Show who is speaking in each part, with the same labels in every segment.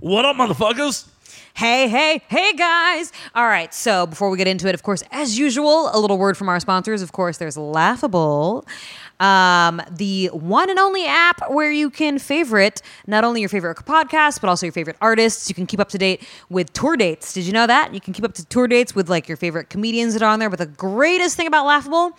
Speaker 1: What up, motherfuckers?
Speaker 2: Hey, hey, hey, guys. All right. So before we get into it, of course, as usual, a little word from our sponsors. Of course, there's Laughable, um, the one and only app where you can favorite not only your favorite podcast, but also your favorite artists. You can keep up to date with tour dates. Did you know that? You can keep up to tour dates with like your favorite comedians that are on there. But the greatest thing about Laughable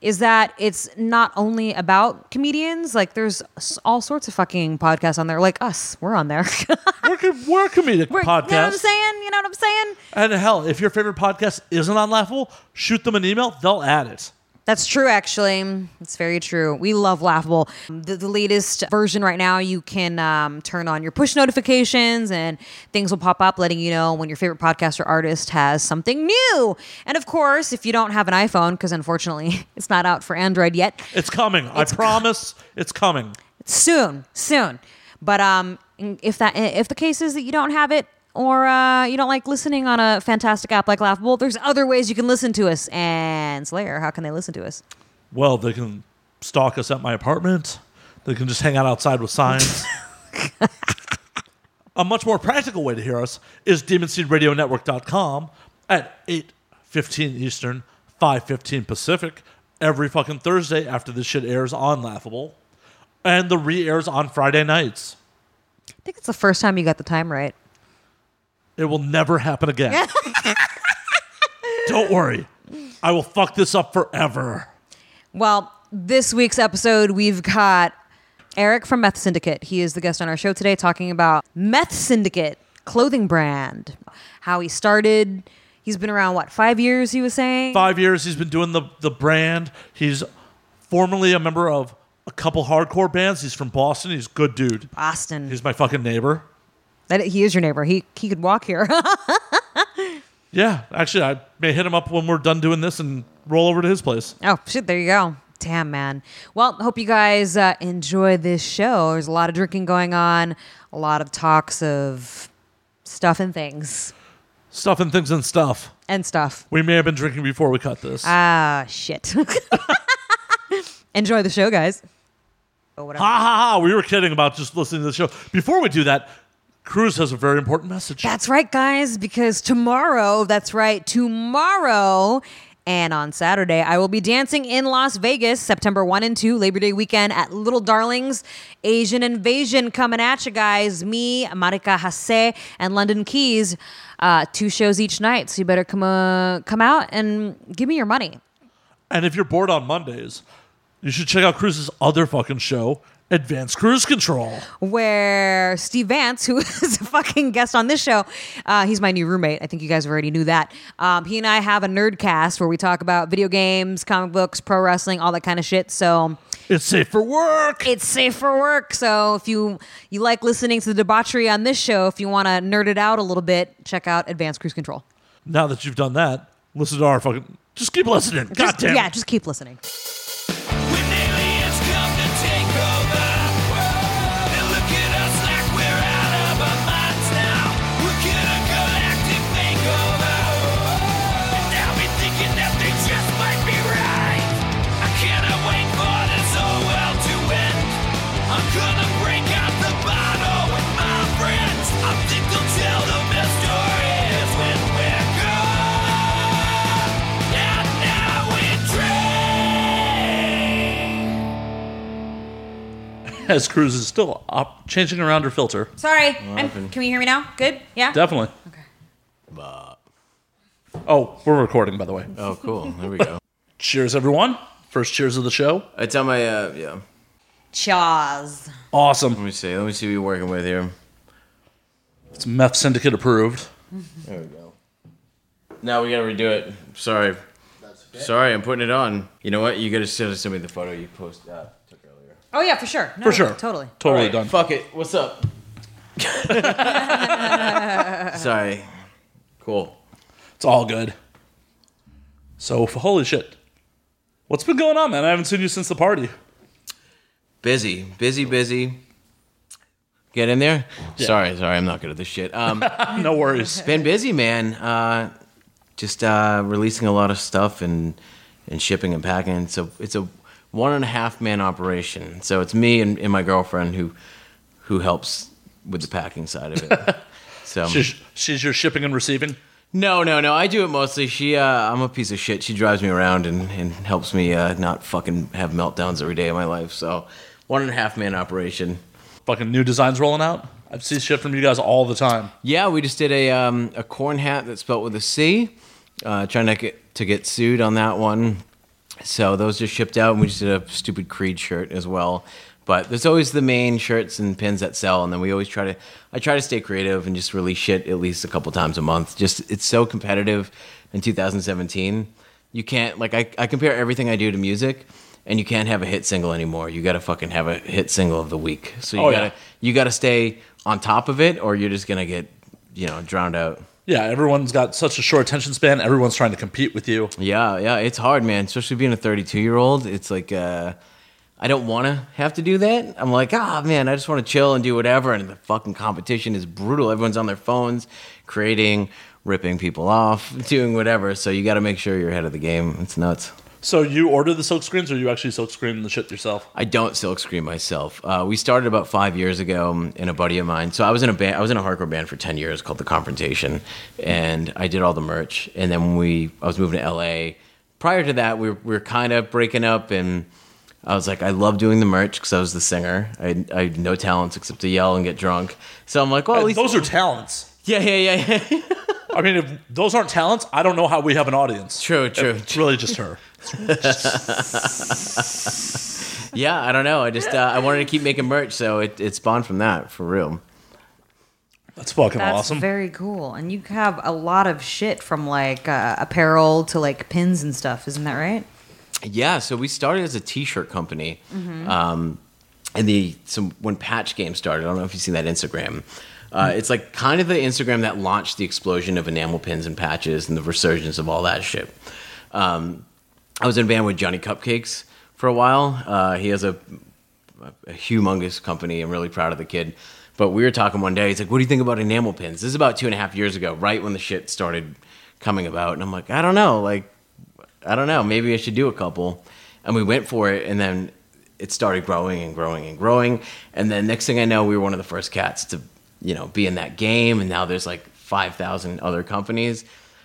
Speaker 2: is that it's not only about comedians. Like there's s- all sorts of fucking podcasts on there, like us. We're on there.
Speaker 1: We're, com- we're a comedic
Speaker 2: We're-
Speaker 1: podcast.
Speaker 2: You know what I'm saying? You know what I'm saying?
Speaker 1: And hell, if your favorite podcast isn't on Laughable, shoot them an email. They'll add it.
Speaker 2: That's true, actually. It's very true. We love Laughable. The, the latest version right now, you can um, turn on your push notifications and things will pop up letting you know when your favorite podcast or artist has something new. And of course, if you don't have an iPhone, because unfortunately it's not out for Android yet,
Speaker 1: It's coming. I promise it's coming.
Speaker 2: soon, soon. But um, if that if the case is that you don't have it or uh, you don't like listening on a fantastic app like Laughable, there's other ways you can listen to us. And Slayer, how can they listen to us?
Speaker 1: Well, they can stalk us at my apartment. They can just hang out outside with signs. a much more practical way to hear us is demonseedradionetwork.com at 8.15 Eastern, 5.15 Pacific, every fucking Thursday after this shit airs on Laughable. And the re-airs on Friday nights.
Speaker 2: I think it's the first time you got the time right.
Speaker 1: It will never happen again. Don't worry. I will fuck this up forever.
Speaker 2: Well, this week's episode, we've got Eric from Meth Syndicate. He is the guest on our show today talking about Meth Syndicate clothing brand, how he started. He's been around, what, five years, he was saying?
Speaker 1: five years he's been doing the, the brand he's formerly a member of a couple hardcore bands he's from boston he's a good dude
Speaker 2: Boston.
Speaker 1: he's my fucking neighbor
Speaker 2: That, he is your neighbor. He, he could walk here.
Speaker 1: yeah actually i may hit him up when we're done doing this and roll over to his place
Speaker 2: Oh, shit, there you go. Damn, man. Well, hope you guys uh, enjoy this show. There's a lot of drinking going on, a lot of talks of stuff and things
Speaker 1: stuff and things and stuff
Speaker 2: and stuff.
Speaker 1: we may have been drinking before we cut this
Speaker 2: Ah, shit. Enjoy the show, guys. Oh, whatever.
Speaker 1: ha ha ha we were kidding about just listening to the show before we do that cruz has a very important message
Speaker 2: That's right, guys, because tomorrow, that's right, tomorrow and on Saturday, I will be dancing in Las Vegas, September 1 and 2, Labor Day weekend at Little Darlings Asian Invasion coming at you guys. Me, Marika Hase, and London Keys, uh, two shows each night. So you better come, uh, come out and give me your money.
Speaker 1: and if you're bored on mondays you should check out cruz's other fucking show advanced cruise control
Speaker 2: where Steve Vance, who is a fucking guest on this show, uh, he's my new roommate. I think you guys already knew that. Um, he and I have a nerdcast where we talk about video games, comic books, pro wrestling, all that kind of shit. So
Speaker 1: it's safe for work
Speaker 2: it's safe for work. So if you you like listening to the debauchery on this show, if you want to nerd it out a little bit, check out Advanced Cruise Control.
Speaker 1: now that you've done that, listen to our fucking. Just keep listening. God
Speaker 2: Just-
Speaker 1: damn.
Speaker 2: yeah, just keep listening.
Speaker 3: When aliens come to take over, they look at us like we're out of our minds now. We're gonna galactic makeover, and now we're thinking that they just might be right. I cannot wait for this whole world to end. I'm gonna break out the bottle with my friends. I think they'll tell the best stories when we're gone. And now we drink.
Speaker 1: As Cruz is still up, changing around her filter.
Speaker 2: Sorry, I'm, can you hear me now? Good. Yeah.
Speaker 1: Definitely.
Speaker 2: Okay.
Speaker 1: Oh, we're recording, by the way.
Speaker 4: Oh, cool. There we go.
Speaker 1: Cheers, everyone. First cheers of the show.
Speaker 4: It's on my uh, yeah. Let
Speaker 2: Chaws.
Speaker 1: Awesome.
Speaker 4: me see. Let me see what you're working with here.
Speaker 1: It's Meth Syndicate approved.
Speaker 4: There we go. Now we gotta redo it. Sorry. Sorry, I'm putting it on. You know what? You gotta send send me the photo you post uh, took earlier.
Speaker 2: Oh yeah, for sure. No,
Speaker 1: For sure.
Speaker 2: Totally.
Speaker 1: Totally
Speaker 4: Alright,
Speaker 1: done.
Speaker 4: Fuck it. What's up? Sorry. Cool.
Speaker 1: It's all good. So, f- holy shit. What's been going on, man? I haven't seen you since the party.
Speaker 4: Busy, busy, busy. Get in there. Sorry, sorry. I'm not good at this shit. Um,
Speaker 1: No worries.
Speaker 4: been busy, man. Uh, just uh, releasing a lot of stuff and and shipping and packing. So it's a one and a half man operation. So it's me and, and my girlfriend who who helps with the packing side of it. So
Speaker 1: She's, she's your shipping and receiving.
Speaker 4: no, no, no. I do it mostly. She, uh, I'm a piece of shit. She drives me around and, and helps me uh, not fucking have meltdowns every day of my life. So one and a half man operation.
Speaker 1: Fucking new designs rolling out. I see shit from you guys all the time.
Speaker 4: Yeah, we just did a um, a corn hat that's spelled with a C. Uh, trying to get to get sued on that one. So those just shipped out, and we just did a stupid Creed shirt as well. But there's always the main shirts and pins that sell, and then we always try to. I try to stay creative and just release shit at least a couple times a month. Just it's so competitive in 2017. You can't like I, I compare everything I do to music, and you can't have a hit single anymore. You got to fucking have a hit single of the week. So you
Speaker 1: Oh, yeah.
Speaker 4: gotta you got to stay on top of it or you're just going to get you know drowned out
Speaker 1: Yeah, everyone's got such a short attention span. Everyone's trying to compete with you.
Speaker 4: yeah yeah it's hard man especially being a 32 year old it's like uh i don't want to have to do that i'm like ah man i just want to chill and do whatever and the fucking competition is brutal everyone's on their phones creating ripping people off doing whatever so you got to make sure you're ahead of the game it's nuts
Speaker 1: So you order the silk screens, or you actually silk screen the shit yourself?
Speaker 4: I don't silk screen myself. Uh, we started about five years ago, um, and a buddy of mine. So I was in a band. I was in a hardcore band for ten years called The Confrontation, and I did all the merch. And then we, I was moving to LA. Prior to that, we were, we were kind of breaking up, and I was like, I love doing the merch because I was the singer. I, had- I had no talents except to yell and get drunk. So I'm like, well, at least
Speaker 1: Those are talents.
Speaker 4: yeah, yeah, yeah, yeah.
Speaker 1: I mean, if those aren't talents, I don't know how we have an audience.
Speaker 4: true, true.
Speaker 1: It's really just her.
Speaker 4: Yeah, I don't know. I just uh, I wanted to keep making merch, so it, it spawned from that for real.
Speaker 1: That's fucking
Speaker 2: That's
Speaker 1: awesome.
Speaker 2: very cool. And you have a lot of shit from like uh, apparel to like pins and stuff, isn't that right?
Speaker 4: Yeah, so we started as a T-shirt company, um, and the some when Patch Game started. I don't know if you've seen that Instagram. Uh, it's like kind of the Instagram that launched the explosion of enamel pins and patches and the resurgence of all that shit. Um, I was in a band with Johnny Cupcakes for a while. Uh, he has a a humongous company. I'm really proud of the kid. But we were talking one day. He's like, "What do you think about enamel pins?" This is about two and a half years ago, right when the shit started coming about. And I'm like, "I don't know. Like, I don't know. Maybe I should do a couple." And we went for it, and then it started growing and growing and growing. And then next thing I know, we were one of the first cats to, you know, be in that game. And now there's like five thousand other companies.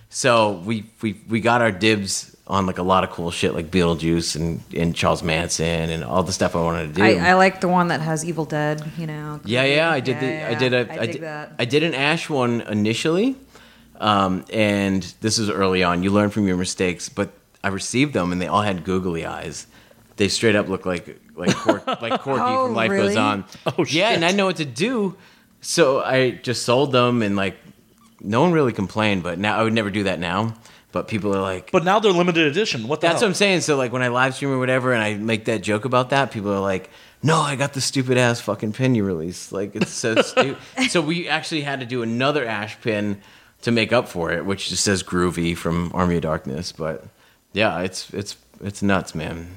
Speaker 4: So we, we we got our dibs on like a lot of cool shit like Beetlejuice and, and Charles Manson and all the stuff I wanted to do.
Speaker 2: I, I like the one that has Evil Dead, you know.
Speaker 4: Yeah, yeah, I did.
Speaker 2: Yeah,
Speaker 4: the,
Speaker 2: yeah,
Speaker 4: I did a.
Speaker 2: I
Speaker 4: I
Speaker 2: dig
Speaker 4: did,
Speaker 2: that.
Speaker 4: I did an ash one initially, um, and this is early on. You learn from your mistakes, but I received them, and they all had googly eyes. They straight up look like like Cor- like Corky
Speaker 2: Oh,
Speaker 4: from Life
Speaker 2: really?
Speaker 4: Goes On.
Speaker 1: Oh,
Speaker 4: yeah, and I
Speaker 1: shit.
Speaker 4: know what to do, so I just sold them, and like no one really complained. But now I would never do that now. But people are like,
Speaker 1: But now they're limited edition. What the
Speaker 4: that's
Speaker 1: hell?
Speaker 4: what I'm saying. So like when I live stream or whatever, and I make that joke about that, people are like, "No, I got the stupid ass fucking pin you released. Like it's so stupid." So we actually had to do another ash pin to make up for it, which just says "groovy" from Army of Darkness. But yeah, it's it's it's nuts, man.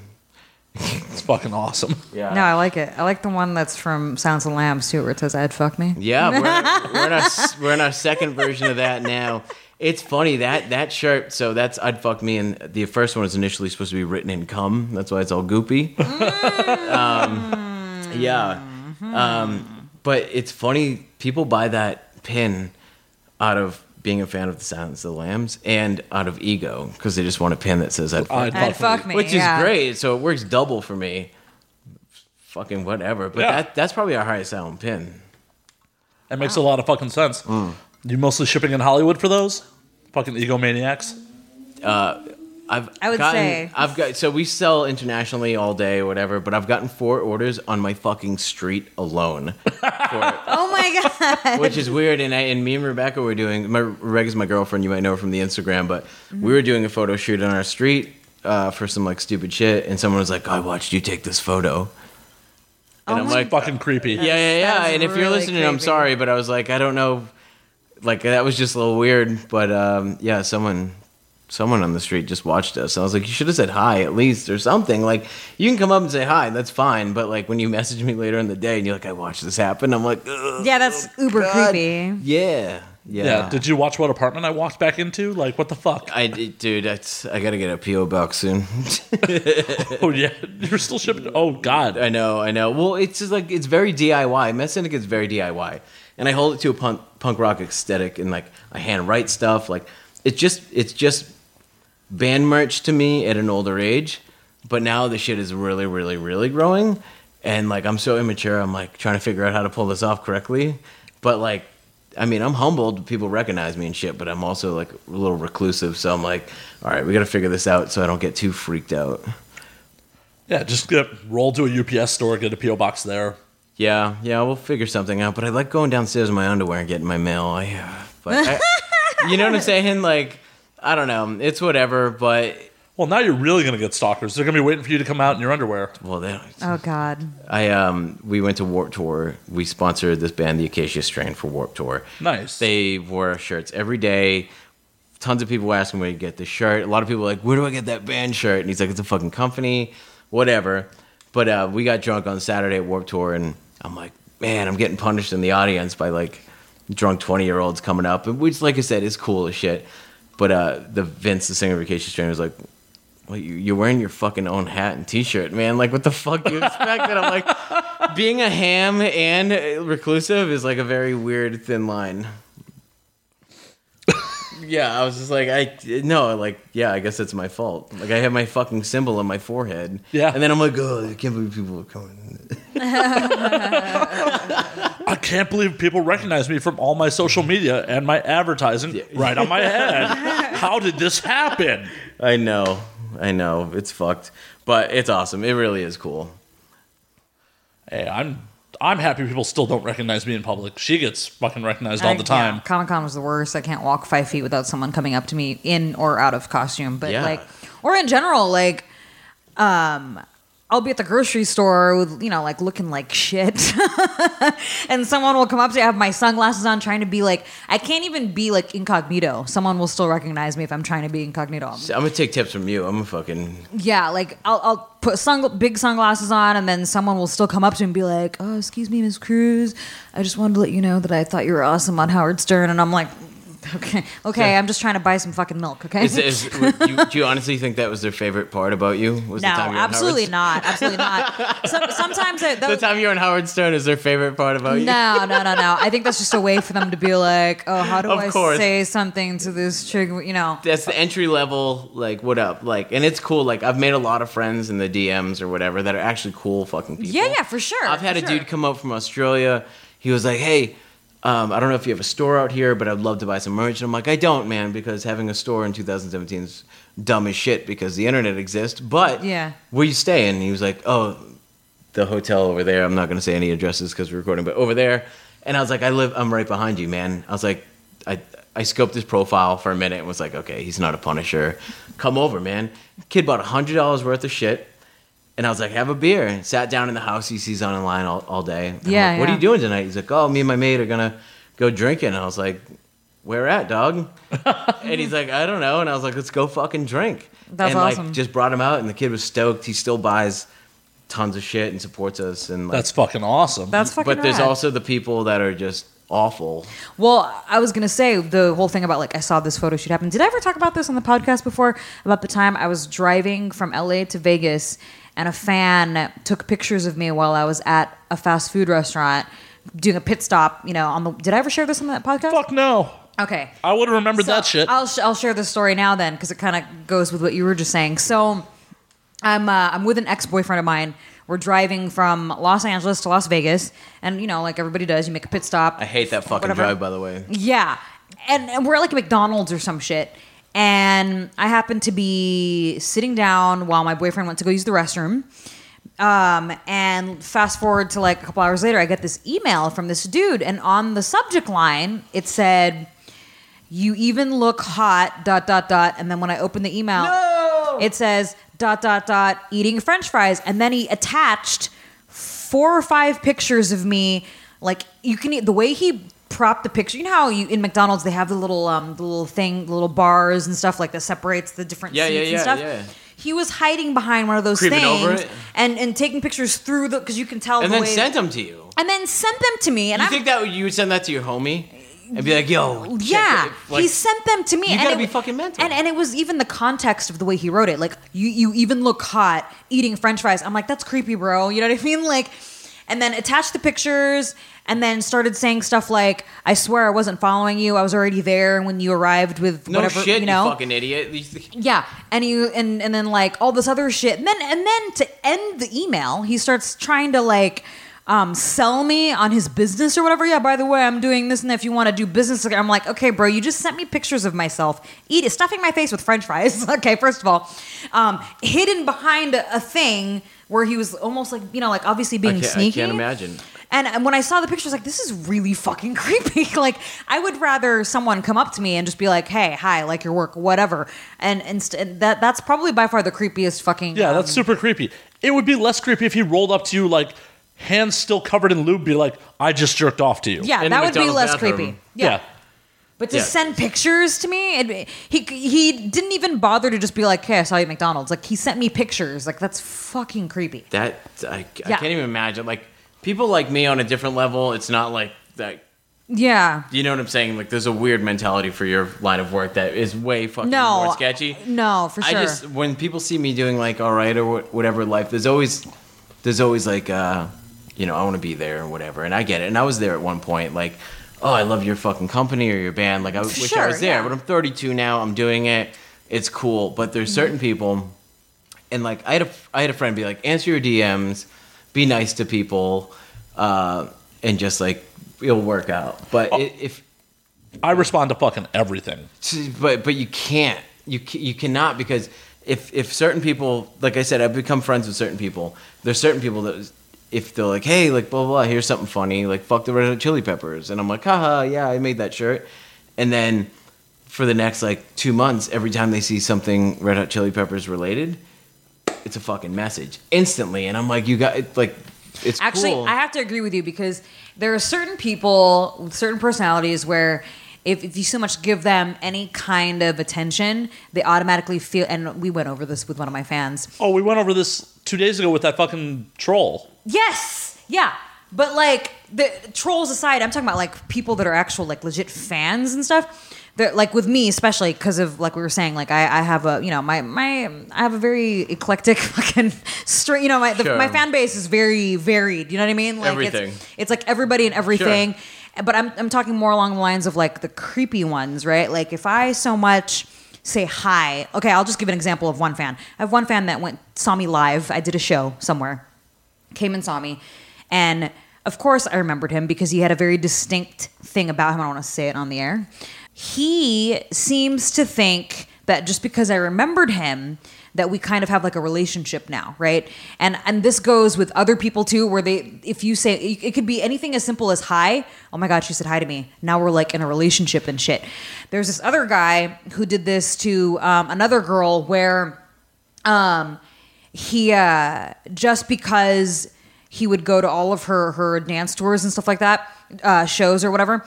Speaker 1: It's fucking awesome.
Speaker 4: Yeah.
Speaker 2: No, I like it. I like the one that's from Sounds and Lambs too, where it says "I'd fuck me."
Speaker 4: Yeah, we're, we're in our we're in our second version of that now. It's funny that that shirt. So that's I'd fuck me, and the first one was initially supposed to be written in cum. That's why it's all goopy. um, yeah, um, but it's funny. People buy that pin out of being a fan of the Silence of the Lambs and out of ego because they just want a pin that says I'd fuck
Speaker 1: I'd
Speaker 4: me.
Speaker 2: I'd fuck me,
Speaker 4: Which
Speaker 2: yeah.
Speaker 4: is great. So it works double for me. Fucking whatever. But
Speaker 1: Yeah.
Speaker 4: that that's probably our highest selling pin.
Speaker 1: It makes a lot of fucking sense.
Speaker 4: Mm.
Speaker 1: You mostly shipping in Hollywood for those? Fucking egomaniacs.
Speaker 4: I've
Speaker 2: I would
Speaker 4: gotten-
Speaker 2: say.
Speaker 4: I've got so we sell internationally all day or whatever, but I've gotten four orders on my fucking street alone, for
Speaker 2: Oh my god!
Speaker 4: it, which is weird. And I, and me and Rebecca were doing my Rebecca's my girlfriend, you might know her from the Instagram, but we were doing a photo shoot on our street uh, for some like stupid shit, and someone was like, "I watched you take this photo," and
Speaker 2: Oh
Speaker 4: I'm
Speaker 2: my
Speaker 4: like,
Speaker 1: Fucking creepy.
Speaker 4: yeah, yeah, yeah.
Speaker 2: That's
Speaker 4: And if you're
Speaker 2: really
Speaker 4: listening, I'm
Speaker 2: creepy.
Speaker 4: sorry, but I was like, I don't know. Like that was just a little weird, but um, yeah, someone, someone on the street just watched us. I was like, you should have said hi at least or something. Like you can come up and say hi, that's fine. But like when you message me later in the day and you're like, I watched this happen, I'm like, Ugh,
Speaker 2: Yeah, that's uber
Speaker 4: God.
Speaker 2: creepy.
Speaker 4: yeah, Yeah.
Speaker 1: Yeah. Did you watch what apartment I walked back into? Like, what the fuck?
Speaker 4: I dude, that's, I gotta get a PO box soon.
Speaker 1: Oh yeah, you're still shipping. Oh god.
Speaker 4: I know, I know. Well, it's just like it's very DIY. Meth Syndicate is very DIY, and I hold it to a punk punk rock aesthetic, and like I hand write stuff. Like it's just it's just band merch to me at an older age, but now the shit is really, really, really growing, and like I'm so immature. I'm like trying to figure out how to pull this off correctly, but like. I mean, I'm humbled. People recognize me and shit, but I'm also like a little reclusive. So I'm like, all right, we got to figure this out so I don't get too freaked out.
Speaker 1: Yeah, just get, roll to a UPS store, get a PO box there.
Speaker 4: Yeah, yeah, we'll figure something out. But I like going downstairs in my underwear and getting my mail. I, uh, but I- you know what I'm saying? Like, I don't know. It's whatever. But
Speaker 1: Well, now you're really gonna get stalkers. They're gonna be waiting for you to come out in your underwear.
Speaker 4: well, they don't,
Speaker 2: Oh God.
Speaker 4: I um, we went to Warp Tour. We sponsored this band, the Acacia Strain, for Warp Tour.
Speaker 1: Nice.
Speaker 4: They wore shirts every day. Tons of people were asking where you get this shirt. A lot of people were like, where do I get that band shirt? And he's like, it's a fucking company, whatever. But uh, we got drunk on Saturday at Warp Tour, and I'm like, man, I'm getting punished in the audience by like drunk 20 year olds coming up, and which, like I said, is cool as shit. But uh, the Vince, the singer of Vacation Strain, was like, well, you, you're wearing your fucking own hat and t-shirt, man. Like, what the fuck do you expect? and I'm like, being a ham and uh, reclusive is like a very weird thin line. yeah, I was just like, I no, like, yeah, I guess it's my fault. Like, I have my fucking symbol on my forehead.
Speaker 1: Yeah.
Speaker 4: and then I'm like, oh, I can't believe people are coming.
Speaker 1: I can't believe people recognize me from all my social media and my advertising right on my head. How did this happen?
Speaker 4: I know, I know, it's fucked, but it's awesome. It really is cool.
Speaker 1: Hey, I'm I'm happy people still don't recognize me in public. She gets fucking recognized all
Speaker 2: I-
Speaker 1: the time.
Speaker 2: Yeah, Comic Con was the worst. I can't walk five feet without someone coming up to me in or out of costume. But
Speaker 4: Yeah.
Speaker 2: like, or in general, like, um, I'll be at the grocery store with you know like looking like shit, and someone will come up to me. I have my sunglasses on, trying to be like I can't even be like incognito. Someone will still recognize me if I'm trying to be incognito.
Speaker 4: So I'm gonna take tips from you. I'm a fucking
Speaker 2: Yeah, like I'll, I'll put sun, big sunglasses on, and then someone will still come up to me and be like, "Oh, excuse me, Miss Cruz, I just wanted to let you know that I thought you were awesome on Howard Stern," and I'm like, "Okay, okay, I'm just trying to buy some fucking milk." Okay,
Speaker 4: Is, is, do, you, do you honestly think that was their favorite part about you? Was
Speaker 2: no,
Speaker 4: the time you were on
Speaker 2: absolutely
Speaker 4: Howard
Speaker 2: not, absolutely not. Some, sometimes I,
Speaker 4: Stern?
Speaker 2: that,
Speaker 4: The time you were on Howard Stern is their favorite part about you.
Speaker 2: No, no, no, no. I think that's just a way for them to be like, "Oh, how do
Speaker 4: Of
Speaker 2: I
Speaker 4: course.
Speaker 2: say something to this chick?" You know.
Speaker 4: That's the entry level, like what up, like, and it's cool. Like I've made a lot of friends in the DMs or whatever that are actually cool fucking people.
Speaker 2: Yeah, yeah, for sure.
Speaker 4: I've had
Speaker 2: for
Speaker 4: a
Speaker 2: sure.
Speaker 4: dude come up from Australia. He was like, "Hey, um, I don't know if you have a store out here, but I'd love to buy some merch." And I'm like, "I don't, man, because having a store in 2017 is dumb as shit because the internet exists." But
Speaker 2: Yeah.
Speaker 4: where you stay? And he was like, "Oh, the hotel over there. I'm not going to say any addresses because we're recording, but over there." And I was like, "I live. I'm right behind you, man." I was like, "I." I scoped his profile for a minute and was like, okay, he's not a punisher. Come over, man. Kid bought $100 worth of shit. And I was like, have a beer. And sat down in the house. He sees on line all, all day. And I'm
Speaker 2: Yeah,
Speaker 4: like, What are
Speaker 2: yeah.
Speaker 4: you doing tonight? He's like, oh, me and my mate are going to go drinking. And I was like, where at, dog? and he's like, I don't know. And I was like, let's go fucking drink.
Speaker 2: That's
Speaker 4: and
Speaker 2: awesome.
Speaker 4: like just brought him out. And the kid was stoked. He still buys tons of shit and supports us. And like,
Speaker 1: That's fucking awesome.
Speaker 2: That's fucking.
Speaker 4: But there's
Speaker 2: rad.
Speaker 4: also the people that are just awful.
Speaker 2: Well, I was gonna say the whole thing about like I saw this photo shoot happen. Did I ever talk about this on the podcast before? About the time I was driving from LA to Vegas and a fan took pictures of me while I was at a fast food restaurant doing a pit stop. You know, on the did I ever share this on that podcast?
Speaker 1: Fuck no.
Speaker 2: Okay,
Speaker 1: I would have remembered
Speaker 2: so
Speaker 1: that shit.
Speaker 2: I'll sh- I'll share the story now then because it kind of goes with what you were just saying. So I'm uh, I'm with an ex boyfriend of mine. We're driving from Los Angeles to Las Vegas, and you know, like everybody does, you make a pit stop.
Speaker 4: I hate that fucking
Speaker 2: Whatever.
Speaker 4: drive, by the way.
Speaker 2: Yeah. And, and we're at like a McDonald's or some shit. And I happened to be sitting down while my boyfriend went to go use the restroom. Um, and fast forward to like a couple hours later, I get this email from this dude. And on the subject line, it said, You even look hot, dot, dot, dot. And then when I opened the email, it says, dot, dot, dot, eating french fries. And then he attached four or five pictures of me. Like you can eat the way he propped the picture. You know how you in McDonald's they have the little um the little thing, the little bars and stuff like that separates the different
Speaker 4: Yeah,
Speaker 2: seats
Speaker 4: yeah, yeah,
Speaker 2: and stuff.
Speaker 4: yeah.
Speaker 2: He was hiding behind one of those
Speaker 4: Creeping
Speaker 2: things
Speaker 4: over it?
Speaker 2: and and taking pictures through the because you can tell
Speaker 4: And
Speaker 2: the
Speaker 4: then
Speaker 2: way
Speaker 4: sent them to you.
Speaker 2: and then sent them to me and
Speaker 4: You
Speaker 2: I'm
Speaker 4: think that you would send that to your homie? and be like, "Yo, check
Speaker 2: Yeah,
Speaker 4: it. Like,
Speaker 2: he sent them to me.
Speaker 4: You
Speaker 2: and
Speaker 4: gotta
Speaker 2: it-
Speaker 4: be fucking mental.
Speaker 2: And and it was even the context of the way he wrote it. Like you, you even look hot eating French fries. I'm like, that's creepy, bro. You know what I mean? Like, and then attached the pictures, and then started saying stuff like, "I swear I wasn't following you. I was already there when you arrived with
Speaker 4: no
Speaker 2: whatever."
Speaker 4: shit,
Speaker 2: you know,
Speaker 4: fucking idiot."
Speaker 2: yeah, and you and and then like all this other shit, and then and then to end the email, he starts trying to like um, sell me on his business or whatever. Yeah, by the way, I'm doing this, and if you want to do business, together- I'm like, okay, bro, you just sent me pictures of myself eat stuffing my face with French fries. okay, first of all, um, hidden behind a, a thing where he was almost like you know like obviously being
Speaker 4: I can't- I
Speaker 2: sneaky.
Speaker 4: can't imagine.
Speaker 2: And and when I saw the pictures, like this is really fucking creepy. like I would rather someone come up to me and just be like, "Hey, hi, like your work, whatever." And and, st- and that that's probably by far the creepiest fucking.
Speaker 1: Yeah, that's
Speaker 2: um,
Speaker 1: super creepy. It would be less creepy if he rolled up to you, like, hands still covered in lube, be like, I just jerked off to you.
Speaker 2: Yeah,
Speaker 4: In
Speaker 2: that
Speaker 4: the
Speaker 2: would be
Speaker 4: McDonald's
Speaker 2: less
Speaker 4: bathroom.
Speaker 2: creepy. Yeah.
Speaker 1: Yeah.
Speaker 2: But to
Speaker 4: Yeah.
Speaker 2: send pictures to me, it, he he didn't even bother to just be like, "Hey, I saw you at McDonald's." Like he sent me pictures. Like that's fucking creepy.
Speaker 4: That I, I
Speaker 2: Yeah.
Speaker 4: can't even imagine. Like people like me on a different level. It's not like that.
Speaker 2: Yeah.
Speaker 4: You know what I'm saying? Like there's a weird mentality for your line of work that is way fucking
Speaker 2: No.
Speaker 4: more sketchy.
Speaker 2: No, for sure.
Speaker 4: I just when people see me doing like all right or wha- whatever life, there's always there's always like uh, you know I want to be there and whatever, and I get it. And I was there at one point, like oh I love your fucking company or your band, like I wish I
Speaker 2: sure,
Speaker 4: was there.
Speaker 2: yeah.
Speaker 4: But I'm 32 now, I'm doing it, it's cool. But
Speaker 2: Mm-hmm.
Speaker 4: there's certain people, and like I had a I had a friend be like answer your DMs, be nice to people, uh, and just like it'll work out. But i if
Speaker 1: I respond to fucking everything.
Speaker 4: to- but but you can't you ca- you cannot because if if certain people like I said I've become friends with certain people there's certain people that if they're like hey like blah blah, blah here's something funny like fuck the red hot chili peppers and I'm like haha yeah I made that shirt and then for the next like 2 months every time they see something red hot chili peppers related it's a fucking message instantly and I'm like you got it like it's
Speaker 2: Actually,
Speaker 4: cool.
Speaker 2: I have to agree with you because there are certain people with certain personalities where if, if you so much give them any kind of attention, they automatically feel. And we went over this with one of my fans.
Speaker 1: Oh, we went over this two days ago with that fucking troll.
Speaker 2: Yes, yeah. But like the trolls aside, I'm talking about like people that are actual like legit fans and stuff. That like with me especially because of like we were saying like I, I have a you know my my I have a very eclectic fucking string you know my the,
Speaker 4: Sure.
Speaker 2: my fan base is very varied you know what I mean like
Speaker 4: Everything.
Speaker 2: it's it's like everybody and everything. But I'm I'm talking more along the lines of like the creepy ones, right? Like if I so much say hi, okay, I'll just give an example of one fan. I have one fan that went saw me live. I did a show somewhere came and saw me. And of course, I remembered him because he had a very distinct thing about him. I don't want to say it on the air. He seems to think that just because I remembered him, that we kind of have like a relationship now, right? And and this goes with other people too, where they, if you say it it could be anything as simple as hi. Oh my God, she said hi to me. Now we're like in a relationship and shit. There's this other guy who did this to um, another girl where um he uh just because he would go to all of her her dance tours and stuff like that uh shows or whatever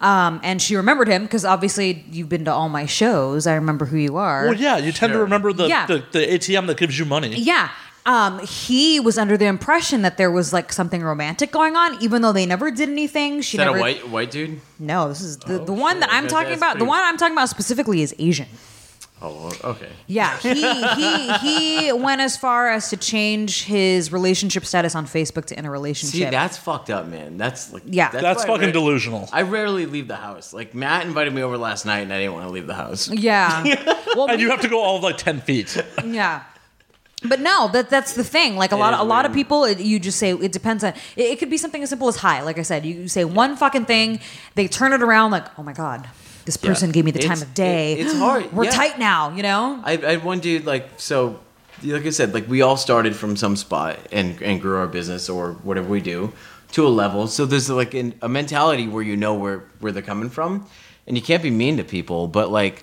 Speaker 2: um and she remembered him because obviously you've been to all my shows i remember who you are
Speaker 1: Well, yeah, you tend to
Speaker 4: Sure.
Speaker 1: remember the,
Speaker 2: Yeah.
Speaker 1: the, the ATM that gives you money.
Speaker 2: yeah um he was under the impression that there was like something romantic going on even though they never did anything she
Speaker 4: is that
Speaker 2: never
Speaker 4: a white white dude?
Speaker 2: no this is the, the
Speaker 4: Oh,
Speaker 2: one that
Speaker 4: shit.
Speaker 2: i'm
Speaker 4: That's-
Speaker 2: talking
Speaker 4: that's
Speaker 2: about the
Speaker 4: pretty-
Speaker 2: one i'm talking about specifically is asian
Speaker 4: Oh, okay.
Speaker 2: Yeah, he he he went as far as to change his relationship status on Facebook to in a relationship.
Speaker 4: See, that's fucked up, man. That's like
Speaker 2: Yeah.
Speaker 1: That's
Speaker 4: why I
Speaker 1: fucking
Speaker 4: read-
Speaker 1: delusional.
Speaker 4: I rarely leave the house. Like Matt invited me over last night, and I didn't want to leave the house.
Speaker 2: yeah. Well,
Speaker 1: And
Speaker 2: we-
Speaker 1: you have to go all of like 10 feet.
Speaker 2: yeah. But no, that that's the thing. Like a lot,
Speaker 4: is
Speaker 2: a lot of
Speaker 4: weird.
Speaker 2: people, it, you just say it depends on. It, it could be something as simple as hi. Like I said, you, you say one fucking thing, they turn it around. Like, oh my god, this person gave me the time
Speaker 4: It's-
Speaker 2: of day.
Speaker 4: it- it's hard,
Speaker 2: We're
Speaker 4: yeah.
Speaker 2: tight now, you know.
Speaker 4: I, I had one dude like so, like I said, like we all started from some spot and and grew our business or whatever we do to a level. So there's like an, a mentality where you know where where they're coming from, and you can't be mean to people. But like,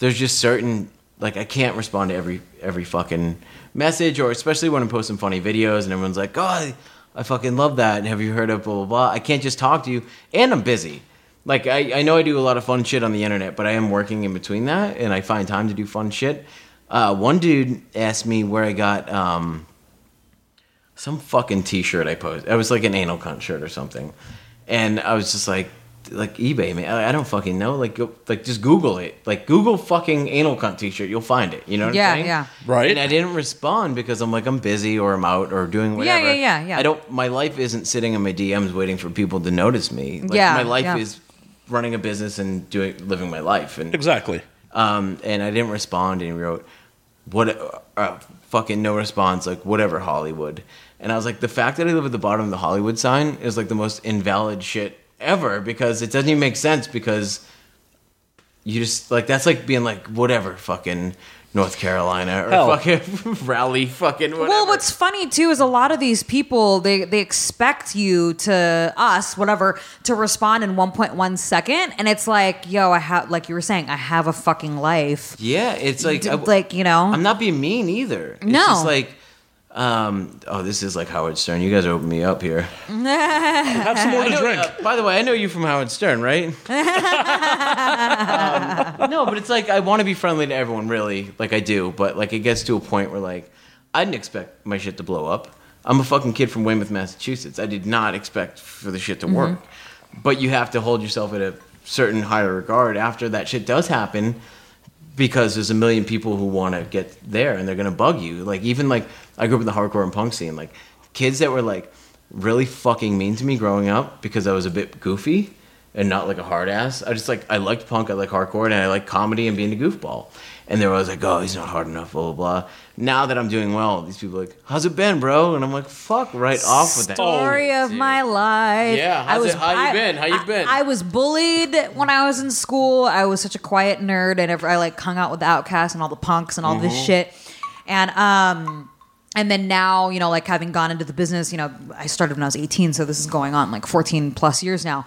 Speaker 4: there's just certain like I can't respond to every every fucking message or especially when I'm posting funny videos and everyone's like, oh, I fucking love that. And have you heard of blah blah blah? I can't just talk to you, and I'm busy. Like I, I know I do a lot of fun shit on the internet, but I am working in between that, and I find time to do fun shit. Uh, one dude asked me where I got um, some fucking t-shirt I posted. It was like an anal cunt shirt or something, and I was just like, like eBay, man. I I don't fucking know. Like, go, like just Google it. Like, Google fucking anal cunt T-shirt. You'll find it. You know what
Speaker 2: Yeah,
Speaker 4: I'm saying?
Speaker 2: yeah.
Speaker 1: Right.
Speaker 4: And I didn't respond because I'm like I'm busy or I'm out or doing whatever.
Speaker 2: yeah, yeah.
Speaker 4: I don't. My life isn't sitting in my DMs waiting for people to notice me. Like,
Speaker 2: Yeah,
Speaker 4: My life
Speaker 2: yeah.
Speaker 4: is running a business and doing living my life and
Speaker 1: Exactly.
Speaker 4: um, and I didn't respond, and he wrote, "What? Uh, fucking no response. Like whatever, Hollywood." And I was like, the fact that I live at the bottom of the Hollywood sign is like the most invalid shit ever because it doesn't even make sense because you just like that's like being like whatever, fucking North Carolina or
Speaker 1: Hell.
Speaker 4: fucking Raleigh, fucking whatever.
Speaker 2: Well, what's funny too is a lot of these people they they expect you to us whatever to respond in 1.1 second, and it's like, yo, I have like you were saying, I have a fucking life.
Speaker 4: yeah, it's like
Speaker 2: D-
Speaker 4: I-
Speaker 2: like you know,
Speaker 4: I'm not being mean either. It's
Speaker 2: Uh-huh. No.
Speaker 4: just like. Um, oh, this is like Howard Stern. You guys are opening me up here.
Speaker 1: Have some more to
Speaker 4: I know-
Speaker 1: drink.
Speaker 4: uh, by the way, I know you from Howard Stern, right? Um, no, but it's like I want to be friendly to everyone, really. Like I do, but like it gets to a point where like I didn't expect my shit to blow up. I'm a fucking kid from Weymouth, Massachusetts. I did not expect for the shit to work. But you have to hold yourself at a certain higher regard after that shit does happen because there's a million people who want to get there and they're going to bug you. Like even like I grew up in the hardcore and punk scene, like kids that were like really fucking mean to me growing up because I was a bit goofy and not like a hard ass. I just like I liked punk, I like hardcore, and I like comedy and being a goofball. And they were always like, "Oh, he's not hard enough," blah blah. blah. Now that I'm doing well, these people are like, "How's it been, bro?" And I'm like, "Fuck right off with that."
Speaker 2: story of
Speaker 4: dude.
Speaker 2: my life.
Speaker 4: Yeah, how's it- how you been? How you
Speaker 2: I-
Speaker 4: been?
Speaker 2: I, was bullied when I was in school. I was such a quiet nerd, and ever- I like hung out with the outcasts and all the punks and all
Speaker 4: Mm-hmm.
Speaker 2: this shit. And um, and then now, you know, like having gone into the business, you know, I started when I was 18, so this is going on like 14 plus years now.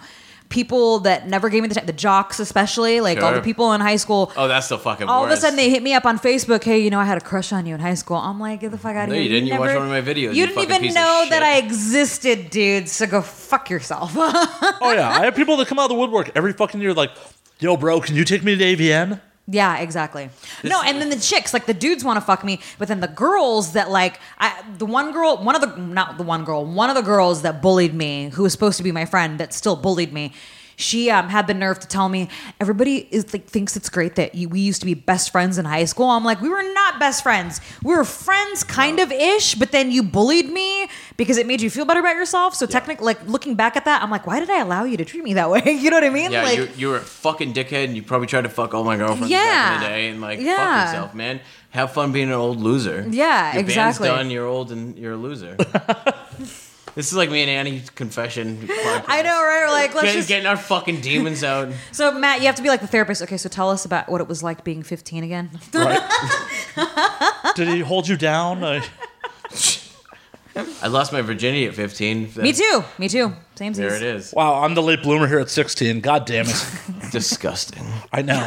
Speaker 2: People that never gave me the time, the jocks especially, like all
Speaker 4: Sure.
Speaker 2: the people in high school.
Speaker 4: Oh, that's the fucking.
Speaker 2: all of a
Speaker 4: worst.
Speaker 2: sudden, they hit me up on Facebook. Hey, you know, I had a crush on you in high school. I'm like, get the fuck out of
Speaker 4: No,
Speaker 2: here!
Speaker 4: you didn't. You watched
Speaker 2: never-
Speaker 4: one of my videos,
Speaker 2: You,
Speaker 4: you
Speaker 2: didn't
Speaker 4: fucking
Speaker 2: even
Speaker 4: piece of
Speaker 2: know that
Speaker 4: shit."
Speaker 2: I existed, dude. So go fuck yourself.
Speaker 1: Oh yeah, I have people that come out of the woodwork every fucking year, like, "Yo, bro, can you take me to AVN?"
Speaker 2: yeah, exactly. no, and then the chicks, like the dudes, want to fuck me, but then the girls that like, I, the one girl, one of the not the one girl, one of the girls that bullied me, who was supposed to be my friend, that still bullied me. She um, had the nerve to tell me everybody is like thinks it's great that you, we used to be best friends in high school. I'm like, we were not best friends. We were friends, kind of ish, but then you bullied me because it made you feel better about yourself. So technically, like looking back at that, I'm like, why did I allow you to treat me that way? you know what I mean?
Speaker 4: Yeah,
Speaker 2: like,
Speaker 4: you, you were a fucking dickhead, and you probably tried to fuck all my girlfriends back in the
Speaker 2: Yeah.
Speaker 4: day, and like
Speaker 2: Yeah.
Speaker 4: fuck yourself, man. Have fun being an old loser.
Speaker 2: Yeah,
Speaker 4: Your
Speaker 2: exactly.
Speaker 4: Band's done. You're old and you're a loser. this is like me and Annie's confession. podcast.
Speaker 2: I know, right? We're like, let's
Speaker 4: Get-
Speaker 2: just
Speaker 4: getting our fucking demons out.
Speaker 2: So Matt, you have to be like the therapist. Okay, so tell us about what it was like being 15 again.
Speaker 1: Right? Did he hold you down? Uh,
Speaker 4: I lost my virginity at 15.
Speaker 2: Me too. Me too. Same
Speaker 4: There it is.
Speaker 1: wow, I'm the late bloomer here at 16. God damn it.
Speaker 4: Disgusting.
Speaker 1: I know.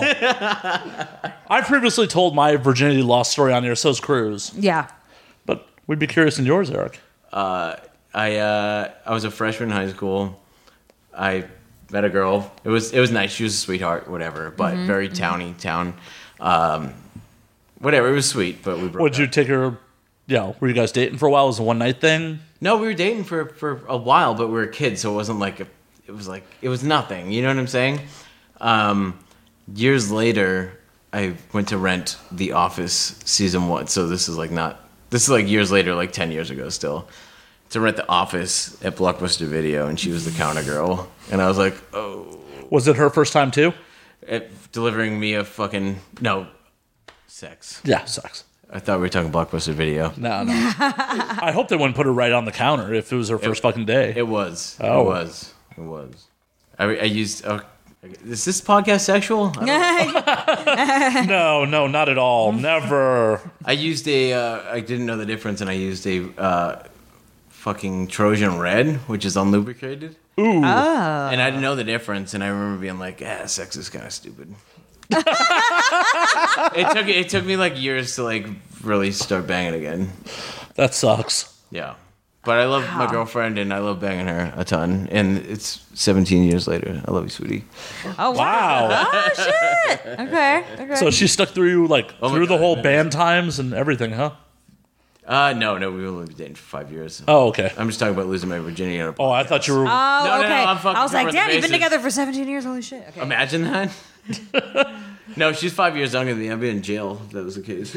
Speaker 1: I previously told my virginity lost story on here, so's Cruz.
Speaker 2: Yeah.
Speaker 1: But we'd be curious in yours, Eric.
Speaker 4: I uh, I was a freshman in high school. I met a girl. It was it was nice. She was a sweetheart, whatever, but very towny town. Um, whatever, it was sweet, but we broke
Speaker 1: Would
Speaker 4: up.
Speaker 1: you take her? Yeah, were you guys dating for a while? Was it a one night thing?
Speaker 4: No, we were dating for for a while, but we were kids, so it wasn't like a, it was like it was nothing. You know what I'm saying? Um, years later, I went to rent The Office season one. So this is like not this is like years later, like ten years ago still. To rent The Office at Blockbuster Video, and she was the counter girl, and I was like, oh,
Speaker 1: Was it her first time too?
Speaker 4: it, delivering me a fucking no, sex.
Speaker 1: Yeah, sucks.
Speaker 4: I thought we were talking Blockbuster Video.
Speaker 1: No, no. I hope they wouldn't put her right on the counter if it was her first fucking day.
Speaker 4: It was.
Speaker 1: Oh.
Speaker 4: It was. It was. I, I used. Uh, is this podcast sexual? I, don't-
Speaker 1: no, no, not at all. Never.
Speaker 4: I used a. Uh, I didn't know the difference, and I used a uh, fucking Trojan Red, which is unlubricated. Ooh. And I didn't know the difference, and I remember being like, "Ah, sex is kind of stupid." it took it took me like years to like really start banging again.
Speaker 1: That sucks.
Speaker 4: Yeah. But I love my girlfriend and I love banging her a ton. And it's 17 years later. I love you, sweetie.
Speaker 2: Oh
Speaker 1: Wow.
Speaker 2: Oh shit. Okay. Okay.
Speaker 1: so she stuck through you like
Speaker 4: Oh my
Speaker 1: through the
Speaker 4: God,
Speaker 1: whole
Speaker 4: man.
Speaker 1: band times and everything, huh?
Speaker 4: Uh, no, no, we've only been dating for five years.
Speaker 1: Oh, okay.
Speaker 4: I'm just talking about losing my virginity on a
Speaker 1: Oh, I thought you were.
Speaker 2: Oh,
Speaker 4: No, no,
Speaker 2: okay.
Speaker 4: I'm fucking
Speaker 2: I was like,
Speaker 4: covered
Speaker 2: damn,
Speaker 4: the
Speaker 2: you've been
Speaker 4: bases."
Speaker 2: together for 17 years. Holy shit. Okay.
Speaker 4: Imagine that. no, she's five years younger than me. I'd be in jail if that was the case.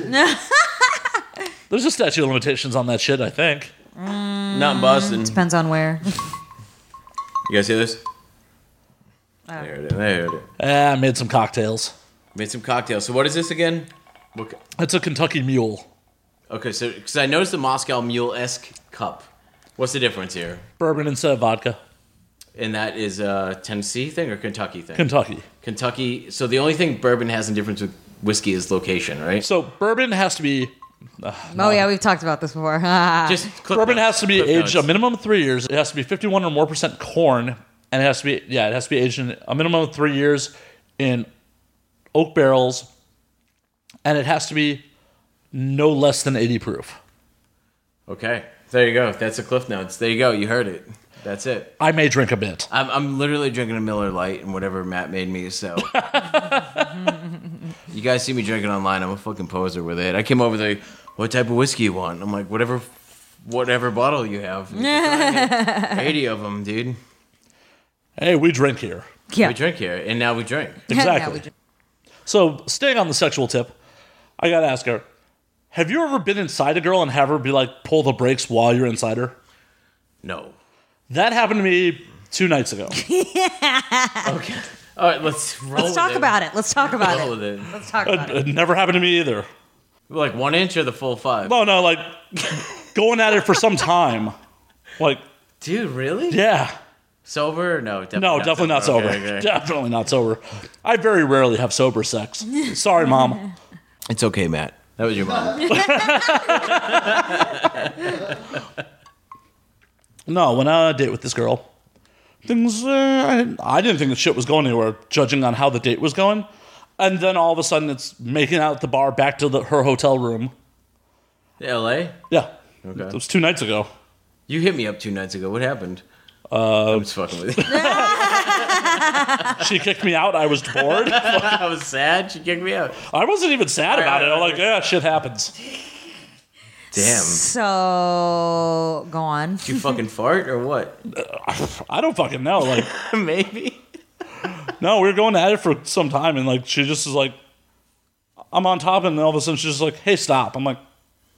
Speaker 1: there's a statute of limitations on that shit, I think.
Speaker 4: Not in Boston.
Speaker 2: Depends on where. Oh,
Speaker 4: You guys hear this? There it is. There it is.
Speaker 1: Eh, I made some cocktails.
Speaker 4: Made some cocktails. So what is this again? What, ca-
Speaker 1: It's a Kentucky mule.
Speaker 4: okay, so because I noticed the Moscow Mule esque cup. What's the difference here?
Speaker 1: Bourbon instead of vodka.
Speaker 4: And that is a Tennessee thing or Kentucky thing?
Speaker 1: Kentucky.
Speaker 4: Kentucky. So the only thing bourbon has in difference with whiskey is location, right?
Speaker 1: So bourbon has to be
Speaker 2: Oh, yeah, we've talked about this before.
Speaker 4: Just clip
Speaker 1: bourbon has
Speaker 4: notes,
Speaker 1: to be
Speaker 4: clip
Speaker 1: aged a
Speaker 4: notes.
Speaker 1: minimum of three years. It has to be 51 or more percent corn, and it has to be yeah, it has to be aged in a minimum of three years in oak barrels, and it has to be no less than 80 proof.
Speaker 4: Okay, there you go. That's the cliff notes. There you go. You heard it. That's it.
Speaker 1: I may drink a bit.
Speaker 4: I'm, I'm literally drinking a Miller Light and whatever Matt made me. So you guys see me drinking online. I'm a fucking poser with it. I came over there. What type of whiskey you want? I'm like whatever, whatever bottle you have. He's like, "All right, Eighty of them, dude.
Speaker 1: Hey, we drink here.
Speaker 2: yeah.
Speaker 4: We drink here, and now we drink.
Speaker 2: Yeah, we
Speaker 1: Exactly.
Speaker 2: drink.
Speaker 1: So staying on the sexual tip, I gotta ask her: Have you ever been inside a girl and have her be like, pull the brakes while you're inside her?
Speaker 4: No.
Speaker 1: That happened to me two nights ago.
Speaker 4: Okay. All right. Let's roll.
Speaker 2: Let's talk about it. Let's talk about
Speaker 4: Roll
Speaker 2: it.
Speaker 4: with it.
Speaker 2: Let's talk about it.
Speaker 1: it never happened to me either.
Speaker 4: Like one inch or the full five.
Speaker 1: No, no, like going at it for some time. Like,
Speaker 4: Dude, really?
Speaker 1: yeah.
Speaker 4: Sober? or No, definitely
Speaker 1: No, definitely not sober.
Speaker 4: Okay, okay.
Speaker 1: Definitely not sober. I very rarely have sober sex. Sorry, mom.
Speaker 4: It's okay, Matt. That was your mom.
Speaker 1: No, when I on a date with this girl, things, uh, I, I didn't think the shit was going anywhere, judging on how the date was going. And then all of a sudden, it's making out at the bar back to the, her hotel room.
Speaker 4: L.A.
Speaker 1: Yeah. It
Speaker 4: Okay.
Speaker 1: was two nights ago.
Speaker 4: You hit me up two nights ago. What happened? Uh, I'm just fucking with you.
Speaker 1: She kicked me out. I was bored. I
Speaker 4: I was sad. She kicked me out.
Speaker 1: wasn't even sad about it. I'm like, yeah, shit happens.
Speaker 4: Damn.
Speaker 2: So, go on.
Speaker 4: Did you fucking fart or what?
Speaker 1: I don't fucking know. Like,
Speaker 4: Maybe.
Speaker 1: No, we were going at it for some time, and like she just is like, I'm on top, and then all of a sudden she's just like, "Hey, stop!" I'm like,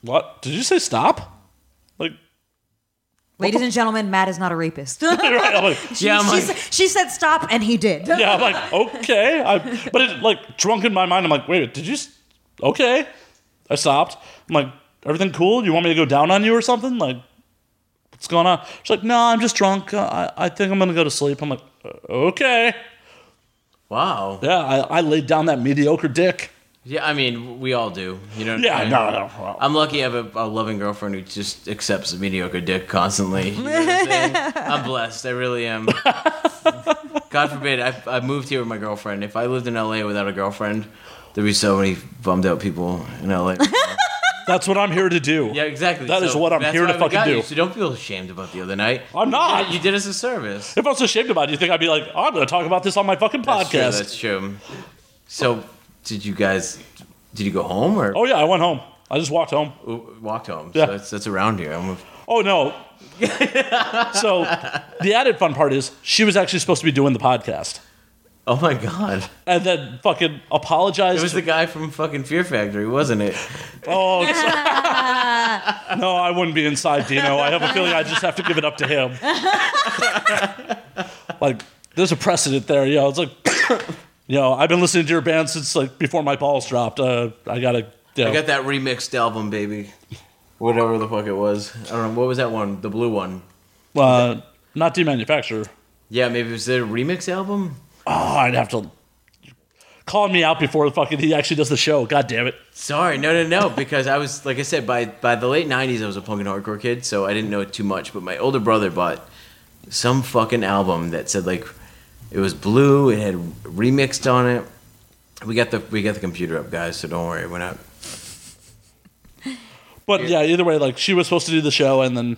Speaker 1: "What? Did you say stop?" Like,
Speaker 2: Ladies and gentlemen, Matt is not a rapist.
Speaker 1: right, I'm like
Speaker 2: She,
Speaker 4: Yeah, I'm
Speaker 2: she
Speaker 4: like-
Speaker 2: sa- she said stop, and he did.
Speaker 1: yeah, I'm like, okay, I, but it like drunk in my mind, I'm like, wait, a minute, did you? s- Okay, I stopped. I'm like, everything cool? You want me to go down on you or something? Like, what's going on? She's like, no, I'm just drunk. Uh, I I think I'm gonna go to sleep. I'm like, "Uh, okay,
Speaker 4: Wow.
Speaker 1: yeah, I, I laid down that mediocre dick.
Speaker 4: Yeah, I mean, we all do. You know. what
Speaker 1: Yeah,
Speaker 4: I mean?
Speaker 1: no, no,
Speaker 4: I'm lucky I have a, a loving girlfriend who just accepts a mediocre dick constantly. You know what I'm, saying? I'm blessed. I really am. God forbid I, I moved here with my girlfriend. If I lived in LA without a girlfriend, there'd be so many bummed out people in LA.
Speaker 1: that's what I'm here to do.
Speaker 4: yeah, exactly.
Speaker 1: That
Speaker 4: That
Speaker 1: is
Speaker 4: is
Speaker 1: what I'm here to fucking do.
Speaker 4: So don't feel ashamed about the other night.
Speaker 1: I'm not.
Speaker 4: You did us a service.
Speaker 1: If I was ashamed about it, you think I'd be like, oh, I'm going to talk about this on my fucking
Speaker 4: That's true,
Speaker 1: podcast.
Speaker 4: That's true. So, did you guys? Did you go home or
Speaker 1: oh, yeah, I went home. I just walked home.
Speaker 4: walked home?
Speaker 1: Oh. Yeah.
Speaker 4: So that's that's around here. I'm
Speaker 1: Oh, no. so the added fun part is she was actually supposed to be doing the podcast
Speaker 4: oh my god.
Speaker 1: and then fucking apologized.
Speaker 4: It was the guy from fucking Fear Factory, wasn't it?
Speaker 1: oh, it's- no, I wouldn't be inside Dino. I have a feeling I just have to give it up to him. like, there's a precedent there. You know, it's like, you know, I've been listening to your band since like before my balls dropped. Uh, I got to. You know,
Speaker 4: I got that remixed album, baby. Whatever the fuck it was. I don't know. What was that one? The blue one.
Speaker 1: uh, not demanufacture.
Speaker 4: Yeah, maybe it was it a remix album?
Speaker 1: Oh, I'd have to call me out before the fucking he actually does the show. God damn it.
Speaker 4: Sorry, no, no, no. Because I was, like I said, by by the late '90s, I was a punk and hardcore kid, so I didn't know it too much. But my older brother bought some fucking album that said like it was blue. It had remixed on it. We got the we got the computer up, guys. So don't worry, we're not.
Speaker 1: But yeah, either way, like she was supposed to do the show and then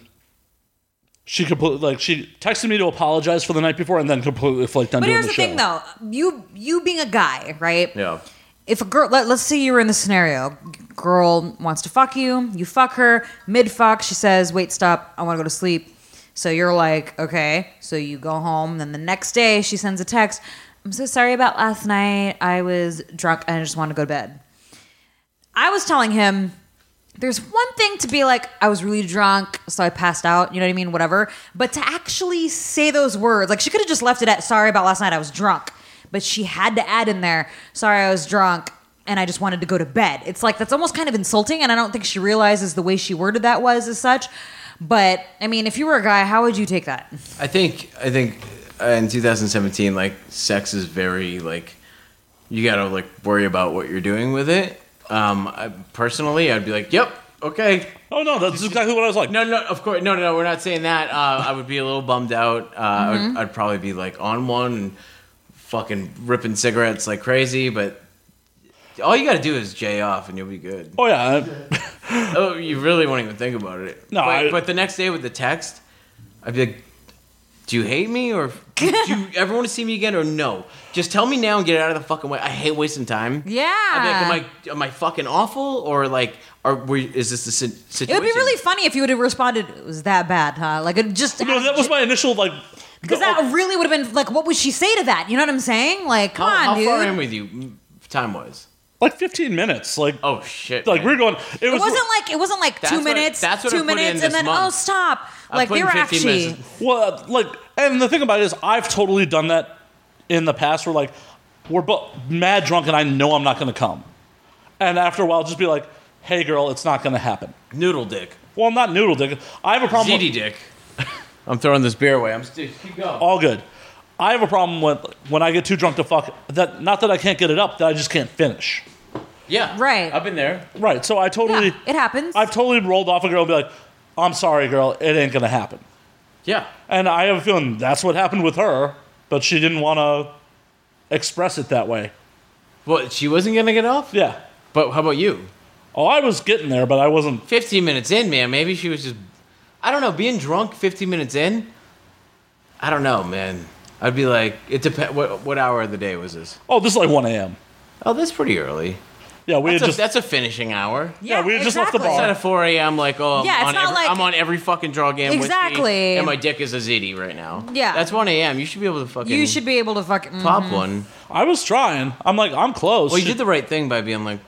Speaker 1: she completely like she texted me to apologize for the night before and then completely flaked on
Speaker 2: But
Speaker 1: doing
Speaker 2: here's
Speaker 1: the,
Speaker 2: the
Speaker 1: show.
Speaker 2: thing, though. You you being a guy, right?
Speaker 4: Yeah.
Speaker 2: if a girl, let, let's say you're in the scenario, girl wants to fuck you, you fuck her, mid fuck, she says, wait, stop, I want to go to sleep. So you're like, okay. So you go home, then the next day she sends a text, I'm so sorry about last night, I was drunk and I just want to go to bed. I was telling him, there's one thing to be like, I was really drunk, so I passed out, you know what I mean? Whatever. But to actually say those words, like she could have just left it at, sorry about last night, I was drunk. But she had to add in there, sorry, I was drunk, and I just wanted to go to bed. It's like, that's almost kind of insulting, and I don't think she realizes the way she worded that was as such. But I mean, if you were a guy, how would you take that?
Speaker 4: I think I think uh, in 2017, like sex is very like you gotta like worry about what you're doing with it. Um, I, personally, I'd be like, "Yep, okay."
Speaker 1: Oh no, that's exactly what I was like.
Speaker 4: No, no, of course, no, no, no. We're not saying that. Uh, I would be a little bummed out. Uh, I would-
Speaker 2: Mm-hmm.
Speaker 4: I'd, probably be like on one and fucking ripping cigarettes like crazy. But all you gotta do is jay off, and you'll be good.
Speaker 1: Oh yeah, I-
Speaker 4: Oh, you really won't even think about it.
Speaker 1: No,
Speaker 4: but,
Speaker 1: I-
Speaker 4: but the next day with the text, I'd be like, "Do you hate me, or do you ever want to see me again, or no? Just tell me now and get it out of the fucking way. I hate wasting time.
Speaker 2: Yeah.
Speaker 4: I'd be like, am I am I fucking awful, or like, are we? Is this the si-
Speaker 2: It
Speaker 4: situation?
Speaker 2: would be really funny if you would have responded, it was that bad, huh? Like, it just.
Speaker 1: no, that was my initial like.
Speaker 2: Because that really would have been like, what would she say to that? You know what I'm saying? Like, come
Speaker 4: How,
Speaker 2: on,
Speaker 4: how
Speaker 2: dude.
Speaker 4: far in with you? Time was.
Speaker 1: like 15 minutes. Like
Speaker 4: Oh shit.
Speaker 1: like we were
Speaker 4: man.
Speaker 1: going. It
Speaker 2: It
Speaker 1: was
Speaker 2: wasn't like it wasn't like
Speaker 4: That's
Speaker 2: two
Speaker 4: what I-
Speaker 2: minutes,
Speaker 4: that's what I
Speaker 2: two
Speaker 4: put in
Speaker 2: minutes,
Speaker 4: this
Speaker 2: and then
Speaker 4: month.
Speaker 2: oh stop!
Speaker 4: I
Speaker 2: Like
Speaker 4: put
Speaker 2: they
Speaker 4: in
Speaker 2: were
Speaker 4: 15
Speaker 2: actually
Speaker 4: minutes.
Speaker 1: well like. And the thing about it is, I've totally done that in the past. Where like we're both mad drunk, and I know I'm not going to come. And after a while, just be like, "Hey, girl, it's not going to happen."
Speaker 4: noodle dick,
Speaker 1: Well, not noodle dick. I have a problem.
Speaker 4: ZD
Speaker 1: With,
Speaker 4: dick. I'm throwing this beer away. I'm dude, keep going.
Speaker 1: all good. I have a problem with when I get too drunk to fuck. That not that I can't get it up, that I just can't finish.
Speaker 4: yeah.
Speaker 2: Right.
Speaker 4: I've been there.
Speaker 1: Right. So I totally.
Speaker 2: Yeah, it happens.
Speaker 1: I've totally rolled off a girl and be like, "I'm sorry, girl, it ain't gonna happen."
Speaker 4: Yeah.
Speaker 1: And I have a feeling that's what happened with her, but she didn't want to express it that way.
Speaker 4: Well, she wasn't gonna get off.
Speaker 1: Yeah.
Speaker 4: But how about you?
Speaker 1: Oh, I was getting there, but I wasn't.
Speaker 4: 15 minutes in, man. Maybe she was just, I don't know, being drunk 15 minutes in. I don't know, man. I'd be like, it depends. What, what hour of the day was this?
Speaker 1: Oh, this is like 1 a.m.
Speaker 4: Oh, that's pretty early.
Speaker 1: Yeah, we
Speaker 4: That's,
Speaker 1: had
Speaker 4: a,
Speaker 1: just.
Speaker 4: that's a finishing hour.
Speaker 1: Yeah, we just left the
Speaker 2: exactly.
Speaker 1: bar.
Speaker 4: It's not at 4 a.m. Like, oh, I'm,
Speaker 2: Yeah, it's
Speaker 4: on
Speaker 2: not
Speaker 4: every,
Speaker 2: like-
Speaker 4: I'm on every fucking draw game. whiskey,
Speaker 2: Exactly.
Speaker 4: and my dick is a zitty right now.
Speaker 2: Yeah.
Speaker 4: That's 1 a.m. You should be able to fucking
Speaker 2: You should be Mm-hmm. able to mm. fucking.
Speaker 4: pop one.
Speaker 1: I was trying. I'm like, I'm close.
Speaker 4: Well, you did the right thing by being like,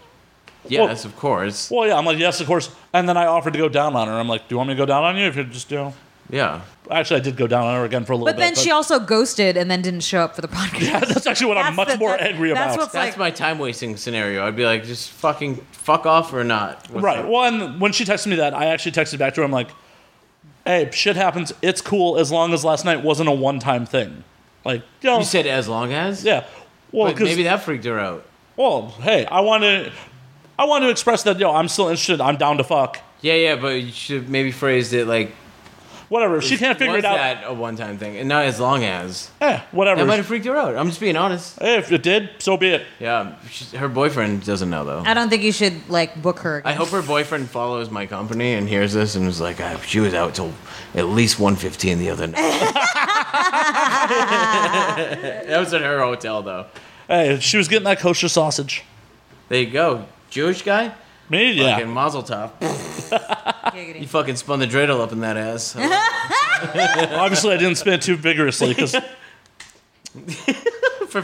Speaker 4: yes, of course.
Speaker 1: Well, yeah, I'm like, yes, of course. And then I offered to go down on her. I'm like, do you want me to go down on you? If you're just, you know.
Speaker 4: Yeah.
Speaker 1: Actually, I did go down on her again for a little
Speaker 2: But
Speaker 1: bit.
Speaker 2: then she also ghosted and then didn't show up for the podcast.
Speaker 1: that's actually what I'm
Speaker 2: That's
Speaker 1: much
Speaker 2: the-
Speaker 1: more
Speaker 2: that's-
Speaker 1: angry
Speaker 2: that's
Speaker 1: about.
Speaker 2: what's
Speaker 4: That's
Speaker 2: like-
Speaker 4: my time wasting scenario. I'd be like, just fucking fuck off or not. What's
Speaker 1: Right.
Speaker 4: up?
Speaker 1: Well, and when she texted me that, I actually texted back to her. I'm like, "Hey, shit happens. It's cool as long as last night wasn't a one-time thing." Like, you know,
Speaker 4: You said as long as?
Speaker 1: yeah. Well,
Speaker 4: But
Speaker 1: 'cause-
Speaker 4: maybe that freaked her out.
Speaker 1: well, hey, I want to, I want to express that yo, I'm still interested. I'm down to fuck.
Speaker 4: Yeah, yeah, but you should have maybe phrased it like
Speaker 1: Whatever. If she can't figure
Speaker 4: was
Speaker 1: it out.
Speaker 4: that a one-time thing, and not as long as
Speaker 1: eh, whatever.
Speaker 4: that might have freaked her out. I'm just being honest.
Speaker 1: Hey, if it did, so be it.
Speaker 4: Yeah, she's, her boyfriend doesn't know though.
Speaker 2: I don't think you should like book her.
Speaker 4: I hope her boyfriend follows my company and hears this and is like, ah, she was out till at least 1.15 the other night. that was at her hotel though.
Speaker 1: Hey, she was getting that kosher sausage.
Speaker 4: There you go, Jewish guy.
Speaker 1: Me, yeah.
Speaker 4: Fucking Mazel Tov.
Speaker 2: Giggity.
Speaker 4: You fucking spun the dreidel up in that ass.
Speaker 1: Obviously, I didn't spin it too vigorously because
Speaker 4: For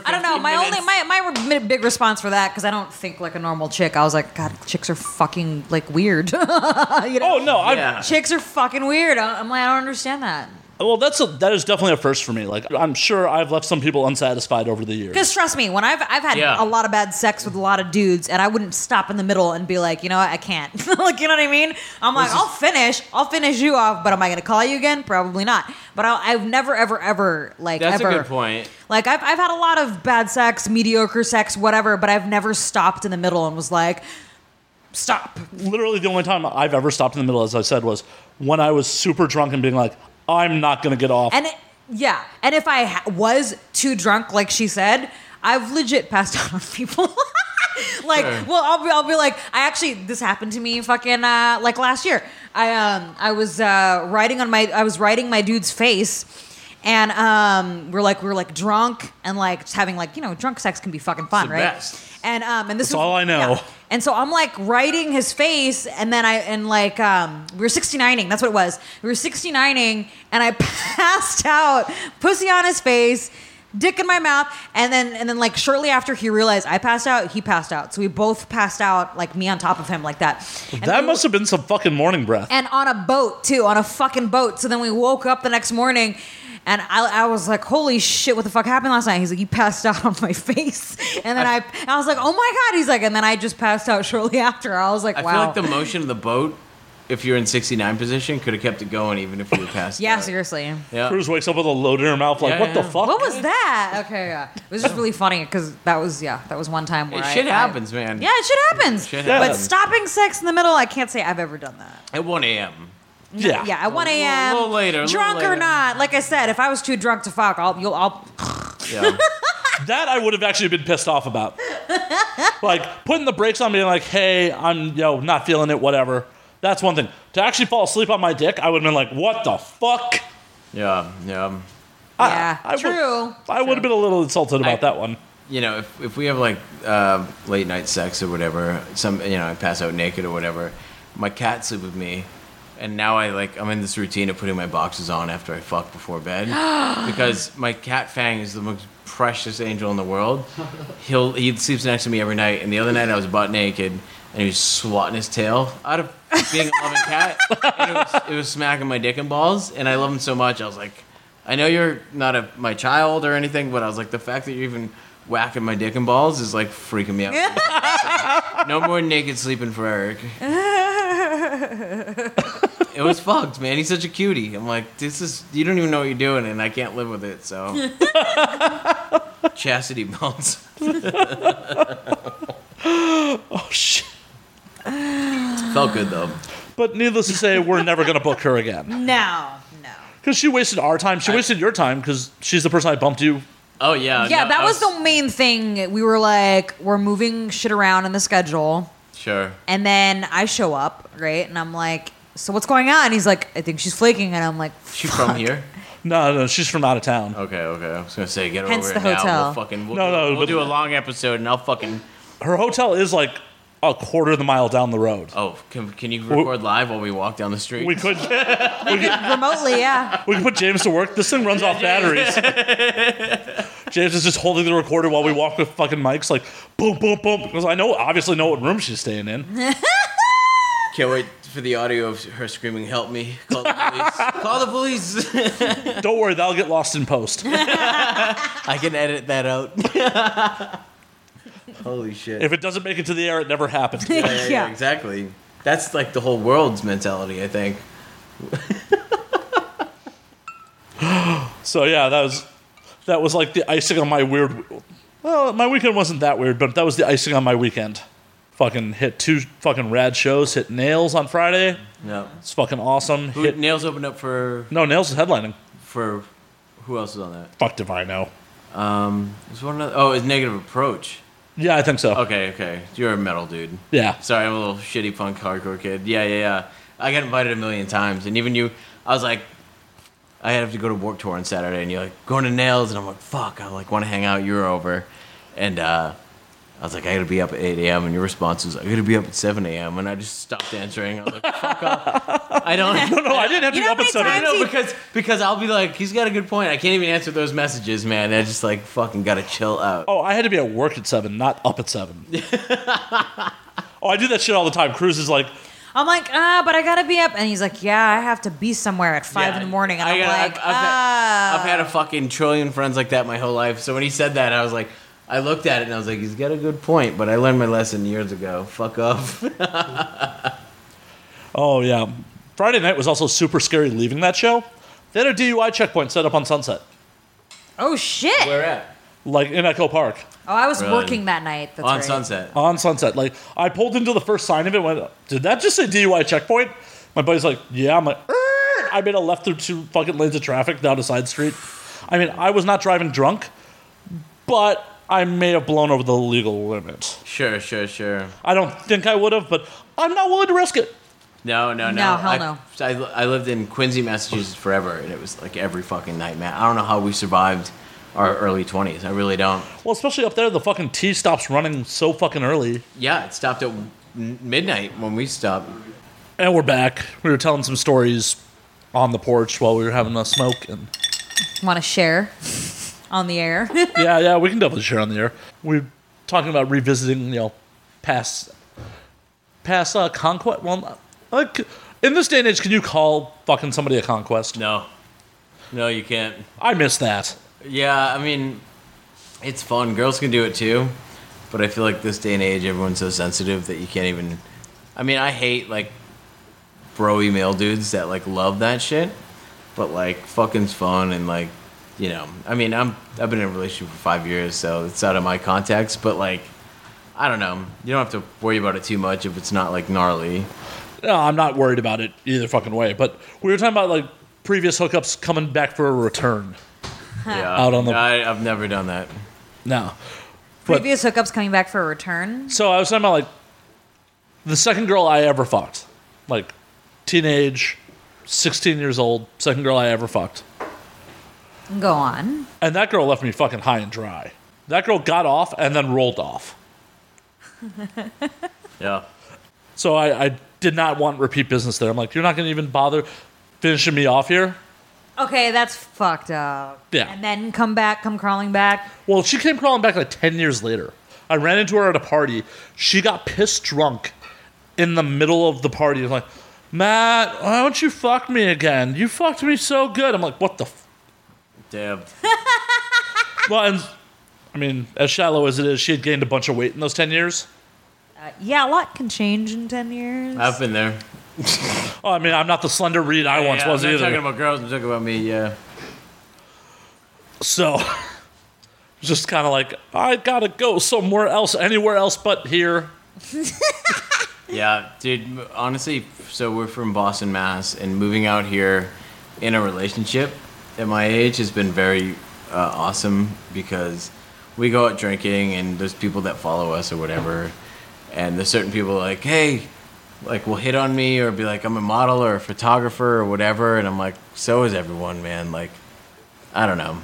Speaker 2: I don't know.
Speaker 4: 15
Speaker 2: My
Speaker 4: minutes.
Speaker 2: only my my re- big response for that because I don't think like a normal chick. I was like, God, chicks are fucking like weird. you know,
Speaker 1: oh no, I
Speaker 4: Yeah.
Speaker 2: chicks are fucking weird. I- I'm like, I don't understand that.
Speaker 1: well that's a, that is definitely a first for me. Like I'm sure I've left some people unsatisfied over the years.
Speaker 2: Because trust me, when I've I've had
Speaker 4: Yeah.
Speaker 2: a lot of bad sex with a lot of dudes, and I wouldn't stop in the middle and be like, you know, what, I can't. like, you know what I mean? I'm like,
Speaker 4: This is-
Speaker 2: I'll finish, I'll finish you off, but am I going to call you again? Probably not. But I'll, I've never, ever, ever like
Speaker 4: That's
Speaker 2: ever.
Speaker 4: a good point.
Speaker 2: Like I've I've had a lot of bad sex, mediocre sex, whatever, but I've never stopped in the middle and was like, stop.
Speaker 1: literally the only time I've ever stopped in the middle, as I said, was when I was super drunk and being like, I'm not going to get off.
Speaker 2: And it, yeah, and if I ha- was too drunk, like she said, I've legit passed out on people. like,
Speaker 4: Sure.
Speaker 2: well, I'll be, I'll be like, I actually this happened to me fucking uh, like last year. I um I was uh, writing on my I was writing my dude's face. And um, we're like we were like drunk and like just having like you know drunk sex can be fucking fun,
Speaker 4: the
Speaker 2: right?
Speaker 4: best.
Speaker 2: And um, and this
Speaker 1: That's
Speaker 2: was-
Speaker 1: all I know.
Speaker 2: yeah. And so I'm like writing his face, and then I and like um, we were 69ing. That's what it was. We were 69ing, and I passed out, pussy on his face, dick in my mouth, and then and then like shortly after he realized I passed out, he passed out. So we both passed out, like me on top of him, like that. And
Speaker 1: That
Speaker 2: we-
Speaker 1: must have been some fucking morning breath.
Speaker 2: and on a boat too, on a fucking boat. So then we woke up the next morning, and I, I was like, "Holy shit, what the fuck happened last night?" He's like, "You passed out on my face," and then I, I was like, "Oh my god!" He's like, and then I just passed out shortly after. I was like,
Speaker 4: I
Speaker 2: "Wow."
Speaker 4: feel like the motion of the boat, if you're in 69 position, could have kept it going even if you were past.
Speaker 2: yeah,
Speaker 4: out.
Speaker 2: seriously.
Speaker 4: Yeah.
Speaker 1: Cruz wakes up with a load in her mouth, like,
Speaker 4: Yeah,
Speaker 1: what the
Speaker 4: yeah.
Speaker 1: fuck?
Speaker 2: What was that? Okay, yeah, it was just really funny because that was yeah, that was one time where
Speaker 4: Hey,
Speaker 2: I-
Speaker 4: shit
Speaker 2: I-
Speaker 4: happens, man.
Speaker 2: Yeah, it shit happens.
Speaker 4: Shit
Speaker 2: But
Speaker 1: happens.
Speaker 2: stopping sex in the middle, I can't say I've ever done that.
Speaker 4: At 1 a.m.
Speaker 1: Yeah.
Speaker 2: Yeah, at 1 a.m.
Speaker 4: Ah, little later, a little
Speaker 2: Drunk or
Speaker 4: later.
Speaker 2: not, like I said, if I was too drunk to fuck, I'll you'll I'll
Speaker 4: Yeah.
Speaker 1: That I would have actually been pissed off about. like, putting the brakes on being like, hey, I'm, you know, not feeling it, whatever. That's one thing. To actually fall asleep on my dick, I would have been like, what the fuck?
Speaker 4: yeah. Yeah.
Speaker 1: I-
Speaker 2: Yeah,
Speaker 1: I would-
Speaker 2: true.
Speaker 1: I would have been a little insulted about
Speaker 4: I-
Speaker 1: that one.
Speaker 4: You know, if, if we have like uh, late night sex or whatever, some, you know, I pass out naked or whatever, my cat sleep with me. And now I like, I'm in this routine of putting my boxes on after I fuck before bed because my cat Fang is the most precious angel in the world. He'll, he sleeps next to me every night. And the other night I was butt naked and he was swatting his tail out of being a loving cat. And it, was, it was smacking my dick and balls. And I love him so much. I was like, I know you're not a, my child or anything, but I was like, the fact that you're even whacking my dick and balls is like freaking me out. no more naked sleeping for Eric. it was fucked, man. He's such a cutie. I'm like, this is, you don't even know what you're doing, and I can't live with it, so. Chastity belts.
Speaker 1: Oh, shit.
Speaker 4: Felt good, though.
Speaker 1: But needless to say, we're never going to book her again.
Speaker 2: no, no.
Speaker 4: Uh,
Speaker 1: Because she wasted our time. She wasted your time because she's the person I bumped you.
Speaker 4: Oh, yeah.
Speaker 2: Yeah,
Speaker 4: no,
Speaker 2: that
Speaker 4: I
Speaker 2: was, the main thing. We were like, we're moving shit around in the schedule.
Speaker 4: Sure.
Speaker 2: And then I show up, right? And I'm like, so what's going on? He's like, I think she's flaking. And I'm like,
Speaker 4: She from here?
Speaker 1: No, no, she's from out of town.
Speaker 4: Okay, okay. I was gonna say get her
Speaker 2: Hence
Speaker 4: over
Speaker 2: the
Speaker 4: it now.
Speaker 2: hotel.
Speaker 4: We'll fucking we'll,
Speaker 1: No,
Speaker 4: do,
Speaker 1: no,
Speaker 4: we'll
Speaker 1: but-
Speaker 4: do a long episode and I'll fucking
Speaker 1: Her hotel is like a quarter of the mile down the road.
Speaker 4: oh can, can you record live while we walk down the street?
Speaker 1: We could
Speaker 2: remotely, yeah.
Speaker 1: we could put James to work. This thing runs off batteries. James is just holding the recorder while we walk with fucking mics, like boom, boom, boom. Because I know, obviously, know what room she's staying in.
Speaker 4: Can't wait for the audio of her screaming, "Help me! Call the police! Call the police!"
Speaker 1: Don't worry, that'll get lost in post.
Speaker 4: I can edit that out. Holy shit!
Speaker 1: If it doesn't make it to the air, it never happened.
Speaker 2: yeah.
Speaker 4: yeah, yeah, yeah, exactly. That's like the whole world's mentality, I think.
Speaker 1: So yeah, that was that was like the icing on my weird. Well, my weekend wasn't that weird, but that was the icing on my weekend. Fucking hit two fucking rad shows. Hit Nails on Friday.
Speaker 4: No.
Speaker 1: It's fucking awesome.
Speaker 4: Who,
Speaker 1: Hit,
Speaker 4: Nails opened up for
Speaker 1: no, Nails is headlining.
Speaker 4: for who else is on that?
Speaker 1: Fucked if I know.
Speaker 4: Um, there's one other. Oh, it's Negative Approach.
Speaker 1: Yeah, I think so.
Speaker 4: Okay, okay. You're a metal dude.
Speaker 1: Yeah.
Speaker 4: Sorry, I'm a little shitty punk hardcore kid. Yeah, yeah, yeah. I got invited a million times, and even you, I was like, I have to go to work tour on Saturday, and you're like going to nails, and I'm like, fuck, I like want to hang out. You're over, and uh, I was like, I gotta be up at 8 a.m. And your response was, I gotta be up at 7 a.m. And I just stopped answering. I was like, fuck off. I don't.
Speaker 1: No, no, Oh, I didn't have
Speaker 2: You
Speaker 1: to
Speaker 2: know
Speaker 1: be up at
Speaker 2: how many
Speaker 1: seven.
Speaker 2: times
Speaker 4: No, because because I'll be like, he's got a good point. I can't even answer those messages, man. I just like fucking gotta chill out.
Speaker 1: Oh, I had to be at work at seven, not up at seven. oh, I do that shit all the time. Cruz is like,
Speaker 2: I'm like, ah, but I gotta be up. And he's like, yeah, I have to be somewhere at five
Speaker 4: Yeah,
Speaker 2: in the morning. And
Speaker 4: I
Speaker 2: I'm
Speaker 4: gotta-
Speaker 2: like,
Speaker 4: I've- I've had-
Speaker 2: ah.
Speaker 4: I've had a fucking trillion friends like that my whole life. So when he said that, I was like, I looked at it and I was like, he's got a good point, but I learned my lesson years ago. Fuck off.
Speaker 1: oh yeah. Friday night was also super scary leaving that show. They had a DUI checkpoint set up on Sunset,
Speaker 2: oh shit.
Speaker 4: Where at?
Speaker 1: like in Echo Park
Speaker 2: Oh, I was
Speaker 4: Really?
Speaker 2: working that night. That's
Speaker 4: On
Speaker 2: right.
Speaker 4: Sunset.
Speaker 1: on Sunset. Like I pulled into the first sign of it. Went, did that just say DUI checkpoint? My buddy's like, yeah. I'm like, "Er." I made a left through two fucking lanes of traffic down a side street. I mean, I was not driving drunk, but I may have blown over the legal limit.
Speaker 4: Sure, sure, sure.
Speaker 1: I don't think I would have, but I'm not willing to risk it.
Speaker 4: No, no, no.
Speaker 2: No, hell
Speaker 4: I,
Speaker 2: no.
Speaker 4: I, I lived in Quincy, Massachusetts forever, and it was like every fucking nightmare. I don't know how we survived our early 20s. I really don't.
Speaker 1: Well, especially up there, the fucking tea stops running so fucking early.
Speaker 4: Yeah, it stopped at n- midnight when we stopped.
Speaker 1: And we're back. We were telling some stories on the porch while we were having a smoke. And
Speaker 2: Want to share on the air?
Speaker 1: yeah, yeah, we can definitely share on the air. We're talking about revisiting, you know, past, past uh, conquest. Well, like in this day and age, can you call fucking somebody a conquest?
Speaker 4: No. No, you can't.
Speaker 1: I miss that.
Speaker 4: Yeah, I mean, it's fun. Girls can do it too, but I feel like this day and age, everyone's so sensitive that you can't even. I mean, I hate like broy male dudes that like love that shit, but like fucking's fun and like, you know. I mean, I'm I've been in a relationship for five years, so it's out of my context, but like. I don't know. You don't have to worry about it too much if it's not like gnarly.
Speaker 1: No, Uh, I'm not worried about it either fucking way. But we were talking about like previous hookups coming back for a return.
Speaker 4: Yeah.
Speaker 1: Out on the-
Speaker 4: I, I've never done that.
Speaker 1: No. But-
Speaker 2: Previous hookups coming back for a return.
Speaker 1: So I was talking about like the second girl I ever fucked, like teenage, sixteen years old, second girl I ever fucked,
Speaker 2: Go on.
Speaker 1: and that girl left me fucking high and dry. That girl got off and then rolled off.
Speaker 4: Yeah.
Speaker 1: So I, I did not want repeat business there. I'm like, you're not gonna even bother finishing me off here.
Speaker 2: Okay, that's fucked up.
Speaker 1: Yeah.
Speaker 2: And then come back, come crawling back.
Speaker 1: Well, she came crawling back like 10 years later. I ran into her at a party. She got pissed drunk in the middle of the party. I was like, Matt, why don't you fuck me again? You fucked me so good. I'm like, what the? F-?
Speaker 4: Damn.
Speaker 1: Well, and I mean, as shallow as it is, she had gained a bunch of weight in those 10 years.
Speaker 2: Uh, yeah, a lot can change in 10 years.
Speaker 4: I've been there.
Speaker 1: Oh, I mean, I'm not the slender reed I once
Speaker 4: Yeah,
Speaker 1: was
Speaker 4: I'm not
Speaker 1: either.
Speaker 4: talking about girls. I'm talking about me. Yeah.
Speaker 1: so, just kind of like, I gotta go somewhere else, anywhere else but here.
Speaker 4: Yeah, dude. m- Honestly, so we're from Boston, Mass, and moving out here in a relationship at my age has been very uh, awesome because we go out drinking and there's people that follow us or whatever, and there's certain people like, hey, like will hit on me or be like, I'm a model or a photographer or whatever, and I'm like, so is everyone, man. Like, I don't know.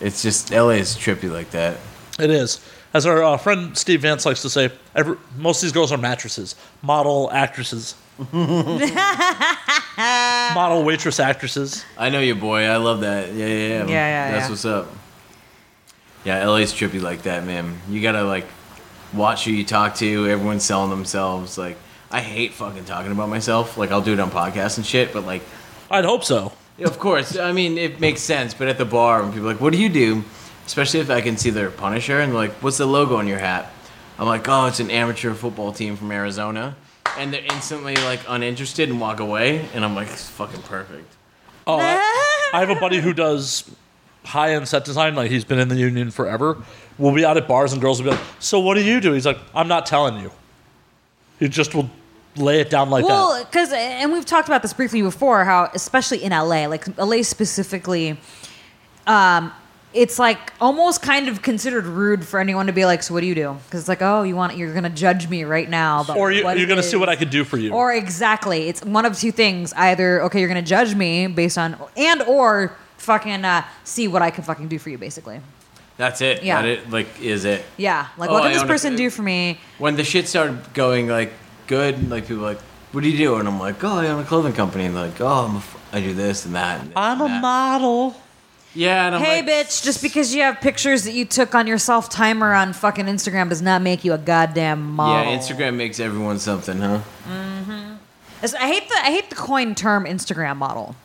Speaker 4: It's just LA is trippy like that.
Speaker 1: It is. As our uh, friend Steve Vance likes to say, every, most of these girls are mattresses, model actresses, model waitress actresses.
Speaker 4: I know you, boy. I love that. Yeah, yeah, yeah.
Speaker 2: Yeah, yeah,
Speaker 4: That's
Speaker 2: yeah.
Speaker 4: what's up. Yeah, LA's trippy like that, man. You gotta like watch who you talk to. Everyone's selling themselves. Like, I hate fucking talking about myself. Like, I'll do it on podcasts and shit, but like,
Speaker 1: I'd hope so.
Speaker 4: of course. I mean, it makes sense. But at the bar, when people are like, "What do you do?" Especially if I can see their Punisher and they're like, "What's the logo on your hat?" I'm like, "Oh, it's an amateur football team from Arizona," and they're instantly like uninterested and walk away. And I'm like, "It's fucking perfect."
Speaker 1: Oh, I, I have a buddy who does high end set design. Like he's been in the union forever. We'll be out at bars and girls will be like, "So what do you do?" He's like, "I'm not telling you." He just will lay it down like that.
Speaker 2: Well, because and we've talked about this briefly before, how especially in LA, like LA specifically, um, it's like almost kind of considered rude for anyone to be like, "So what do you do?" Because it's like, "Oh, you want you're gonna judge me right now." But
Speaker 1: Or you,
Speaker 2: what
Speaker 1: you're
Speaker 2: it
Speaker 1: going to see what I
Speaker 2: is."
Speaker 1: could do for you.
Speaker 2: Or exactly, it's one of two things: either okay, you're gonna judge me based on, and or fucking uh, see what I can fucking do for you, basically.
Speaker 4: That's it.
Speaker 2: Yeah.
Speaker 4: That it like is it.
Speaker 2: Yeah, like
Speaker 4: Oh,
Speaker 2: what
Speaker 4: I
Speaker 2: can this
Speaker 4: understand.
Speaker 2: person do for me?
Speaker 4: When the shit started going like good, like people were like, "What do you do?" And I'm like, "Oh, I own a clothing company." And they're like, "Oh, I'm a f- I do this and that." And this
Speaker 1: I'm
Speaker 4: and
Speaker 1: a
Speaker 4: that."
Speaker 1: model.
Speaker 4: Yeah, and I'm
Speaker 2: Hey,
Speaker 4: like,
Speaker 2: bitch, just because you have pictures that you took on your self timer on fucking Instagram does not make you a goddamn
Speaker 4: Yeah,
Speaker 2: model.
Speaker 4: Instagram makes everyone something, huh?
Speaker 2: It's- I hate the I hate the coin term Instagram model.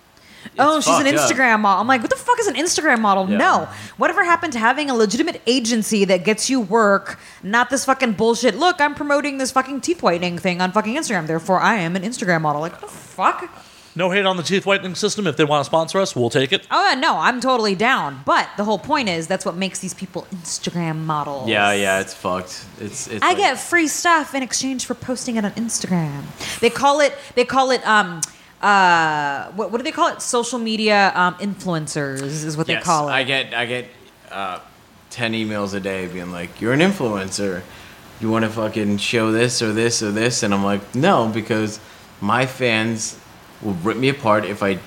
Speaker 2: oh, she's an
Speaker 4: fucked up.
Speaker 2: Instagram model. I'm like, what the fuck is an Instagram model?
Speaker 4: Yeah.
Speaker 2: No. Whatever happened to having a legitimate agency that gets you work, not this fucking bullshit. Look, I'm promoting this fucking teeth whitening thing on fucking Instagram. Therefore, I am an Instagram model. Like, what the fuck?
Speaker 1: No hate on the teeth whitening system. If they want to sponsor us, we'll take it.
Speaker 2: Oh, yeah, no, I'm totally down. But the whole point is that's what makes these people Instagram models.
Speaker 4: Yeah, yeah, it's fucked. It's it's.
Speaker 2: I
Speaker 4: like-
Speaker 2: get free stuff in exchange for posting it on Instagram. They call it they call it um uh what, what do they call it? Social media um, influencers is what
Speaker 4: Yes,
Speaker 2: they call it.
Speaker 4: I get I get uh, ten emails a day being like, "You're an influencer. You want to fucking show this or this or this," and I'm like, "No," because my fans will rip me apart if I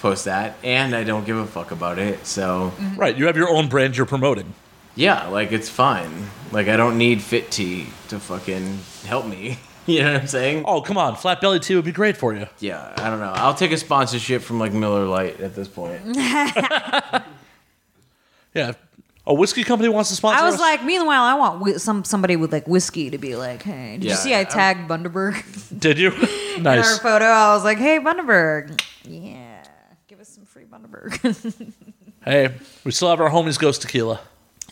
Speaker 4: post that, and I don't give a fuck about it. So
Speaker 2: Mm-hmm.
Speaker 1: Right. You have your own brand you're promoting.
Speaker 4: yeah, like it's fine. Like I don't need Fit Tea to fucking help me. You know what I'm saying?
Speaker 1: Oh, come on. Flat belly tea would be great for you.
Speaker 4: Yeah, I don't know. I'll take a sponsorship from like Miller Lite at this point.
Speaker 1: Yeah. if A whiskey company wants to sponsor
Speaker 2: I was
Speaker 1: us?
Speaker 2: like, meanwhile, I want whi- some somebody with like whiskey to be like, hey, did
Speaker 4: Yeah,
Speaker 2: you see I
Speaker 4: I'm-
Speaker 2: tagged Bundaberg?
Speaker 1: Did you?
Speaker 2: in our
Speaker 1: nice.
Speaker 2: photo. I was like, "Hey, Bundaberg, yeah, give us some free Bundaberg."
Speaker 1: Hey, we still have our homies Ghost Tequila.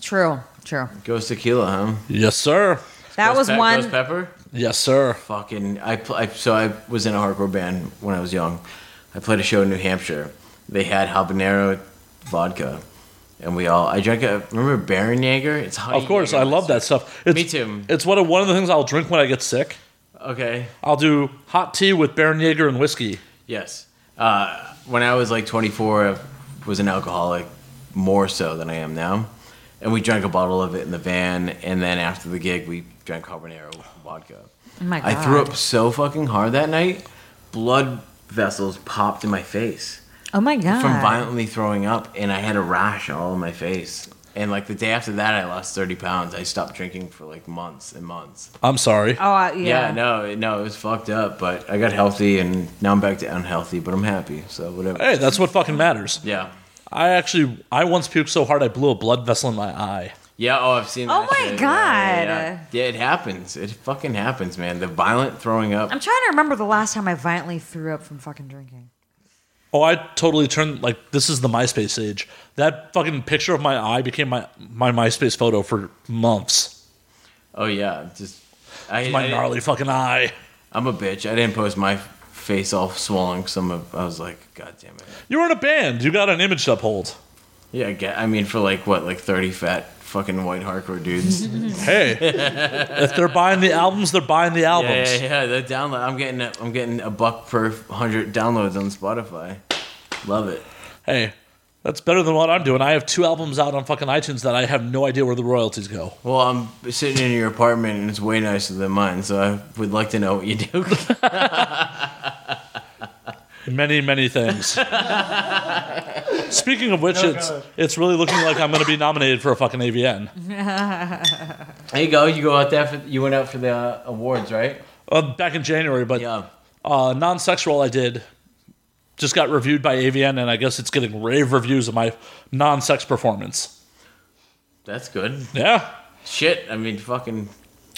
Speaker 2: true, true.
Speaker 4: Goes tequila, huh?
Speaker 1: Yes, sir.
Speaker 2: That
Speaker 4: Ghost
Speaker 2: was
Speaker 4: Pe-
Speaker 2: one.
Speaker 4: Ghost pepper.
Speaker 1: Yes, sir.
Speaker 4: Fucking, I, pl- I so I was in a hardcore band when I was young. I played a show in New Hampshire. They had habanero vodka, and we all. I drank a. Remember Baron Jaeger? It's hot.
Speaker 1: Of course, I love that stuff. It's,
Speaker 4: Me too.
Speaker 1: It's one of one of the things I'll drink when I get sick.
Speaker 4: Okay.
Speaker 1: I'll do hot tea with Baron Jaeger and whiskey.
Speaker 4: Yes. Uh, when I was like 24, I was an alcoholic more so than I am now. And we drank a bottle of it in the van, and then after the gig, we drank habanero vodka.
Speaker 2: Oh my
Speaker 4: I threw
Speaker 2: God.
Speaker 4: up so fucking hard that night, blood vessels popped in my face
Speaker 2: oh my god!
Speaker 4: from violently throwing up, and I had a rash all in my face. And like the day after that, I lost 30 pounds. I stopped drinking for like months and months.
Speaker 1: I'm sorry.
Speaker 2: Oh I-
Speaker 4: Yeah,
Speaker 2: yeah.
Speaker 4: no, it- no, it was fucked up, but I got healthy, and now I'm back to unhealthy, but I'm happy, so whatever.
Speaker 1: Hey, that's what fucking matters.
Speaker 4: Yeah.
Speaker 1: I actually, I once puked so hard I blew a blood vessel in my eye.
Speaker 4: Yeah, oh, I've seen that.
Speaker 2: Oh my
Speaker 4: shit. Yeah, yeah,
Speaker 2: God.
Speaker 4: yeah. Yeah, it happens. It fucking happens, man. The violent throwing up.
Speaker 2: I'm trying to remember the last time I violently threw up from fucking drinking.
Speaker 1: Oh, I totally turned like this is the MySpace age. That fucking picture of my eye became my my MySpace photo for months.
Speaker 4: Oh, yeah. Just. I,
Speaker 1: My
Speaker 4: I-
Speaker 1: gnarly fucking eye.
Speaker 4: I'm a bitch. I didn't post my face all swollen because I was like, God damn it.
Speaker 1: You were in a band. You got an image to uphold.
Speaker 4: Yeah, I, get, I mean, for like, what, like 30 fat fucking white hardcore dudes? yeah,
Speaker 1: Hey, if they're buying the albums, they're buying the albums.
Speaker 4: yeah, yeah. The download. I'm getting, a, I'm getting a buck per 100 downloads on Spotify. Love it.
Speaker 1: Hey, that's better than what I'm doing. I have two albums out on fucking iTunes that I have no idea where the royalties go.
Speaker 4: Well, I'm sitting in your apartment and it's way nicer than mine, so I would like to know what you do.
Speaker 1: Many, many things. Speaking of which, it's it's really looking like I'm going to be nominated for a fucking AVN.
Speaker 4: There you go. You go out there. For, you went out for the uh, awards, right?
Speaker 1: Uh, back in January, but
Speaker 4: Yeah.
Speaker 1: uh, non-sexual I did just got reviewed by AVN, and I guess it's getting rave reviews of my non-sex performance.
Speaker 4: That's good.
Speaker 1: Yeah.
Speaker 4: Shit. I mean, fucking.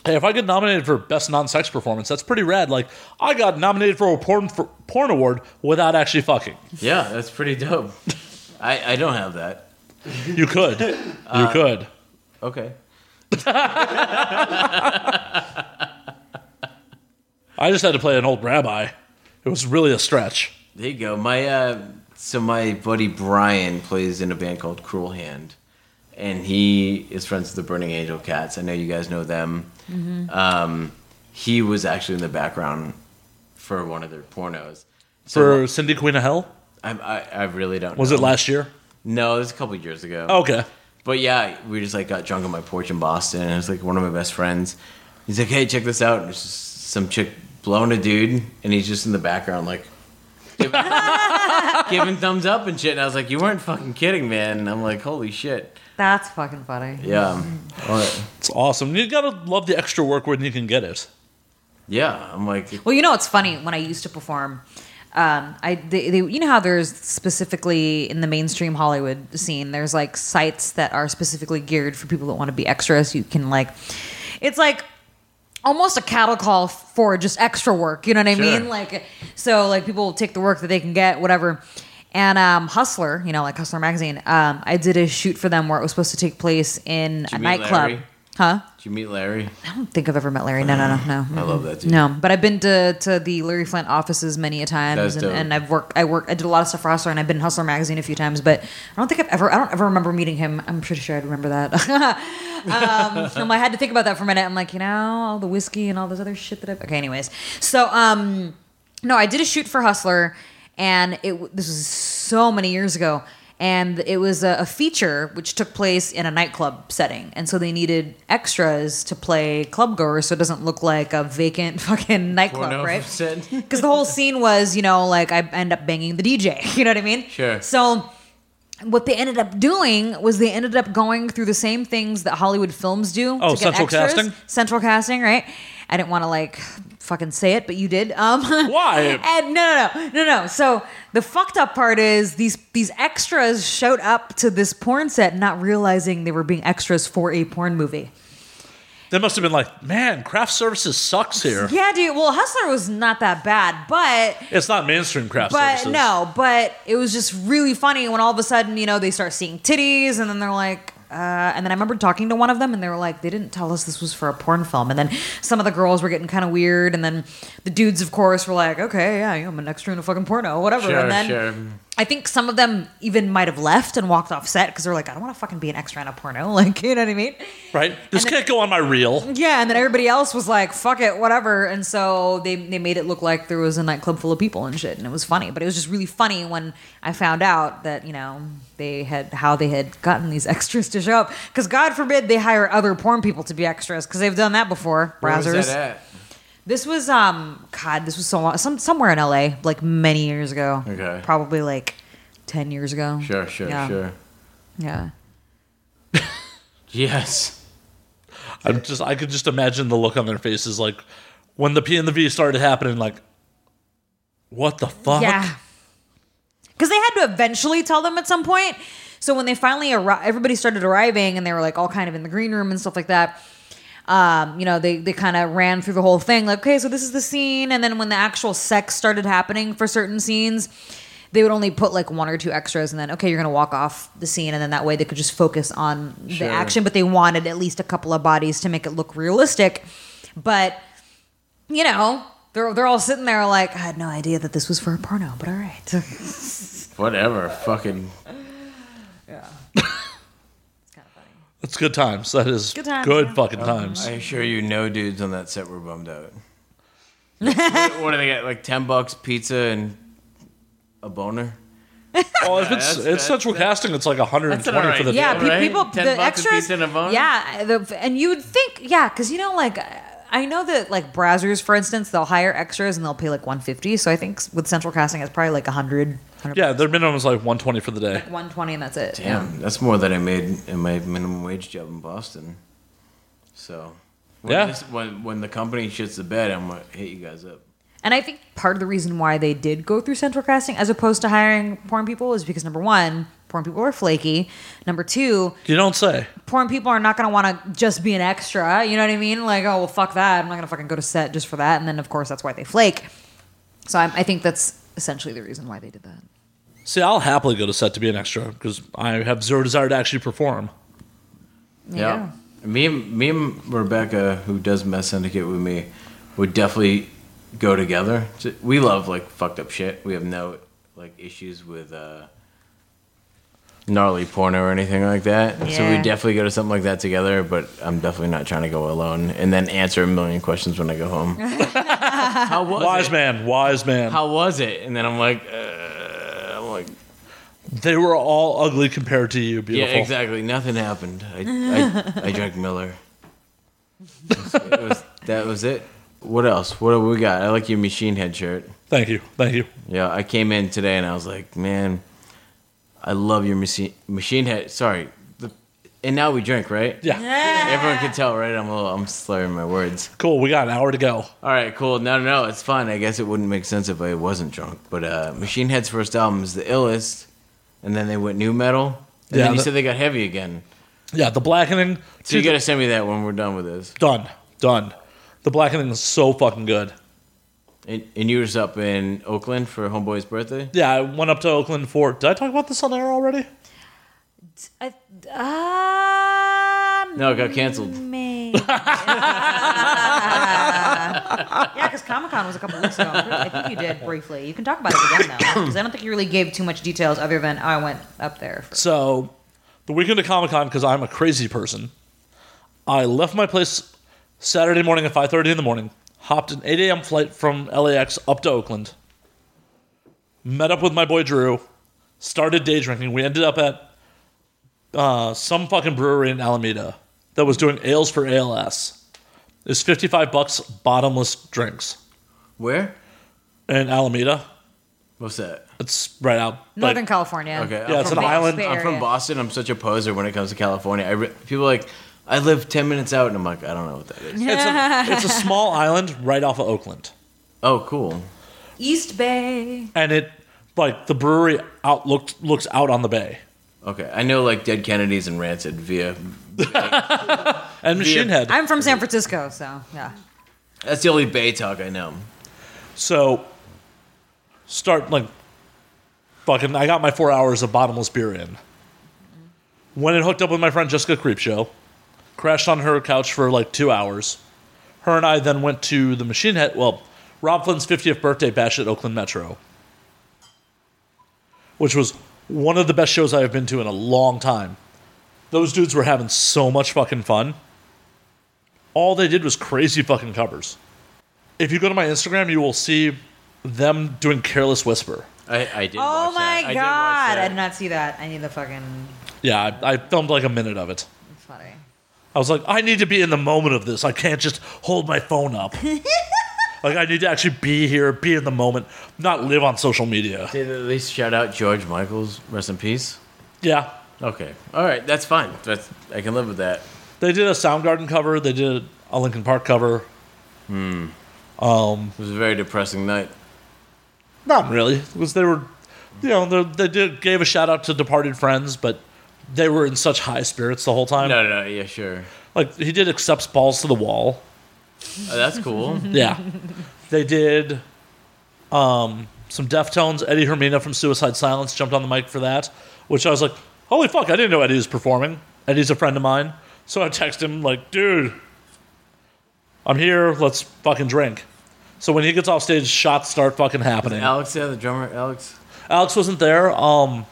Speaker 1: Hey, if I get nominated for best non-sex performance, that's pretty rad. Like, I got nominated for a porn for porn award without actually fucking.
Speaker 4: Yeah, that's pretty dope. I, I don't have that.
Speaker 1: You could, you
Speaker 2: Uh,
Speaker 1: could.
Speaker 4: Okay.
Speaker 1: I just had to play an old rabbi. It was really a stretch.
Speaker 4: There you go. My uh, so my buddy Brian plays in a band called Cruel Hand, and he is friends with the Burning Angel Cats. I know you guys know them. Um, he was actually in the background for one of their pornos. So
Speaker 1: For Cindy Queen of Hell,
Speaker 4: I, I, I really don't.
Speaker 1: was
Speaker 4: know.
Speaker 1: it Oh, last year?
Speaker 4: No, it was a couple years ago.
Speaker 1: Okay.
Speaker 4: But yeah, we just like got drunk on my porch in Boston, and it's like one of my best friends. He's like, "Hey, check this out!" And it's just some chick blowing a dude, and he's just in the background like giving, giving thumbs up and shit. And I was like, "You weren't fucking kidding, man!" And I'm like, "Holy shit!"
Speaker 2: That's fucking funny.
Speaker 4: Yeah, Well,
Speaker 1: It's awesome. You gotta love the extra work when you can get it.
Speaker 4: yeah. I'm like,
Speaker 2: Well, you know it's funny when I used to perform. Um, I they, they, you know how there's specifically in the mainstream Hollywood scene, there's like sites that are specifically geared for people that want to be extras. You can like, it's like almost a cattle call for just extra work. You know what I
Speaker 4: Sure.
Speaker 2: mean? Like, so like people will take the work that they can get, whatever. And um, Hustler, you know, like Hustler magazine, um, I did a shoot for them where it was supposed to take place in a
Speaker 4: meet
Speaker 2: nightclub.
Speaker 4: Larry?
Speaker 2: Huh?
Speaker 4: "Did you meet Larry?"
Speaker 2: I don't think I've ever met Larry. No, no, no, no.
Speaker 4: I love that dude.
Speaker 2: No, but I've been to, to the Larry Flint offices many a times,
Speaker 4: That's
Speaker 2: and,
Speaker 4: dope.
Speaker 2: and I've worked. I work. I did a lot of stuff for Hustler, and I've been in Hustler magazine a few times. But I don't think I've ever. I don't ever remember meeting him. I'm pretty sure I'd remember that. um, I'm like, I had to think about that for a minute. I'm like, you know, all the whiskey and all this other shit that I've. Okay, anyways, so um, no, I did a shoot for Hustler, and it. w- This was so many years ago. and it was a, a feature which took place in a nightclub setting, and so they needed extras to play club goers, so it doesn't look like a vacant fucking nightclub,
Speaker 4: Porno
Speaker 2: right?
Speaker 4: said.
Speaker 2: Because the whole scene was, you know, like I end up banging the DJ. You know what I mean?
Speaker 4: Sure.
Speaker 2: So what they ended up doing was they ended up going through the same things that Hollywood films do.
Speaker 1: Oh,
Speaker 2: to get
Speaker 1: central
Speaker 2: extras.
Speaker 1: casting?
Speaker 2: Central casting, right? I didn't want to like fucking say it, but you did. Um,
Speaker 1: Why?
Speaker 2: And no, no, no, no, no. So the fucked up part is these these extras showed up to this porn set, not realizing they were being extras for a porn movie.
Speaker 1: They must have been like, man, craft services sucks here.
Speaker 2: Yeah, dude. Well, Hustler was not that bad, but
Speaker 1: It's not mainstream craft
Speaker 2: But
Speaker 1: services.
Speaker 2: no, but it was just really funny when all of a sudden, you know, they start seeing titties and then they're like, uh, and then I remember talking to one of them and they were like, they didn't tell us this was for a porn film. And then some of the girls were getting kind of weird. And then the dudes, of course, were like, okay, yeah, I'm an extra in a fucking porno, whatever.
Speaker 4: Sure,
Speaker 2: and then
Speaker 4: sure.
Speaker 2: I think some of them even might have left and walked off set because they're like, I don't want to fucking be an extra in a porno. Like, you know what I mean?
Speaker 1: Right? This can't go on my reel.
Speaker 2: Yeah, and then everybody else was like, "Fuck it, whatever." And so they they made it look like there was a nightclub full of people and shit, and it was funny. But it was just really funny when I found out that you know they had how they had gotten these extras to show up. Because God forbid they hire other porn people to be extras, because they've done that before.
Speaker 4: Where was
Speaker 2: Browsers.
Speaker 4: that at?
Speaker 2: This was um God, this was so long, some somewhere in L.A. like many years ago.
Speaker 4: Okay.
Speaker 2: probably like ten years ago.
Speaker 4: Sure, sure,
Speaker 2: Yeah.
Speaker 4: sure.
Speaker 2: Yeah.
Speaker 4: Yes.
Speaker 1: I'm just I could just imagine the look on their faces like when the P and the V started happening, like what the fuck?
Speaker 2: Yeah. Because they had to eventually tell them at some point. So when they finally arrived, everybody started arriving and they were like all kind of in the green room and stuff like that. Um, you know, they, they kind of ran through the whole thing like, okay, so this is the scene. And then when the actual sex started happening for certain scenes, they would only put like one or two extras and then, okay, you're going to walk off the scene. And then that way they could just focus on
Speaker 4: Sure.
Speaker 2: the action. But they wanted at least a couple of bodies to make it look realistic. But you know, they're they're all sitting there like, I had no idea that this was for a porno, but all right. it's
Speaker 4: Whatever. Fucking.
Speaker 2: kind of funny.
Speaker 1: It's good times. That is
Speaker 2: Good times, yeah.
Speaker 1: fucking times.
Speaker 4: I assure you, no dudes on that set were bummed out. what, what do they get? Like ten bucks pizza and a boner.
Speaker 1: Oh, if it's
Speaker 4: that's-
Speaker 1: it's
Speaker 4: that-
Speaker 1: central casting, it's like 120
Speaker 4: alright
Speaker 1: for the
Speaker 2: Yeah,
Speaker 4: Yeah,
Speaker 2: pe-
Speaker 4: right?
Speaker 2: people,
Speaker 4: Ten
Speaker 2: the
Speaker 4: bucks a
Speaker 2: extras,
Speaker 4: piece and a bone?
Speaker 2: yeah, the, and you would think, yeah, because you know, like I know that like browsers, for instance, they'll hire extras and they'll pay like one fifty. So I think s- with central casting, it's probably like 100, 100
Speaker 1: Yeah, their minimum is like 120 for the day.
Speaker 2: one twenty, and that's it.
Speaker 4: Damn, that's more than I made in my minimum wage job in Boston. So, when
Speaker 1: Yeah.
Speaker 4: this- when when the company shits the bed, I'm gonna hit you guys up.
Speaker 2: And I think part of the reason why they did go through central casting as opposed to hiring porn people is because number one, porn people are flaky. Number two,
Speaker 1: You don't say.
Speaker 2: porn people are not going to want to just be an extra. You know what I mean? Like, oh, well, fuck that. I'm not going to fucking go to set just for that. And then, of course, that's why they flake. So I, I think that's essentially the reason why they did that.
Speaker 1: See, I'll happily go to set to be an extra because I have zero desire to actually perform.
Speaker 4: Yeah. Me and me and Rebecca, who does Mess Syndicate with me, would definitely go together. So- We love like fucked up shit. We have no like issues with uh, gnarly porno or anything like that. So we
Speaker 2: Yeah.
Speaker 4: definitely go to something like that together. But I'm definitely not trying to go alone and then answer a million questions when I go home. How was
Speaker 1: Wise
Speaker 4: it?
Speaker 1: man, wise man.
Speaker 4: How was it? And then I'm like, uh, I'm like,
Speaker 1: they were all ugly compared to you,
Speaker 4: yeah,
Speaker 1: beautiful.
Speaker 4: exactly. Nothing happened. I, I, I drank Miller. It was- that was it. What else? What do we got? I like your machine head shirt.
Speaker 1: Thank you, thank you.
Speaker 4: Yeah, I came in today and I was like, man, I love your machine machine head. Sorry. The, and now we drink, right?
Speaker 1: Yeah.
Speaker 4: Everyone can tell, right? I'm a little, I'm slurring my words.
Speaker 1: cool. We got an hour to go.
Speaker 4: All right, cool. No, no, no, it's fine. I guess it wouldn't make sense if I wasn't drunk. But uh, Machine Head's first album is the illest, and then they went new metal, and
Speaker 1: Yeah,
Speaker 4: then you
Speaker 1: the-
Speaker 4: said they got heavy again.
Speaker 1: Yeah, the blackening.
Speaker 4: So you gotta send me that when we're done with this.
Speaker 1: done, done. The blackening is so fucking good.
Speaker 4: And, and you was up in Oakland for Homeboy's birthday.
Speaker 1: Yeah, I went up to Oakland for. Did I talk about this on air already?
Speaker 2: I, um,
Speaker 4: No, it got canceled.
Speaker 2: May. yeah, because Comic Con was a couple weeks ago. I'm pretty- I think you did briefly. You can talk about it again, though, because I don't think you really gave too much details other than, oh, I went up there. For-
Speaker 1: So, the weekend of Comic Con, because I'm a crazy person, I left my place Saturday morning at 5:30 in the morning. Hopped an 8 a.m. flight from LAX up to Oakland. Met up with my boy Drew. started day drinking. We ended up at uh, some fucking brewery in Alameda that was doing ales for ALS. It's 55 bucks bottomless drinks
Speaker 4: Where?
Speaker 1: in Alameda.
Speaker 4: What's that?
Speaker 1: It's right out. like-
Speaker 2: Northern California.
Speaker 4: Okay.
Speaker 1: Yeah, it's
Speaker 4: I'm,
Speaker 1: an
Speaker 4: from,
Speaker 2: Bay-
Speaker 1: island.
Speaker 2: Bay
Speaker 1: I'm
Speaker 4: I'm
Speaker 2: Area.
Speaker 4: from Boston. I'm such a poser when it comes to California. I re- people are like, I live 10 minutes out, and I'm like, I don't know what that is.
Speaker 1: It's a, it's a small island right off of Oakland.
Speaker 4: Oh, cool.
Speaker 2: East Bay.
Speaker 1: And it, like, the brewery out looked, looks out on the bay.
Speaker 4: Okay. I know like Dead Kennedys and Rancid via.
Speaker 1: And Machine Head.
Speaker 2: I'm from San Francisco, so yeah.
Speaker 4: That's the only Bay talk I know.
Speaker 1: So start like fucking I got my four hours of bottomless beer in. Went and hooked up with my friend Jessica Creepshow. Crashed on her couch for like two hours. Her and I then went to the Machine Head well, Rob Flynn's fiftieth birthday bash at Oakland Metro. Which was one of the best shows I have been to in a long time. Those dudes were having so much fucking fun. All they did was crazy fucking covers if you go to my Instagram, you will see them doing Careless Whisper.
Speaker 4: I, I did.
Speaker 2: Oh
Speaker 4: watch
Speaker 2: my
Speaker 4: that. I did watch
Speaker 2: god! I
Speaker 4: that.
Speaker 2: did not see that. I need the fucking.
Speaker 1: Yeah, I, I filmed like a minute of it.
Speaker 2: It's funny.
Speaker 1: I was like, I need to be in the moment of this. I can't just hold my phone up. like, I need to actually be here, be in the moment, not live on social media.
Speaker 4: Did at least shout out George Michaels, rest in peace.
Speaker 1: Yeah.
Speaker 4: Okay, all right, that's fine. That's I can live with that.
Speaker 1: They did a Soundgarden cover, they did a Linkin Park cover.
Speaker 4: It was a very depressing night.
Speaker 1: Not really, because they were, you know, they- they did gave a shout out to departed friends, but they were in such high spirits the whole time.
Speaker 4: No, no, no yeah, sure.
Speaker 1: Like, he did Accepts Balls to the Wall.
Speaker 4: Oh, that's cool.
Speaker 1: Yeah. they did um, some Deftones. Eddie Hermina from Suicide Silence jumped on the mic for that, which I was like, holy fuck, I didn't know Eddie was performing. Eddie's a friend of mine. So I text him, like, dude, I'm here. Let's fucking drink. So when he gets off stage, shots start fucking happening.
Speaker 4: Alex, yeah, the drummer, Alex.
Speaker 1: Alex wasn't there. Um,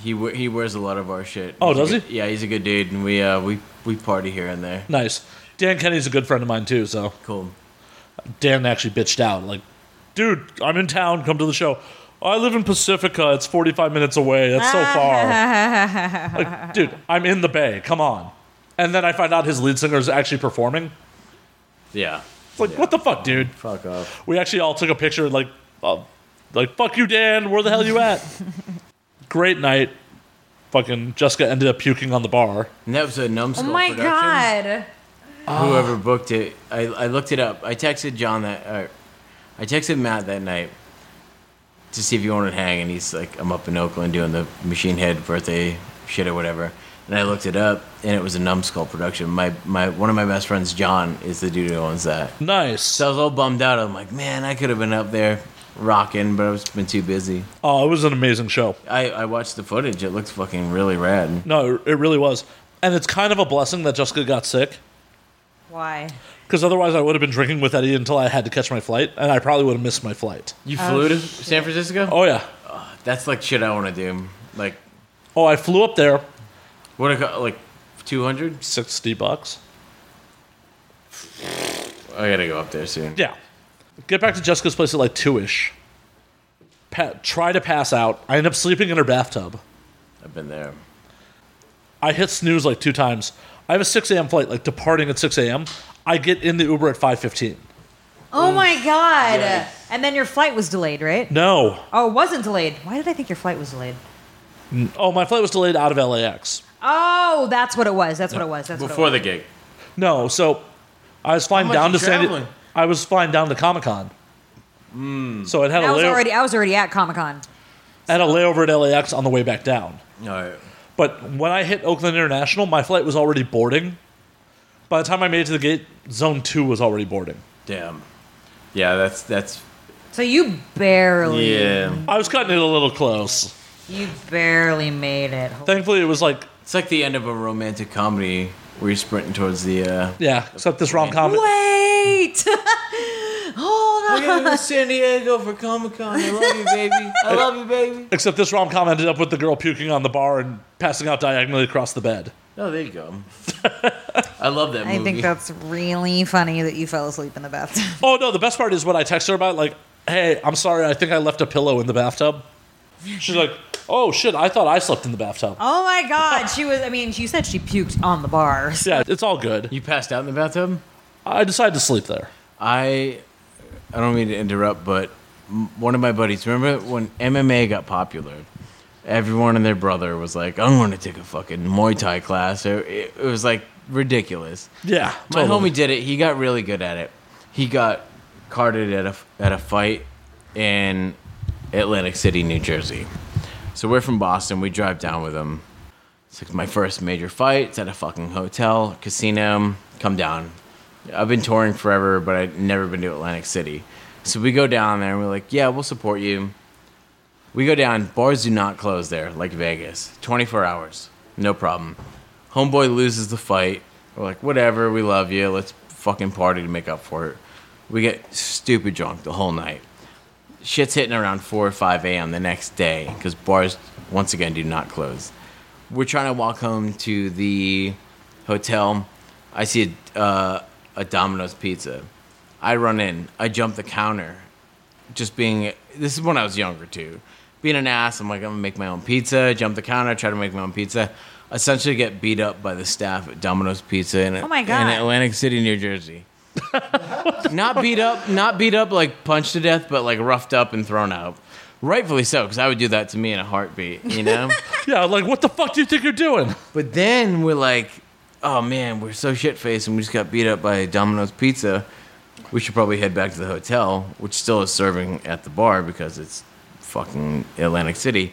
Speaker 4: He we- he wears a lot of our shit.
Speaker 1: Oh,
Speaker 4: He's a
Speaker 1: does he?
Speaker 4: good- Yeah, he's a good dude, and we uh we we party here and there.
Speaker 1: nice. Dan Kenny's a good friend of mine too. So
Speaker 4: Cool.
Speaker 1: Dan actually bitched out, like, dude, I'm in town. Come to the show. I live in Pacifica. It's 45 minutes away. That's so far. Like, dude, I'm in the Bay. Come on. And then I find out his lead singer is actually performing.
Speaker 4: Yeah.
Speaker 1: It's like, what the fuck, dude?
Speaker 4: Fuck off.
Speaker 1: We actually all took a picture, like, uh, like fuck you, Dan. Where the hell you at? Great night. Fucking Jessica ended up puking on the bar.
Speaker 4: And that was a
Speaker 2: oh
Speaker 4: numbskull
Speaker 2: my
Speaker 4: production.
Speaker 2: god!
Speaker 4: Whoever booked it, I, I looked it up. I texted John that, uh, I texted Matt that night to see if he wanted to hang, and he's like, I'm up in Oakland doing the Machine Head birthday shit or whatever. And I looked it up, and it was a Numbskull production. My my one of my best friends, John, is the dude who owns that.
Speaker 1: Nice.
Speaker 4: So I was all bummed out. I'm like, man, I could have been up there rocking, but I've been too busy.
Speaker 1: oh, it was an amazing show.
Speaker 4: I, I watched the footage. It looks fucking really rad.
Speaker 1: No, it really was. And it's kind of a blessing that Jessica got sick.
Speaker 2: Why?
Speaker 1: Because otherwise, I would have been drinking with Eddie until I had to catch my flight, and I probably would have missed my flight.
Speaker 4: You flew to San Francisco?
Speaker 1: Oh, yeah.
Speaker 4: That's like shit I want to do. Like,
Speaker 1: Oh, I flew up there,
Speaker 4: what a co- like 200?
Speaker 1: 60 bucks.
Speaker 4: I gotta go up there soon.
Speaker 1: Yeah. Get back to Jessica's place at like 2 ish. Pa- try to pass out. I end up sleeping in her bathtub.
Speaker 4: I've been there.
Speaker 1: I hit snooze like two times. I have a 6 a.m. flight, like departing at 6 a.m. I get in the Uber at 5.15.
Speaker 2: Oh my god!
Speaker 4: Yeah.
Speaker 2: And then your flight was delayed, right?
Speaker 1: No.
Speaker 2: Oh, it wasn't delayed. Why did I think your flight was delayed?
Speaker 1: Oh, my flight was delayed out of LAX.
Speaker 2: Oh, that's what it was. That's what it was. That's
Speaker 4: Before
Speaker 2: what it
Speaker 4: the gig.
Speaker 1: No, so I was flying
Speaker 4: much
Speaker 1: down
Speaker 4: you
Speaker 1: to San Diego.
Speaker 4: traveling? Hmm.
Speaker 1: I was flying down to Comic Con. So it had a
Speaker 2: was. I was
Speaker 1: layover.
Speaker 2: already. I was already at Comic Con.
Speaker 1: at a layover at LAX on the way back down.
Speaker 4: All right.
Speaker 1: But when I hit Oakland International, my flight was already boarding. By the time I made it to the gate, zone two was already boarding.
Speaker 4: Damn. Yeah, that's that's.
Speaker 2: So you barely.
Speaker 4: Yeah.
Speaker 1: I was cutting it a little close.
Speaker 2: You barely made it.
Speaker 1: Thankfully, it was like,
Speaker 4: It's like the end of a romantic comedy where you're sprinting towards the. uh
Speaker 1: yeah, except this rom com.
Speaker 2: Wait. Hold on.
Speaker 4: to San Diego for Comic Con. I love you, baby. I love you, baby.
Speaker 1: Except this rom com ended up with the girl puking on the bar and passing out diagonally across the bed.
Speaker 4: Oh, there you go. I love that movie.
Speaker 2: I think that's really funny that you fell asleep in the bathtub.
Speaker 1: Oh, no, the best part is what I text her about, like, hey, I'm sorry, I think I left a pillow in the bathtub. She's like, Oh shit! I thought I slept in the bathtub.
Speaker 2: Oh my God, she was. I mean, she said she puked on the bar.
Speaker 1: Yeah, it's all good.
Speaker 4: You passed out in the bathtub?
Speaker 1: I decided to sleep there.
Speaker 4: I I don't mean to interrupt, but m- one of my buddies, remember when MMA got popular? Everyone and their brother was like, "I'm going to take a fucking Muay Thai class." It, it- it was like ridiculous.
Speaker 1: Yeah,
Speaker 4: My
Speaker 1: totally.
Speaker 4: homie did it. He got really good at it. He got carded at a at a fight in Atlantic City, New Jersey. So we're from Boston. We drive down with him. It's like my first major fight. It's at a fucking hotel, casino. Come down. I've been touring forever, but I've never been to Atlantic City. So we go down there and we're like, yeah, we'll support you. We go down. Bars do not close there, like Vegas. 24 hours. No problem. Homeboy loses the fight. We're like, whatever, we love you. Let's fucking party to make up for it. We get stupid drunk the whole night. Shit's hitting around 4 or 5 a.m. the next day because bars, once again, do not close. We're trying to walk home to the hotel. I see a, uh, a Domino's pizza. I run in. I jump the counter just being this is when I was younger too. Being an ass, I'm like, I'm gonna make my own pizza, jump the counter, try to make my own pizza. Essentially get beat up by the staff at Domino's Pizza in,
Speaker 2: Oh my God.
Speaker 4: in Atlantic City, New Jersey. not beat up, not beat up like punched to death, but like roughed up and thrown out. Rightfully so, because I would do that to me in a heartbeat, you know?
Speaker 1: Yeah, like what the fuck do you think you're doing?
Speaker 4: But then we're like, oh man, we're so shit faced and we just got beat up by Domino's Pizza. We should probably head back to the hotel, which still is serving at the bar because it's fucking Atlantic City.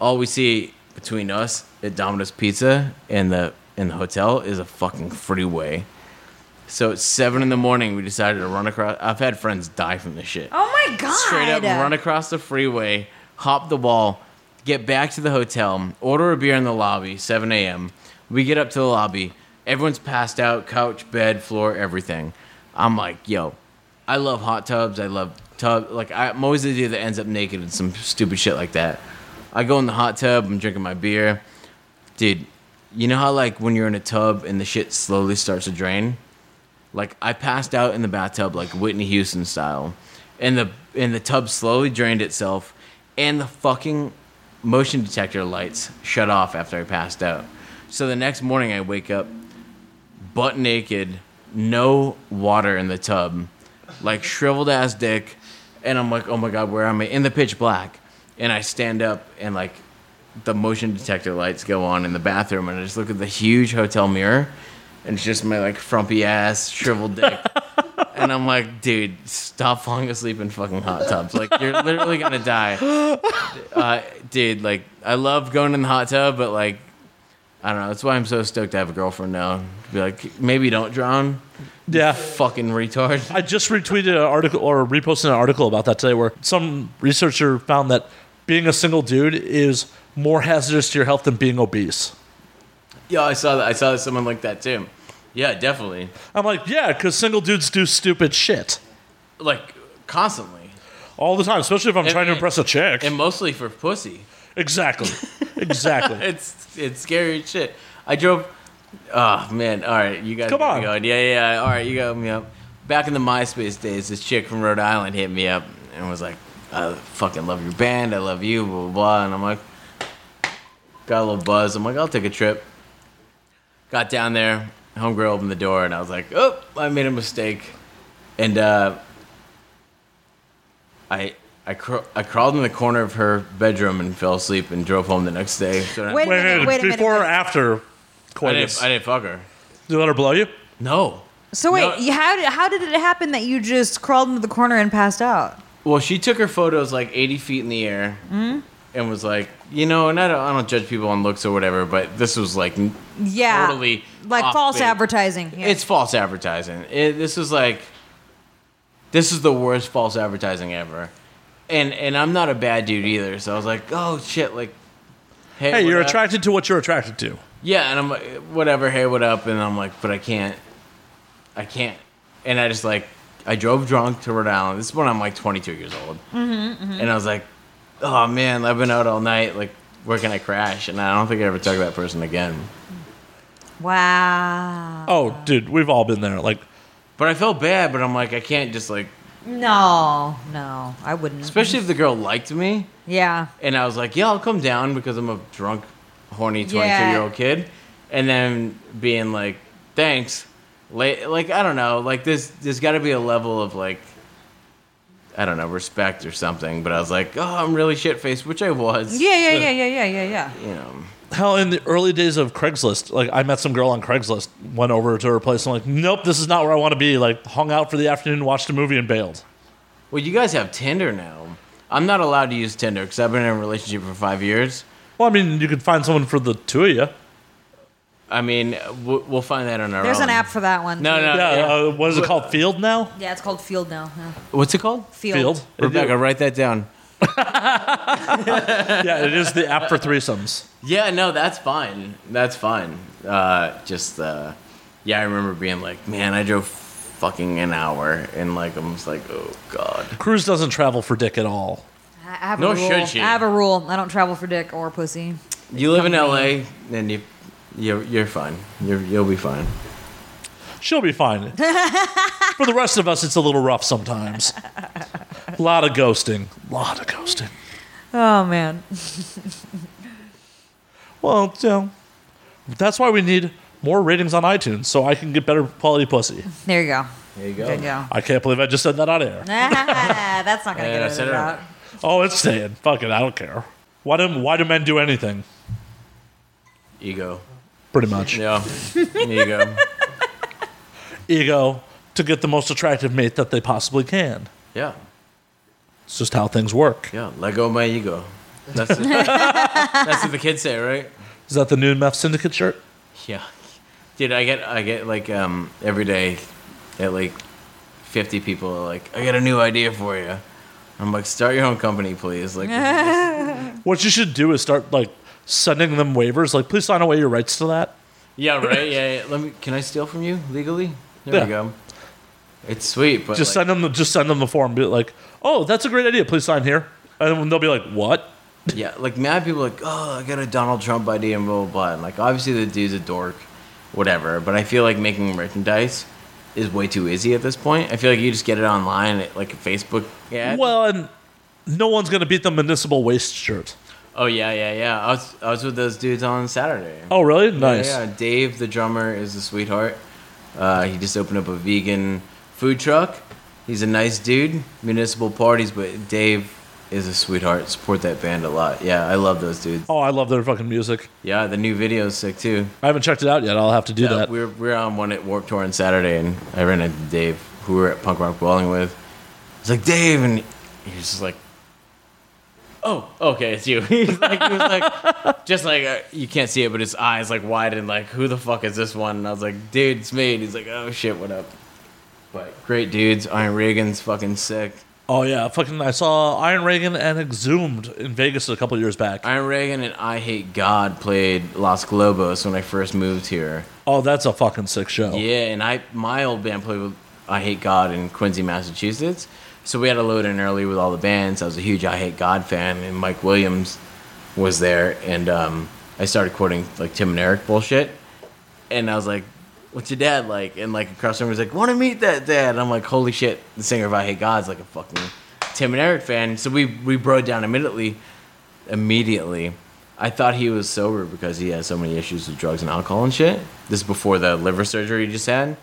Speaker 4: All we see between us at Domino's Pizza and the and the hotel is a fucking freeway. So at seven in the morning, we decided to run across. I've had friends die from this shit
Speaker 2: Oh my God.
Speaker 4: straight up run across the freeway, hop the wall, get back to the hotel, order a beer in the lobby, 7 a.m. We get up to the lobby. Everyone's passed out, couch, bed, floor, everything. I'm like, yo, I love hot tubs. I love tub. Like, I, I'm always the dude that ends up naked and some stupid shit like that. I go in the hot tub. I'm drinking my beer. Dude, you know how, like, when you're in a tub and the shit slowly starts to drain? Like I passed out in the bathtub like Whitney Houston style, and the and the tub slowly drained itself, and the fucking motion detector lights shut off after I passed out. So the next morning I wake up, butt naked, no water in the tub, like shriveled ass dick, and I'm like, oh my god, where am I? In the pitch black, and I stand up and like. The motion detector lights go on in the bathroom, and I just look at the huge hotel mirror, and it's just my like frumpy ass shriveled dick. and I'm like, dude, stop falling asleep in fucking hot tubs. Like you're literally gonna die, uh, dude. Like I love going in the hot tub, but like I don't know. That's why I'm so stoked to have a girlfriend now. To be like, maybe don't drown,
Speaker 1: Yeah.
Speaker 4: fucking retard.
Speaker 1: I just retweeted an article or reposted an article about that today where some researcher found that being a single dude is more hazardous to your health than being obese.
Speaker 4: Yeah, I saw that. I saw someone like that too. Yeah, definitely.
Speaker 1: I'm like, yeah, because single dudes do stupid shit
Speaker 4: Like constantly,
Speaker 1: all the time, especially if I'm
Speaker 4: And-
Speaker 1: trying to
Speaker 4: and-
Speaker 1: impress a chick.
Speaker 4: and mostly for pussy.
Speaker 1: exactly. exactly.
Speaker 4: it's it's scary as shit. I drove. Oh man! All right, you guys.
Speaker 1: Come
Speaker 4: got me
Speaker 1: on.
Speaker 4: Going. Yeah, yeah. yeah. All right, you got me up. Back in the MySpace days, this chick from Rhode Island hit me up and was like, "I fucking love your band. I love you." Blah blah. blah. And I'm like, got a little buzz. I'm like, I'll take a trip. Got down there. Homegirl opened the door, and I was like, "Oh, I made a mistake." And uh, I. I, cr- I crawled in the corner of her bedroom and fell asleep and drove home the next day. So I-
Speaker 2: Wait a
Speaker 1: Wait,
Speaker 2: minute. Wait a minute.
Speaker 1: before or after
Speaker 4: I
Speaker 1: coitus?
Speaker 4: didn't, I didn't fuck her.
Speaker 1: Did you let her blow you?
Speaker 4: No.
Speaker 2: So wait,
Speaker 4: No.
Speaker 2: you- how did how did it happen that you just crawled into the corner and passed out?
Speaker 4: Well, she took her photos like 80 feet in the air and was like, you know, and I don't, I don't judge people on looks or whatever, but this was like, n-
Speaker 2: Yeah,
Speaker 4: Totally
Speaker 2: like
Speaker 4: off
Speaker 2: false
Speaker 4: base.
Speaker 2: advertising. Yeah.
Speaker 4: it's false advertising. It, this was like, this is the worst false advertising ever. And and I'm not a bad dude either, so I was like, oh shit, like,
Speaker 1: Hey, you're
Speaker 4: what up?
Speaker 1: attracted to what you're attracted to.
Speaker 2: Uh-huh.
Speaker 4: Yeah, and I'm like, whatever, hey, what up? And I'm like, but I can't, I can't. And I just like, I drove drunk to Rhode Island. This is when I'm like 22 years old. Mm-hmm, And I was like, oh man, I've been out all night. Like, where can I crash? And I don't think I ever talked to that person again.
Speaker 2: wow.
Speaker 1: Oh, dude, we've all been there. Like,
Speaker 4: But I felt bad, but I'm like, I can't just like
Speaker 2: No, no, I wouldn't.
Speaker 4: Especially if the girl liked me
Speaker 2: yeah.
Speaker 4: and I was like, yeah, I'll come down because I'm a drunk, horny 22
Speaker 2: Yeah.
Speaker 4: year old kid. And then being like, thanks. La- Like, I don't know. Like, there's, there's got to be a level of like, I don't know, respect or something. But I was like, oh, I'm really shit faced, which I was.
Speaker 2: Yeah, yeah, yeah, yeah, yeah, yeah, yeah.
Speaker 4: You know,
Speaker 1: How in the early days of Craigslist, like I met some girl on Craigslist, went over to her place, I'm like, nope, this is not where I want to be. Like, hung out for the afternoon, watched a movie, and bailed.
Speaker 4: well, you guys have Tinder now. I'm not allowed to use Tinder because I've been in a relationship for five years.
Speaker 1: Well, I mean, you can find someone for the two of you.
Speaker 4: I mean, we'll, we'll find that on our
Speaker 2: There's
Speaker 4: own.
Speaker 2: an app for that one.
Speaker 4: No,
Speaker 2: too.
Speaker 4: no.
Speaker 1: Yeah,
Speaker 4: Yeah.
Speaker 1: uh, what is it called? Field now?
Speaker 2: Yeah, it's called Field now. yeah.
Speaker 4: What's it called?
Speaker 2: Field.
Speaker 1: Field.
Speaker 4: Rebecca, write that down.
Speaker 1: yeah, it is the app for threesomes.
Speaker 4: Yeah, no, that's fine. That's fine. Uh, just, uh, yeah, I remember being like, man, I drove fucking an hour, and like, I'm just like, oh god.
Speaker 1: Cruz doesn't travel for dick at all.
Speaker 2: I I have a
Speaker 4: Nor
Speaker 2: rule.
Speaker 4: should she.
Speaker 2: I have a rule. I don't travel for dick or pussy.
Speaker 4: You live in LA, and you, you're, you're fine. You're, you'll be fine.
Speaker 1: She'll be fine. for the rest of us, it's a little rough sometimes. A lot of ghosting. A lot of ghosting.
Speaker 2: Oh man.
Speaker 1: Well, you know, that's why we need more ratings on iTunes so I can get better quality pussy.
Speaker 2: There you go.
Speaker 4: There you go.
Speaker 2: There you go.
Speaker 1: I can't believe I just said that on air.
Speaker 2: That's not gonna
Speaker 4: Yeah,
Speaker 2: get
Speaker 4: I
Speaker 2: it
Speaker 4: said it.
Speaker 2: out.
Speaker 1: Oh, it's staying. Fuck it, I don't care. Why do why do men do anything?
Speaker 4: Ego.
Speaker 1: Pretty much.
Speaker 4: Yeah. Ego.
Speaker 1: Ego to get the most attractive mate that they possibly can.
Speaker 4: Yeah.
Speaker 1: It's just how things work.
Speaker 4: Yeah. Let go of my ego. That's, it. that's what the kids say, right?
Speaker 1: Is that the new Meth Syndicate shirt?
Speaker 4: Yeah, dude, I get I get like um every day at like fifty people are like, I got a new idea for you. I'm like, start your own company, please. Like,
Speaker 1: What you should do is start like sending them waivers, like please sign away your rights to that.
Speaker 4: yeah, right, yeah, yeah. Let me. Can I steal from you legally? There
Speaker 1: Yeah.
Speaker 4: we go. It's sweet, but
Speaker 1: Just
Speaker 4: like,
Speaker 1: send them the just send them the form. Be like, oh, that's a great idea. Please sign here, and they'll be like, what?
Speaker 4: yeah, like mad people are like, oh, I got a Donald Trump idea and blah blah blah. And like, obviously the dude's a dork, whatever. But I feel like making merchandise is way too easy at this point. I feel like you just get it online, at, like a Facebook ad.
Speaker 1: Well, and no one's gonna beat the municipal waste shirt.
Speaker 4: Oh yeah, yeah, yeah. I was I was with those dudes on Saturday.
Speaker 1: Oh, really? Nice.
Speaker 4: Yeah, yeah. Dave, the drummer, is a sweetheart. Uh, he just opened up a vegan food truck. He's a nice dude. Municipal parties, but Dave is a sweetheart. Support that band a lot. Yeah, I love those dudes.
Speaker 1: Oh, I love their fucking music.
Speaker 4: Yeah, the new video is sick too.
Speaker 1: I haven't checked it out yet. I'll have to do
Speaker 4: Yeah,
Speaker 1: that.
Speaker 4: we were we were on one at Warped Tour on Saturday, and I ran into Dave, who we were at Punk Rock Bowling with. I was like, Dave, and he was just like, Oh, okay, it's you. he was like, he was like, just like uh, you can't see it, but his eyes like wide and like, who the fuck is this one? And I was like, Dude, it's me. And he's like, Oh shit, what up? But great dudes. Iron Reagan's fucking sick.
Speaker 1: Oh yeah, fucking! I saw Iron Reagan and Exhumed in Vegas a couple years back.
Speaker 4: Iron Reagan and I Hate God played Los Globos when I first moved here.
Speaker 1: oh, that's a fucking sick show.
Speaker 4: Yeah, and I my old band played with I Hate God in Quincy, Massachusetts. So we had to load in early with all the bands. I was a huge I Hate God fan, and Mike Williams was there, and um, I started quoting like Tim and Eric bullshit, and I was like, "What's your dad like?" And like across the room was like, "Want to meet that dad?" And I'm like, "Holy shit!" The singer of I Hate God's like a fucking Tim and Eric fan. So we we broke down immediately. Immediately, I thought he was sober because he had so many issues with drugs and alcohol and shit. This is before the liver surgery he just had.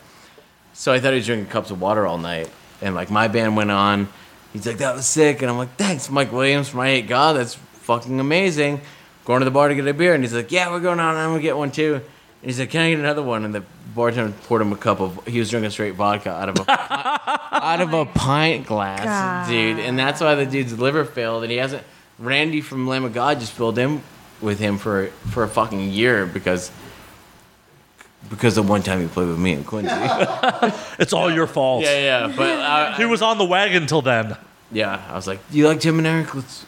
Speaker 4: So I thought he was drinking cups of water all night. And like my band went on. He's like, that was sick. And I'm like, thanks, Mike Williams from I Hate God. That's fucking amazing. Going to the bar to get a beer. And he's like, yeah, we're going on. I'm going to get one too. And he's like, can I get another one? And the bartender poured him a cup of, he was drinking straight vodka out of a, out of a pint glass, dude. And that's why the dude's liver failed. And he hasn't, Randy from Lamb of God just filled in with him for, for a fucking year because, because the one time he played with me and Quincy.
Speaker 1: It's all your fault.
Speaker 4: Yeah, yeah, but uh, I,
Speaker 1: He was on the wagon till then.
Speaker 4: yeah, I was like, "Do you like Tim and Eric? Let's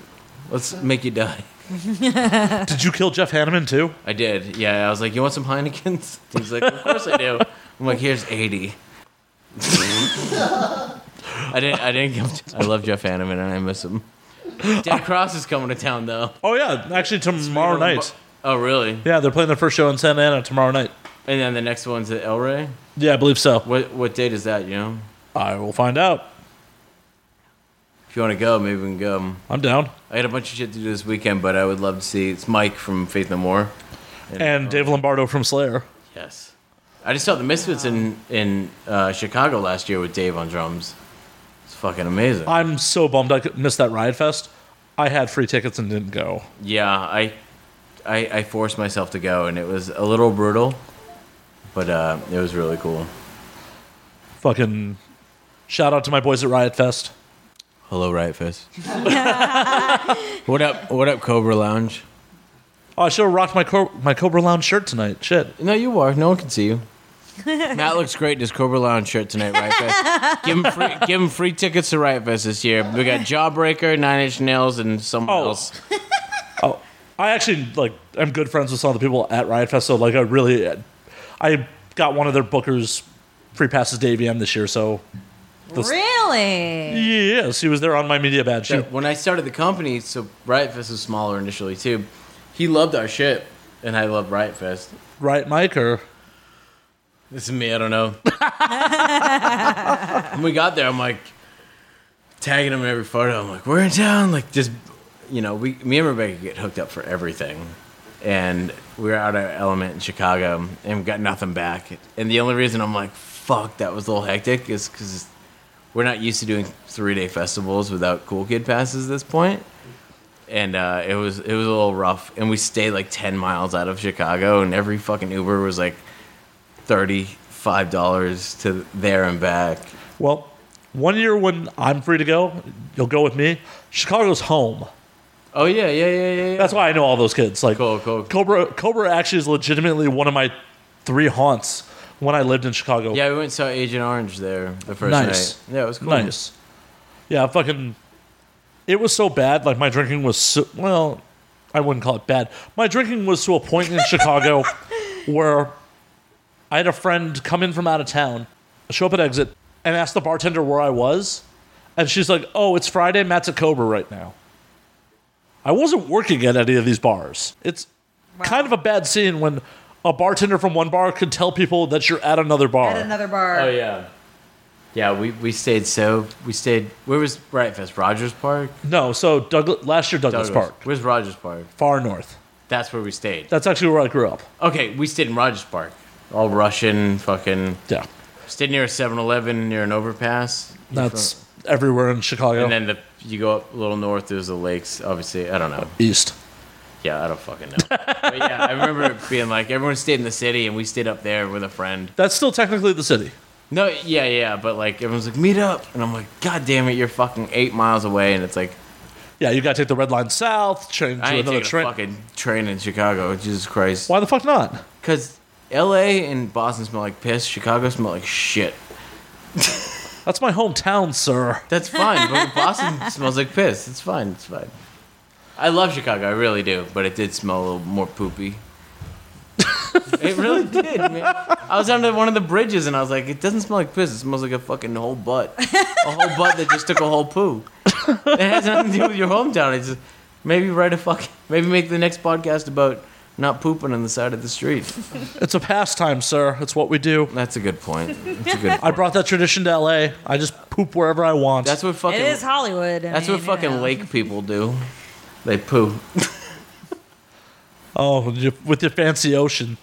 Speaker 4: let's make you die."
Speaker 1: Did you kill Jeff Hanneman too?
Speaker 4: I did. Yeah, I was like, "You want some Heinekens?" He's like, "Of course I do." I'm like, "Here's 80. I didn't. I didn't. Give, I love Jeff Hanneman, and I miss him. Dan Cross is coming to town though.
Speaker 1: Oh yeah, actually tomorrow night.
Speaker 4: Oh, really?
Speaker 1: Yeah, they're playing their first show in Santa Ana tomorrow night.
Speaker 4: And then the next one's at El Rey.
Speaker 1: Yeah, I believe so.
Speaker 4: What what date is that? You know?
Speaker 1: I will find out.
Speaker 4: If you want to go, maybe we can go.
Speaker 1: I'm down.
Speaker 4: I got a bunch of shit to do this weekend, but I would love to see. It's Mike from Faith No More.
Speaker 1: And Dave Lombardo from Slayer.
Speaker 4: Yes. I just saw the Misfits in in uh, Chicago last year with Dave on drums. It's fucking amazing.
Speaker 1: I'm so bummed I could- missed that Riot Fest. I had free tickets and didn't go.
Speaker 4: yeah, I, I I forced myself to go, and it was a little brutal, but uh, it was really cool.
Speaker 1: Fucking shout out to my boys at Riot Fest.
Speaker 4: Hello, Riot Fist. what up? What up, Cobra Lounge?
Speaker 1: Oh, I should have rocked my Cor- my Cobra Lounge shirt tonight. Shit.
Speaker 4: No, you are. No one can see you. Matt looks great in his Cobra Lounge shirt tonight, Riot Fest. Give him free, give him free tickets to Riot Fest this year. We got Jawbreaker, Nine Inch Nails, and someone
Speaker 1: Oh.
Speaker 4: else.
Speaker 1: Oh, I actually like I'm good friends with some of the people at Riot Fest, so like I really, I got one of their bookers free passes to AVM this year. So Those-
Speaker 2: really?
Speaker 1: yes, he was there on my media badge.
Speaker 4: that when I started the company, so Riot Fest was smaller initially too. He loved our shit, and I loved Riot Fest.
Speaker 1: Right, Mike or
Speaker 4: This is me. I don't know. when we got there, I'm like tagging him in every photo. I'm like, we're in town. Like just, you know, we me and Rebecca get hooked up for everything, and we were out at Element in Chicago, and we got nothing back. And the only reason I'm like, fuck, that was a little hectic, is because we're not used to doing three day festivals without cool kid passes at this point. And uh, it was it was a little rough, and we stayed like ten miles out of Chicago, and every fucking Uber was like thirty-five dollars to there and back.
Speaker 1: well, one year when I'm free to go, you'll go with me. Chicago's home.
Speaker 4: Oh yeah, yeah, yeah, yeah. yeah.
Speaker 1: That's why I know all those kids. Like
Speaker 4: Cool, cool.
Speaker 1: Cobra, Cobra actually is legitimately one of my three haunts when I lived in Chicago.
Speaker 4: yeah, we went and saw Agent Orange there the first
Speaker 1: Nice.
Speaker 4: night. Yeah, it was cool.
Speaker 1: Nice. Yeah, fucking. It was so bad. Like my drinking was so, well, I wouldn't call it bad. My drinking was to a point in Chicago where I had a friend come in from out of town, show up at exit, and ask the bartender where I was, and she's like, "Oh, it's Friday. Matt's at Cobra right now." I wasn't working at any of these bars. It's kind of a bad scene when a bartender from one bar could tell people that you're at another bar.
Speaker 2: At another bar.
Speaker 4: Oh yeah. Yeah, we, we stayed so we stayed where was Riot Fest? Rogers Park?
Speaker 1: no, so Douglas, last year Douglas
Speaker 4: Douglas.
Speaker 1: Park.
Speaker 4: Where's Rogers Park?
Speaker 1: far north.
Speaker 4: That's where we stayed.
Speaker 1: That's actually where I grew up.
Speaker 4: Okay, we stayed in Rogers Park. All Russian fucking
Speaker 1: Yeah,
Speaker 4: stayed near a 7-Eleven near an overpass.
Speaker 1: that's everywhere in Chicago.
Speaker 4: and then the, you go up a little north, there's the lakes, obviously. I don't know.
Speaker 1: east.
Speaker 4: Yeah, I don't fucking know. but yeah, I remember it being like everyone stayed in the city and we stayed up there with a friend.
Speaker 1: That's still technically the city.
Speaker 4: No, yeah, yeah, but like everyone's like, meet up. And I'm like, God damn it, you're fucking eight miles away. And it's like,
Speaker 1: Yeah, you gotta take the red line south, change
Speaker 4: I
Speaker 1: to
Speaker 4: ain't
Speaker 1: another
Speaker 4: taking a
Speaker 1: train.
Speaker 4: fucking train in Chicago. Jesus Christ.
Speaker 1: Why the fuck not?
Speaker 4: Because LA and Boston smell like piss, Chicago smell like shit.
Speaker 1: That's my hometown, sir.
Speaker 4: That's fine, but Boston smells like piss. It's fine, it's fine. I love Chicago, I really do, but it did smell a little more poopy. it really did, man. I was under one of the bridges and I was like, it doesn't smell like piss. It smells like a fucking whole butt. A whole butt that just took a whole poo. It has nothing to do with your hometown. It's just, maybe write a fucking, maybe make the next podcast about not pooping on the side of the street.
Speaker 1: It's a pastime, sir. It's what we do.
Speaker 4: That's a good point. That's a good
Speaker 1: I
Speaker 4: point.
Speaker 1: brought that tradition to LA. I just poop wherever I want.
Speaker 4: That's what fucking,
Speaker 2: It is Hollywood. I
Speaker 4: that's what
Speaker 2: mean,
Speaker 4: fucking
Speaker 2: you know.
Speaker 4: lake people do. They poo.
Speaker 1: oh, you- with your fancy ocean.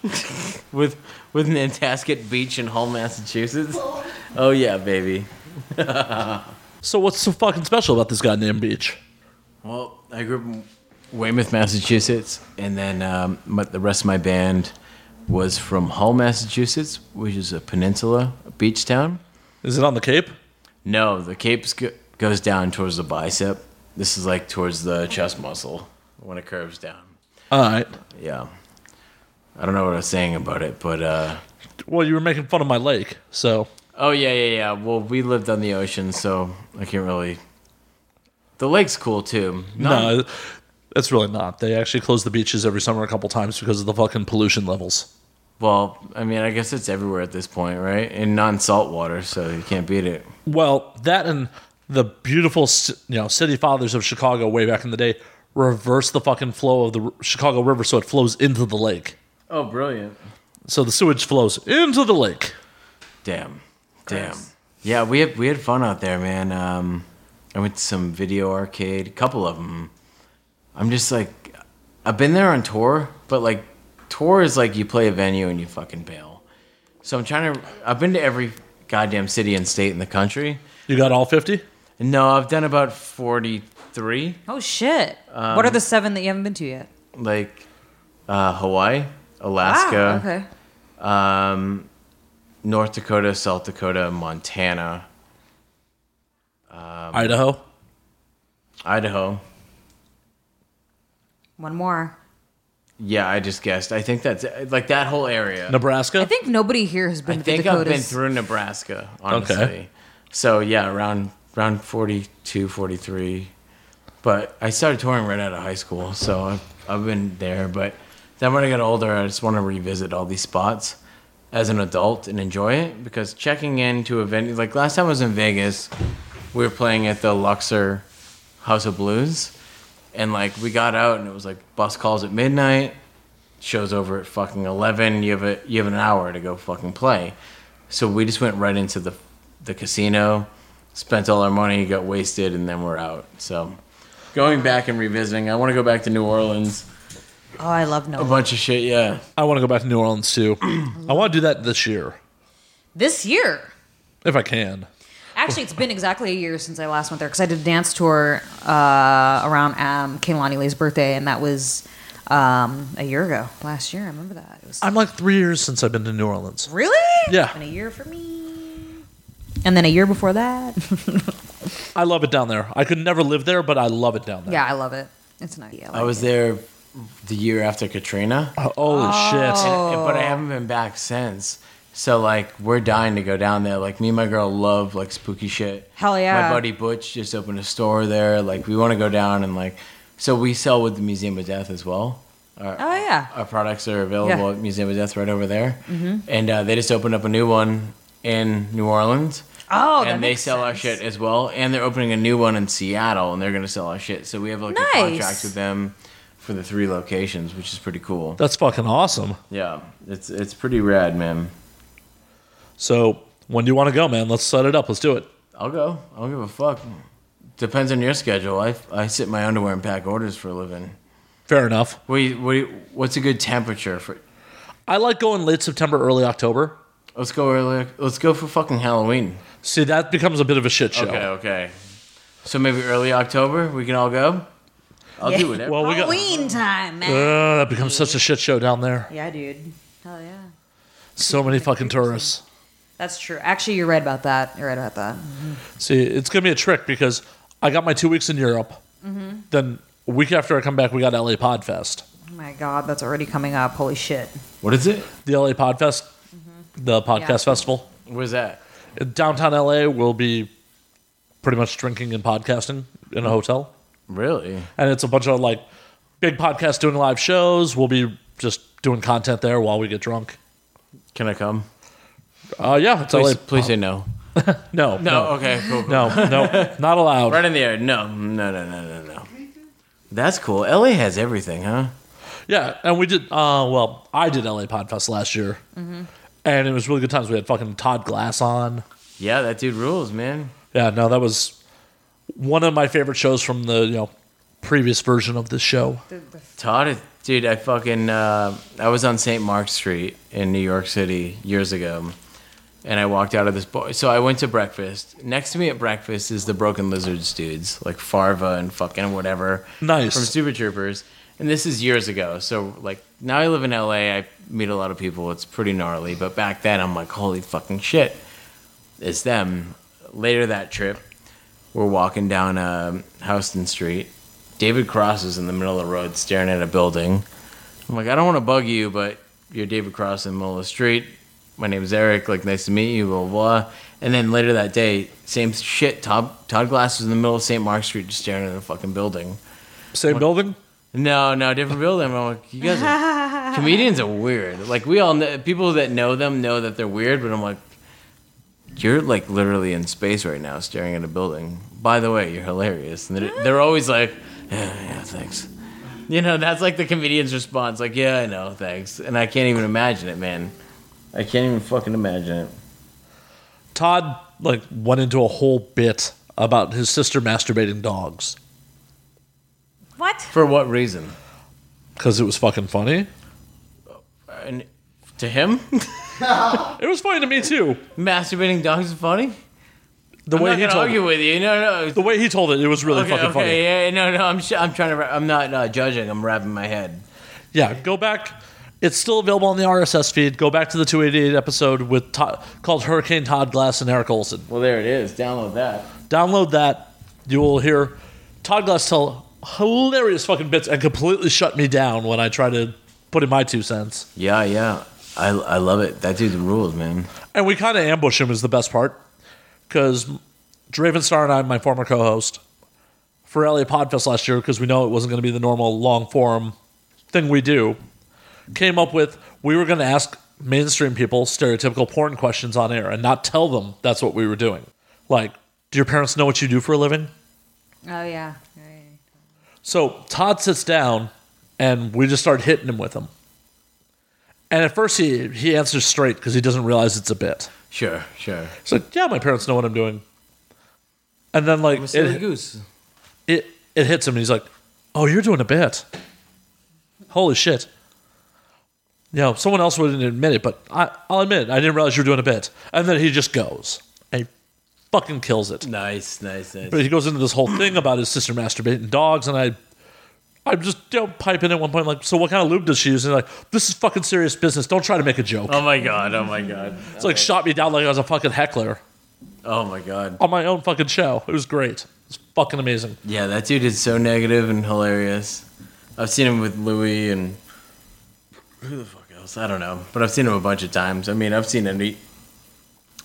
Speaker 4: with with Nantasket Beach in Hull, Massachusetts. Oh yeah, baby.
Speaker 1: So what's so fucking special about this goddamn beach?
Speaker 4: Well, I grew up in Weymouth, Massachusetts, and then um, my, the rest of my band was from Hull, Massachusetts, which is a peninsula a beach town.
Speaker 1: Is it on the Cape?
Speaker 4: No, the Cape go- goes down towards the bicep. This is like towards the chest muscle when it curves down.
Speaker 1: All right.
Speaker 4: Yeah. I don't know what I was saying about it, but uh,
Speaker 1: Well, you were making fun of my lake, so
Speaker 4: Oh yeah, yeah, yeah. Well, we lived on the ocean, so I can't really. The lake's cool too. Not-
Speaker 1: no, that's really not. They actually close the beaches every summer a couple times because of the fucking pollution levels.
Speaker 4: Well, I mean, I guess it's everywhere at this point, right? In non-salt water, so you can't beat it.
Speaker 1: Well, that and the beautiful, ci- you know, city fathers of Chicago way back in the day reversed the fucking flow of the r- Chicago River so it flows into the lake.
Speaker 4: Oh, brilliant!
Speaker 1: So the sewage flows into the lake.
Speaker 4: Damn, damn. Yeah, we had we had fun out there, man. Um, I went to some video arcade, a couple of them. I'm just like, I've been there on tour, but like, tour is like you play a venue and you fucking bail. So I'm trying to. I've been to every goddamn city and state in the country.
Speaker 1: You got all 50?
Speaker 4: No, I've done about 43.
Speaker 2: Oh shit!
Speaker 4: Um,
Speaker 2: what are the seven that you haven't been to yet?
Speaker 4: Like uh, Hawaii,
Speaker 2: Wow.
Speaker 4: Alaska,
Speaker 2: Ah, Okay.
Speaker 4: um, North Dakota, South Dakota, Montana,
Speaker 2: Um,
Speaker 1: Idaho?
Speaker 4: Idaho.
Speaker 2: One more.
Speaker 4: Yeah, I just guessed. I think that's like that whole area.
Speaker 1: Nebraska?
Speaker 2: I think nobody here has been
Speaker 4: I
Speaker 2: to
Speaker 4: think
Speaker 2: the
Speaker 4: I've
Speaker 2: Dakotas.
Speaker 4: been through Nebraska, honestly.
Speaker 1: Okay.
Speaker 4: So yeah, around around 42, 43. But I started touring right out of high school, so I've, I've been there. But then when I got older, I just want to revisit all these spots as an adult and enjoy it because checking into a venue, like last time I was in Vegas, we were playing at the Luxor House of Blues, and like we got out and it was like bus calls at midnight show's over at fucking 11 you have a you have an hour to go fucking play so we just went right into the the casino spent all our money got wasted and then we're out so going back and revisiting i want to go back to new orleans
Speaker 2: Oh, I love New
Speaker 4: a bunch of shit yeah
Speaker 1: I want to go back to New Orleans too. I want to do that this year,
Speaker 2: This year.
Speaker 1: if I can.
Speaker 2: Actually, it's been exactly a year since I last went there because I did a dance tour uh, around um, Kehlani Lee's birthday, and that was um, a year ago. Last year, I remember that. It was
Speaker 1: I'm like three years since I've been to New Orleans.
Speaker 2: really
Speaker 1: Yeah.
Speaker 2: Been a year for me, and then a year before that.
Speaker 1: I love it down there. I could never live there, but I love it down there.
Speaker 2: yeah, I love it. It's nice. Yeah,
Speaker 4: i was there the year after katrina
Speaker 1: Oh, shit.
Speaker 2: Oh.
Speaker 4: And- but I haven't been back since. So like we're dying to go down there. Like me and my girl love like spooky shit.
Speaker 2: Hell yeah.
Speaker 4: My buddy Butch just opened a store there. Like we want to go down and like so we sell with the Museum of Death as well. Our,
Speaker 2: Oh, yeah.
Speaker 4: Our products are available
Speaker 2: Yeah. Mm-hmm.
Speaker 4: at Museum of Death right over there. And uh, they just opened up a new one in New Orleans.
Speaker 2: Oh, that
Speaker 4: and they
Speaker 2: makes
Speaker 4: sell our
Speaker 2: sense.
Speaker 4: shit as well. And they're opening a new one in Seattle and they're going to sell our shit. So we have like a
Speaker 2: Nice.
Speaker 4: contract with them for the three locations, which is pretty cool.
Speaker 1: That's fucking awesome.
Speaker 4: Yeah, it's it's pretty rad, man.
Speaker 1: So, when do you want to go, man? Let's set it up. Let's do it.
Speaker 4: I'll go. I don't give a fuck. Depends on your schedule. I, I sit in my underwear and pack orders for a living.
Speaker 1: Fair enough.
Speaker 4: What, do you, what do you- what's a good temperature for?
Speaker 1: I like going late September, early October.
Speaker 4: Let's go early. Let's go for fucking Halloween.
Speaker 1: See, that becomes a bit of a shit show.
Speaker 4: Okay, okay. So maybe early October we can all go. I'll do whatever.
Speaker 1: Well, we got.
Speaker 2: Halloween time, man.
Speaker 1: Uh, that becomes such a shit show down there.
Speaker 2: yeah, dude. Hell yeah.
Speaker 1: So many fucking tourists.
Speaker 2: That's true. Actually, you're right about that. You're right about that.
Speaker 1: See, it's gonna be a trick because I got my two weeks in Europe.
Speaker 4: Mm-hmm.
Speaker 1: Then a week after I come back, we got LA Podfest.
Speaker 2: Oh my god, that's already coming up. Holy shit.
Speaker 4: what is it?
Speaker 1: The LA Podfest,
Speaker 4: Mm-hmm.
Speaker 1: the podcast
Speaker 2: Yeah.
Speaker 1: festival
Speaker 4: Where's that?
Speaker 1: in downtown LA, will be pretty much drinking and podcasting in a hotel,
Speaker 4: Really?
Speaker 1: and it's a bunch of like big podcasts doing live shows. We'll be just doing content there while we get drunk.
Speaker 4: Can I come?
Speaker 1: Uh, yeah, it's
Speaker 4: Please,
Speaker 1: LA.
Speaker 4: please say no.
Speaker 1: No,
Speaker 4: No.
Speaker 1: no,
Speaker 4: Okay. Cool. cool.
Speaker 1: no, no, not allowed.
Speaker 4: Right in the air. No. No. No. No. No. No. That's cool. LA has everything, huh?
Speaker 1: Yeah, and we did. Uh, well, I did LA Podfest last year,
Speaker 4: Mm-hmm.
Speaker 1: and it was really good times. We had fucking Todd Glass on.
Speaker 4: Yeah, that dude rules, man.
Speaker 1: Yeah, no, that was one of my favorite shows from the you know previous version of this show.
Speaker 4: Todd, is- dude, I fucking uh, I was on St. Mark's Street in New York City years ago, and I walked out of this bar. So I went to breakfast. Next to me at breakfast is the Broken Lizards dudes, like Farva and fucking whatever.
Speaker 1: Nice.
Speaker 4: from Super Troopers. And this is years ago. So like now I live in LA. I meet a lot of people. It's pretty gnarly. But back then I'm like, holy fucking shit, it's them. Later that trip, we're walking down uh, Houston Street. David Cross is in the middle of the road staring at a building. I'm like, I don't want to bug you, but you're David Cross in the middle of the street. My name's Eric. Like, nice to meet you, blah, blah, blah. And then later that day, same shit. Todd, Todd Glass was in the middle of St. Mark's Street just staring at a fucking building.
Speaker 1: Same building.
Speaker 4: No, no, different building. I'm like, you guys are, comedians are weird. Like, we all know, people that know them know that they're weird, but I'm like, you're like literally in space right now staring at a building. By the way, you're hilarious. And they're, they're always like, yeah, yeah, thanks. You know, that's like the comedian's response. Like, yeah, I know, thanks. And I can't even imagine it, man. I can't even fucking imagine it.
Speaker 1: Todd like went into a whole bit about his sister masturbating dogs
Speaker 2: What?
Speaker 4: For what reason?
Speaker 1: because it was fucking funny.
Speaker 4: And to him,
Speaker 1: It was funny to me too.
Speaker 4: masturbating dogs is funny.
Speaker 1: The
Speaker 4: I'm
Speaker 1: way
Speaker 4: not
Speaker 1: he
Speaker 4: gonna
Speaker 1: told
Speaker 4: argue with you. No, no.
Speaker 1: the way he told it, it was really
Speaker 4: okay,
Speaker 1: fucking
Speaker 4: okay,
Speaker 1: funny.
Speaker 4: yeah, no, no. I'm, sh- I'm trying to. Ra- I'm not uh, judging. I'm wrapping my head.
Speaker 1: Yeah, go back. It's still available on the RSS feed. Go back to the 288 episode with Todd, called Hurricane Todd Glass and Eric Olson.
Speaker 4: Well, there it is. Download that.
Speaker 1: Download that. You will hear Todd Glass tell hilarious fucking bits and completely shut me down when I try to put in my two cents.
Speaker 4: Yeah, yeah. I, I love it. That dude rules, man.
Speaker 1: And we kind of ambush him is the best part because Draven Star and I, my former co-host, for LA Podfest last year because we know it wasn't going to be the normal long form thing we do, came up with we were going to ask mainstream people stereotypical porn questions on air and not tell them that's what we were doing. Like, do your parents know what you do for a living?
Speaker 2: Oh yeah.
Speaker 1: So Todd sits down, and we just start hitting him with him. And at first, he he answers straight because he doesn't realize it's a bit.
Speaker 4: Sure, sure.
Speaker 1: He's like, "Yeah, my parents know what I'm doing." And then like
Speaker 4: I'm a silly
Speaker 1: it,
Speaker 4: goose.
Speaker 1: it it hits him, and he's like, "Oh, you're doing a bit." Holy shit! You know, someone else wouldn't admit it, but I, I'll admit it. I didn't realize you were doing a bit. And then he just goes and he fucking kills it.
Speaker 4: Nice, nice, nice.
Speaker 1: But he goes into this whole thing about his sister masturbating dogs, and I, I'm just you know, piping at one point like, so what kind of lube does she use? And they're like, this is fucking serious business. Don't try to make a joke.
Speaker 4: Oh my god! Oh my god!
Speaker 1: it's like shot me down like I was a fucking heckler
Speaker 4: Oh my god!
Speaker 1: on my own fucking show. It was great. It's fucking amazing.
Speaker 4: Yeah, that dude is so negative and hilarious. I've seen him with Louis and who the fuck else? I don't know, but I've seen him a bunch of times. I mean, I've seen any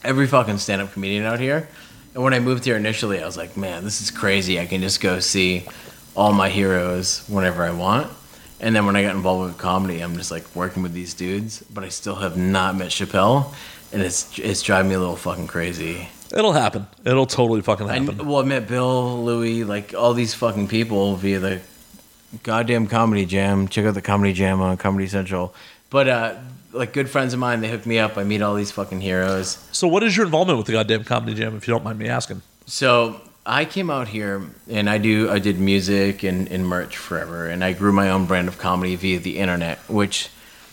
Speaker 4: every fucking stand-up comedian out here. And when I moved here initially, I was like, man, this is crazy. I can just go see all my heroes whenever I want. And then when I got involved with comedy, I'm just like working with these dudes, but I still have not met Chappelle, and it's it's driving me a little fucking crazy.
Speaker 1: It'll happen. It'll totally fucking
Speaker 4: I,
Speaker 1: happen.
Speaker 4: well, I met Bill, Louis, like all these fucking people via the goddamn comedy jam. Check out the comedy jam on Comedy Central. But uh, like good friends of mine, they hook me up. I meet all these fucking heroes.
Speaker 1: so, what is your involvement with the goddamn comedy jam? If you don't mind me asking.
Speaker 4: So I came out here and I do I did music and, and merch forever and I grew my own brand of comedy via the internet, which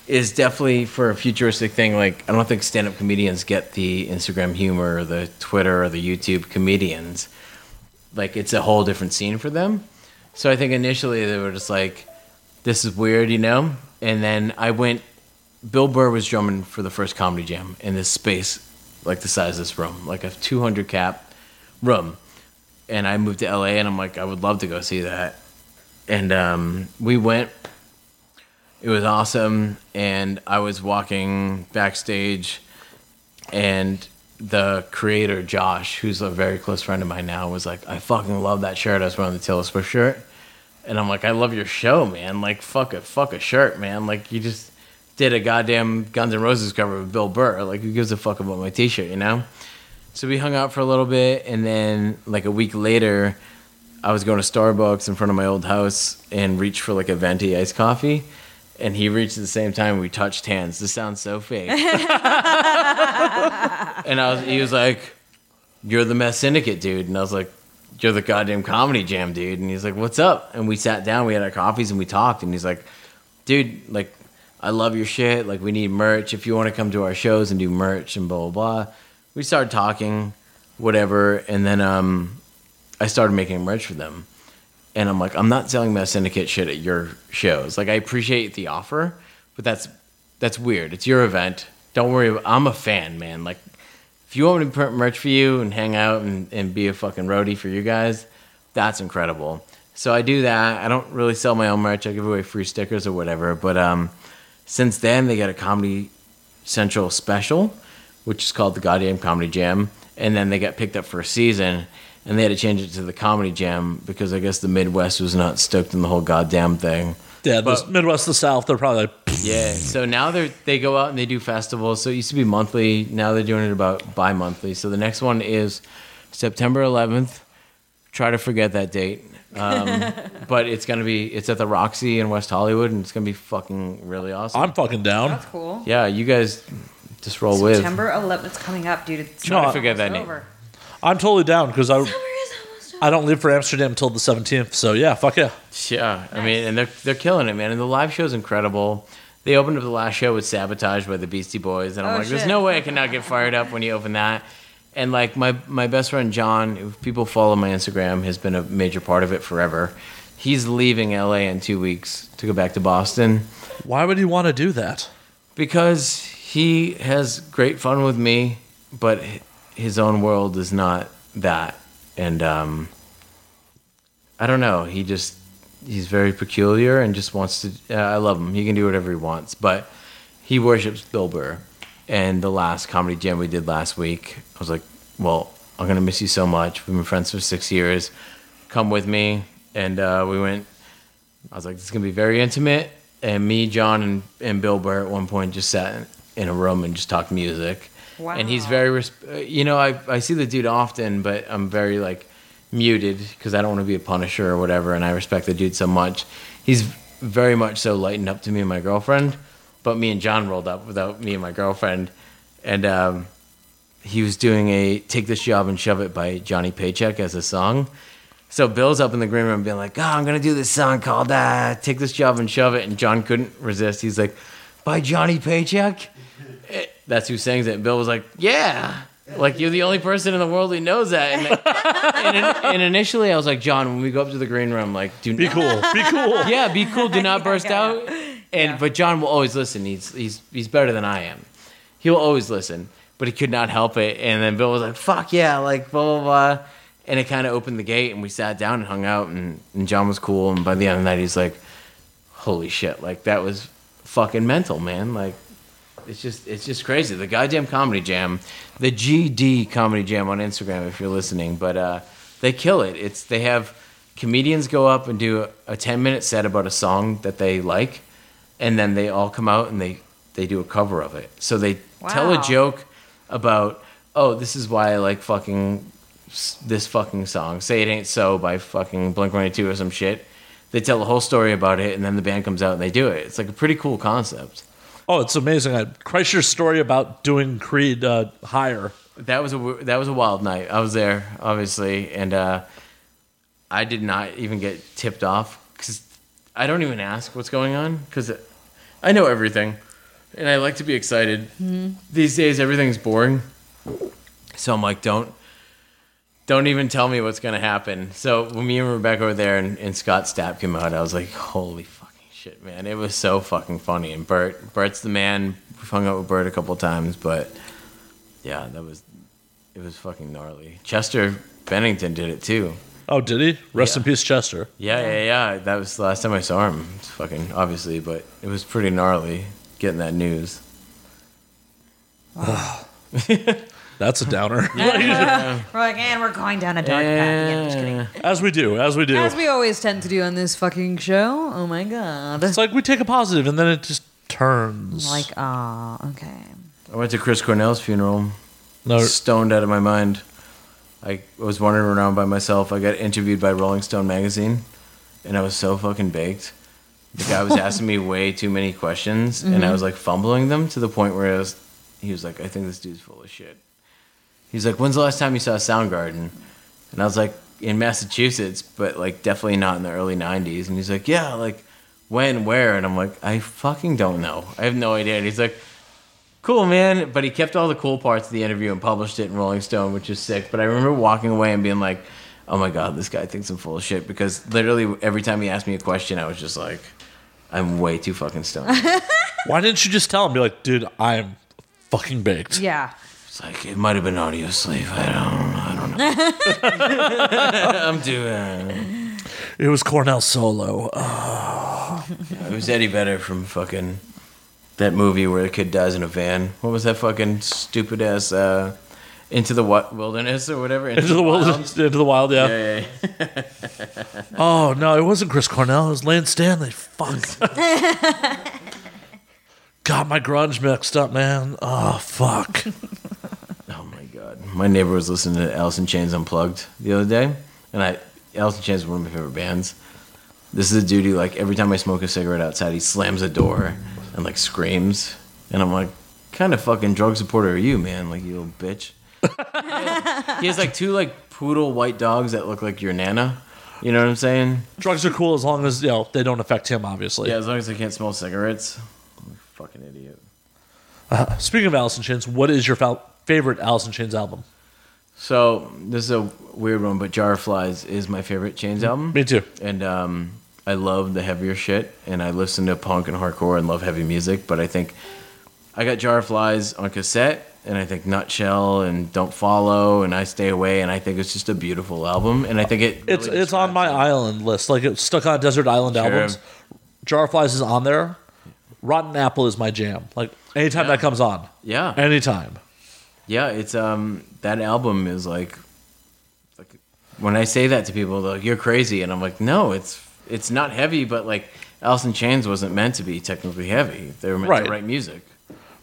Speaker 4: is definitely for a futuristic thing. Like I don't think stand up comedians get the Instagram humor or the Twitter or the YouTube comedians. Like it's a whole different scene for them. So I think initially they were just like, This is weird, you know? And then I went Bill Burr was drumming for the first comedy jam in this space, like the size of this room, like a 200 cap room. And I moved to LA and I'm like, I would love to go see that. And um, we went. It was awesome. And I was walking backstage and the creator, Josh, who's a very close friend of mine now, was like, I fucking love that shirt. I was wearing the Taylor Swift shirt. And I'm like, I love your show, man. Like, fuck a fuck a shirt, man. Like, you just did a goddamn Guns N' Roses cover with Bill Burr. Like, who gives a fuck about my T-shirt, you know? So we hung out for a little bit, and then like a week later, I was going to Starbucks in front of my old house and reached for like a venti iced coffee, and he reached at the same time. We touched hands. This sounds so fake. and I was, he was like, "You're the Mess Syndicate, dude," and I was like. You're the goddamn comedy jam, dude. And he's like, What's up? And we sat down, we had our coffees, and we talked. And he's like, Dude, like, I love your shit. Like, we need merch. If you want to come to our shows and do merch and blah, blah, blah. We started talking, whatever. And then um, I started making merch for them. And I'm like, I'm not selling my syndicate shit at your shows. Like, I appreciate the offer, but that's that's weird. It's your event. Don't worry. ab- I'm a fan, man. Like, if you want me to print merch for you and hang out and, and be a fucking roadie for you guys, that's incredible. So I do that. I don't really sell my own merch. I give away free stickers or whatever. But um, since then, they got a Comedy Central special, which is called the Goddamn Comedy Jam. And then they got picked up for a season, and they had to change it to the Comedy Jam because I guess the Midwest was not stoked in the whole goddamn thing.
Speaker 1: Yeah,
Speaker 4: But-
Speaker 1: the Midwest, the South, they're probably like, "Pfft."
Speaker 4: Yeah. So now they are they go out and they do festivals. So it used to be monthly. Now they're doing it about bi-monthly. So the next one is September 11th. Try to forget that date. Um, but it's gonna be it's at the Roxy in West Hollywood, and it's gonna be fucking really awesome.
Speaker 1: I'm fucking down.
Speaker 2: That's cool.
Speaker 4: yeah, you guys just roll with.
Speaker 2: September 11th. It's coming up, dude. It's
Speaker 1: Try to
Speaker 2: not-
Speaker 4: forget
Speaker 2: it's
Speaker 4: that name.
Speaker 2: over.
Speaker 1: I'm totally down because I
Speaker 2: Summer is
Speaker 1: I don't leave for Amsterdam until the 17th, so yeah, fuck yeah.
Speaker 4: Yeah, I mean, and they're they're killing it, man. And the live show's incredible. They opened up the last show with "Sabotage" by the Beastie Boys, and I'm
Speaker 2: Oh,
Speaker 4: like, there's
Speaker 2: shit.
Speaker 4: no way I cannot get fired up when you open that. And like my my best friend John, if people follow my Instagram, has been a major part of it forever. He's leaving LA in two weeks to go back to Boston
Speaker 1: Why would you want to do that?
Speaker 4: because he has great fun with me, but h- his own world is not that. And um, I don't know. He just he's very peculiar and just wants to. Uh, I love him. He can do whatever he wants, but he worships Bill Burr. And the last comedy jam we did last week, I was like, "Well, I'm gonna miss you so much. We've been friends for six years. Come with me." And uh, we went I was like, this is gonna be very intimate. And me, John, and, and Bill Burr at one point just sat in, in a room and just talked music. And he's
Speaker 2: Wow.
Speaker 4: very, res- uh, you know, I, I see the dude often, but I'm very like muted because I don't want to be a punisher or whatever. And I respect the dude so much. He's very much so lightened up to me and my girlfriend. But me and John rolled up without me and my girlfriend. And um, he was doing a Take This Job and Shove It by Johnny Paycheck as a song. So Bill's up in the green room being like, oh, I'm going to do this song called uh, Take This Job and Shove It. And John couldn't resist. He's like, by Johnny Paycheck? Eh, That's who sings it. Bill was like, yeah. Like, you're the only person in the world who knows that. And, and, and initially, I was like, John, when we go up to the green room, like, do
Speaker 1: Be cool. Be cool.
Speaker 4: yeah, be cool. Do not
Speaker 2: Yeah,
Speaker 4: burst
Speaker 2: yeah,
Speaker 4: out. And but John will always listen. He's he's he's better than I am. He'll always listen, but he could not help it. And then Bill was like, "Fuck yeah!" Like blah blah blah. And it kind of opened the gate, and we sat down and hung out. And, and John was cool. And by the end of the night, he's like, "Holy shit! Like that was fucking mental, man. Like it's just it's just crazy. The goddamn comedy jam, the GD comedy jam on Instagram if you're listening, but uh, they kill it. It's they have comedians go up and do a, a 10 minute set about a song that they like, and then they all come out and they they do a cover of it. So they tell a
Speaker 2: Wow.
Speaker 4: joke about oh this is why I like fucking s- this fucking song. Say it ain't so by fucking Blink 182 or some shit. They tell the whole story about it, and then the band comes out and they do it. It's like a pretty cool concept.
Speaker 1: Oh, it's amazing. I, Kreischer's story about doing Creed uh, higher.
Speaker 4: that was a w- that was a wild night. I was there, obviously, and uh, I did not even get tipped off because I don't even ask what's going on because I know everything, and I like to be excited. These days, everything's boring, so I'm like, don't don't even tell me what's gonna happen. So when me and Rebecca were there, and, and Scott Stapp came out, I was like, holy fucking shit, man! It was so fucking funny. And Bert, Bert's the man. We've hung out with Bert a couple times, but. Yeah, that was it was fucking gnarly. Chester Bennington did it too.
Speaker 1: Oh, did he? Rest
Speaker 4: Yeah.
Speaker 1: in peace, Chester.
Speaker 4: Yeah, yeah, yeah. That was the last time I saw him. It's fucking obviously, but it was pretty gnarly getting that news.
Speaker 1: That's a downer.
Speaker 2: We're like, and we're going down a dark path. Yeah, just kidding.
Speaker 1: as we do, as we do.
Speaker 2: As we always tend to do on this fucking show. Oh my god.
Speaker 1: it's like we take a positive and then it just turns.
Speaker 2: Like, ah, okay.
Speaker 4: I went to Chris Cornell's funeral,
Speaker 1: no,
Speaker 4: stoned out of my mind. I was wandering around by myself. I got interviewed by Rolling Stone magazine, and I was so fucking baked. The guy was asking me way too many questions, and I was like fumbling them to the point where I was, he was like, "I think this dude's full of shit." He's like, "When's the last time you saw Soundgarden?" And I was like, "In Massachusetts, but like definitely not in the early '90s." And he's like, "Yeah, like when, where?" And I'm like, "I fucking don't know. I have no idea." And he's like, "Cool, man," but he kept all the cool parts of the interview and published it in Rolling Stone, which is sick. But I remember walking away and being like, "Oh my god, this guy thinks I'm full of shit," because literally every time he asked me a question, I was just like. I'm way too fucking stoned.
Speaker 1: why didn't you just tell him? Be like, dude, I'm fucking baked.
Speaker 2: Yeah.
Speaker 4: It's like it might have been audio slave. I don't. I don't know. I'm doing.
Speaker 1: It was Cornell solo. Uh,
Speaker 4: It was Eddie Vedder from fucking that movie where the kid dies in a van. What was that fucking stupid ass uh, Into the what Wilderness or whatever?
Speaker 1: into the
Speaker 4: Wild?
Speaker 1: wilderness, into the wild. Yeah.
Speaker 4: um, Yeah, yeah, yeah.
Speaker 1: Oh no, it wasn't Chris Cornell. It was Lance Stanley. Fuck. Got my grunge mixed up, man. Oh fuck.
Speaker 4: Oh my god. My neighbor was listening to Alice in Chains Unplugged the other day, and I Alice in Chains is one of my favorite bands. This is a dude who, like, every time I smoke a cigarette outside, he slams a door and like screams, and I'm like, kind of fucking drug supporter are you, man? Like, you little bitch. he has like two like poodle white dogs that look like your nana. You know what I'm saying?
Speaker 1: Drugs are cool as long as you know they don't affect him. Obviously.
Speaker 4: Yeah, as long as they can't smell cigarettes. I'm a fucking idiot.
Speaker 1: Speaking of Alice in Chains, what is your fa- favorite Alice in Chains album?
Speaker 4: So this is a weird one, but Jar of Flies is my favorite Chains album.
Speaker 1: Me too.
Speaker 4: And um, I love the heavier shit, and I listen to punk and hardcore and love heavy music. But I think I got Jar of Flies on cassette, and I think Nutshell and Don't Follow and I Stay Away, and I think it's just a beautiful album. And I think it
Speaker 1: It's
Speaker 4: really
Speaker 1: it's on my
Speaker 4: describes
Speaker 1: island list. Like it's stuck on desert island
Speaker 4: Sure.
Speaker 1: albums. Jar of Flies is on there. Rotten Apple is my jam. Like anytime
Speaker 4: Yeah.
Speaker 1: that comes on,
Speaker 4: it. Yeah,
Speaker 1: anytime.
Speaker 4: yeah. It's um that album is like like when I say that to people, they're like, "You're crazy," and I'm like, "No, it's it's not heavy, but like." Alice in Chains wasn't meant to be technically heavy. They were meant
Speaker 1: Right.
Speaker 4: to write music.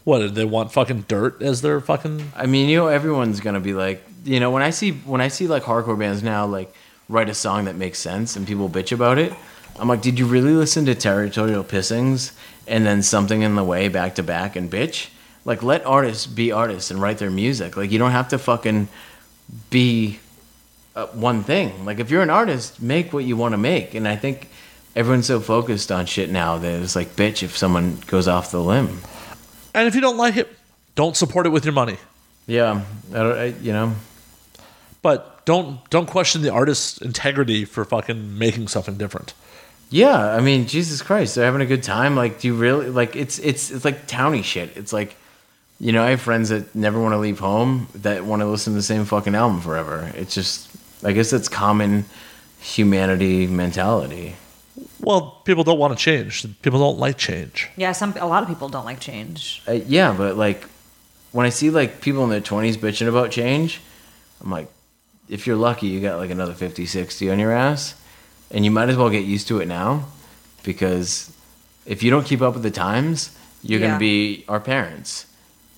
Speaker 1: What did they want? Fucking dirt as their fucking.
Speaker 4: I mean, you know, everyone's gonna be like, you know, when I see when I see like hardcore bands now, like write a song that makes sense and people bitch about it. I'm like, did you really listen to Territorial Pissings and then Something in the Way back to back and bitch? Like, let artists be artists and write their music. Like, you don't have to fucking be uh, one thing. Like, if you're an artist, make what you want to make. And I think everyone's so focused on shit now that it's like, bitch, if someone goes off the limb.
Speaker 1: And if you don't like it, don't support it with your money.
Speaker 4: Yeah, I don't, I, you know.
Speaker 1: But don't don't question the artist's integrity for fucking making something different.
Speaker 4: Yeah, I mean, Jesus Christ, they're having a good time. Like, do you really like? It's it's it's like towny shit. It's like, you know, I have friends that never want to leave home that want to listen to the same fucking album forever. It's just, I guess that's common humanity mentality.
Speaker 1: Well, people don't want to change. People don't like change.
Speaker 2: Yeah, some a lot of people don't like change.
Speaker 4: Uh, yeah, but like, when I see like people in their twenties bitching about change, I'm like, if you're lucky, you got like another 50, 60 on your ass, and you might as well get used to it now, because if you don't keep up with the times, you're
Speaker 2: Yeah.
Speaker 4: gonna be our parents.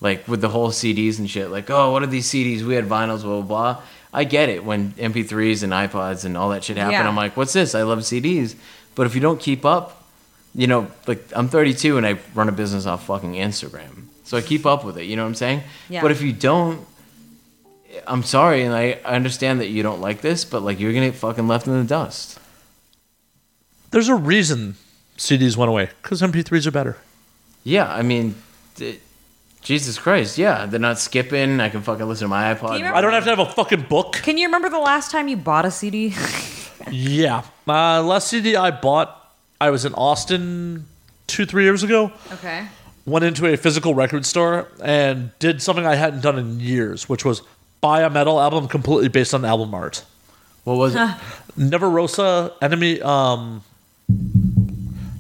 Speaker 4: Like with the whole CDs and shit, like, oh, what are these CDs? We had vinyls, blah, blah, blah. I get it when MP3s and iPods and all that shit happened.
Speaker 2: Yeah.
Speaker 4: I'm like, what's this? I love CDs. But if you don't keep up, you know, like I'm 32 and I run a business off fucking Instagram. So I keep up with it, you know what I'm saying?
Speaker 2: Yeah.
Speaker 4: But if you don't, I'm sorry, and I, I understand that you don't like this, but like you're gonna get fucking left in the dust.
Speaker 1: There's a reason CDs went away because MP3s are better.
Speaker 4: Yeah, I mean, d Jesus Christ, yeah, they're not skipping. I can fucking listen to my iPod.
Speaker 2: you remember-
Speaker 1: I don't have to have a fucking book.
Speaker 2: Can you remember the last time you bought a CD?
Speaker 1: Yeah. Uh, last CD I bought, I was in Austin two, three years ago.
Speaker 2: okay.
Speaker 1: Went into a physical record store and did something I hadn't done in years, which was buy a metal album completely based on album art.
Speaker 4: what was it?
Speaker 1: Never Rosa, Enemy, um,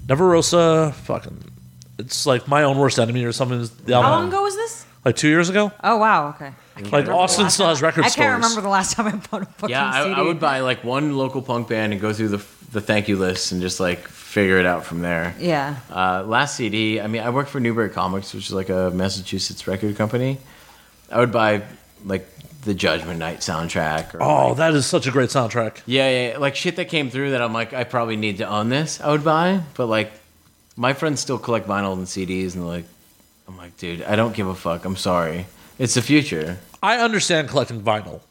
Speaker 1: Never Rosa, fucking, it's like My Own Worst Enemy or something. is the album.
Speaker 2: How long ago was this?
Speaker 1: Like two years ago?
Speaker 2: Um, Oh wow. Okay.
Speaker 1: Like Austin still has record
Speaker 2: I
Speaker 1: stores.
Speaker 2: can't remember the last time I bought a fucking
Speaker 4: Yeah, I,
Speaker 2: CD.
Speaker 4: I would buy like one local punk band and go through the the thank you list and just like figure it out from there.
Speaker 2: Yeah.
Speaker 4: Uh, last CD, I mean, I worked for Newberry Comics, which is like a Massachusetts record company. I would buy like the Judgment Night soundtrack. Or,
Speaker 1: Oh, that is such a great soundtrack.
Speaker 4: Yeah, yeah, yeah, like shit that came through that I'm like, I probably need to own this. I would buy, but like, my friends still collect vinyl and CDs, and like, I'm like, dude, I don't give a fuck. I'm sorry. It's the future.
Speaker 1: I understand collecting vinyl,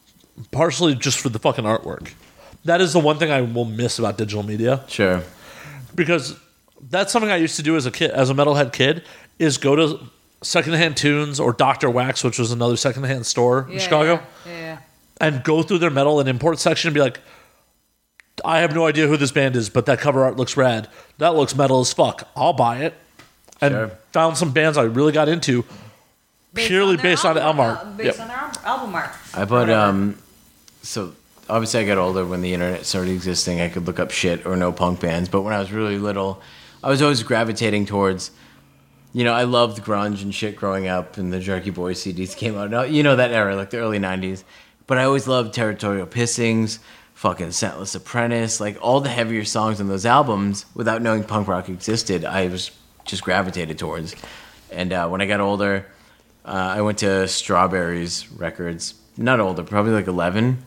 Speaker 1: partially just for the fucking artwork. That is the one thing I will miss about digital media
Speaker 4: Sure.
Speaker 1: because that's something I used to do as a kid, as a metalhead kid, is go to secondhand tunes or Doctor Wax, which was another secondhand store in
Speaker 2: Yeah,
Speaker 1: Chicago,
Speaker 2: Yeah. yeah.
Speaker 1: and go through their metal and import section and be like, I have no idea who this band is, but that cover art looks rad. That looks metal as fuck. I'll buy it. And
Speaker 4: Sure.
Speaker 1: found some bands I really got into. Purely based on album art.
Speaker 2: uh, Based
Speaker 1: Yep.
Speaker 2: on their al- album art.
Speaker 4: I bought um, so obviously I got older when the internet started existing. I could look up shit or no punk bands, but when I was really little, I was always gravitating towards. You know, I loved grunge and shit growing up, and the Jerky Boy CDs came out. Now, You know that era, like the early '90s. But I always loved Territorial Pissings, fucking Scentless Apprentice, like all the heavier songs on those albums. Without knowing punk rock existed, I was just gravitated towards. And uh, when I got older, uh, I went to Strawberries Records, not older, probably like 11.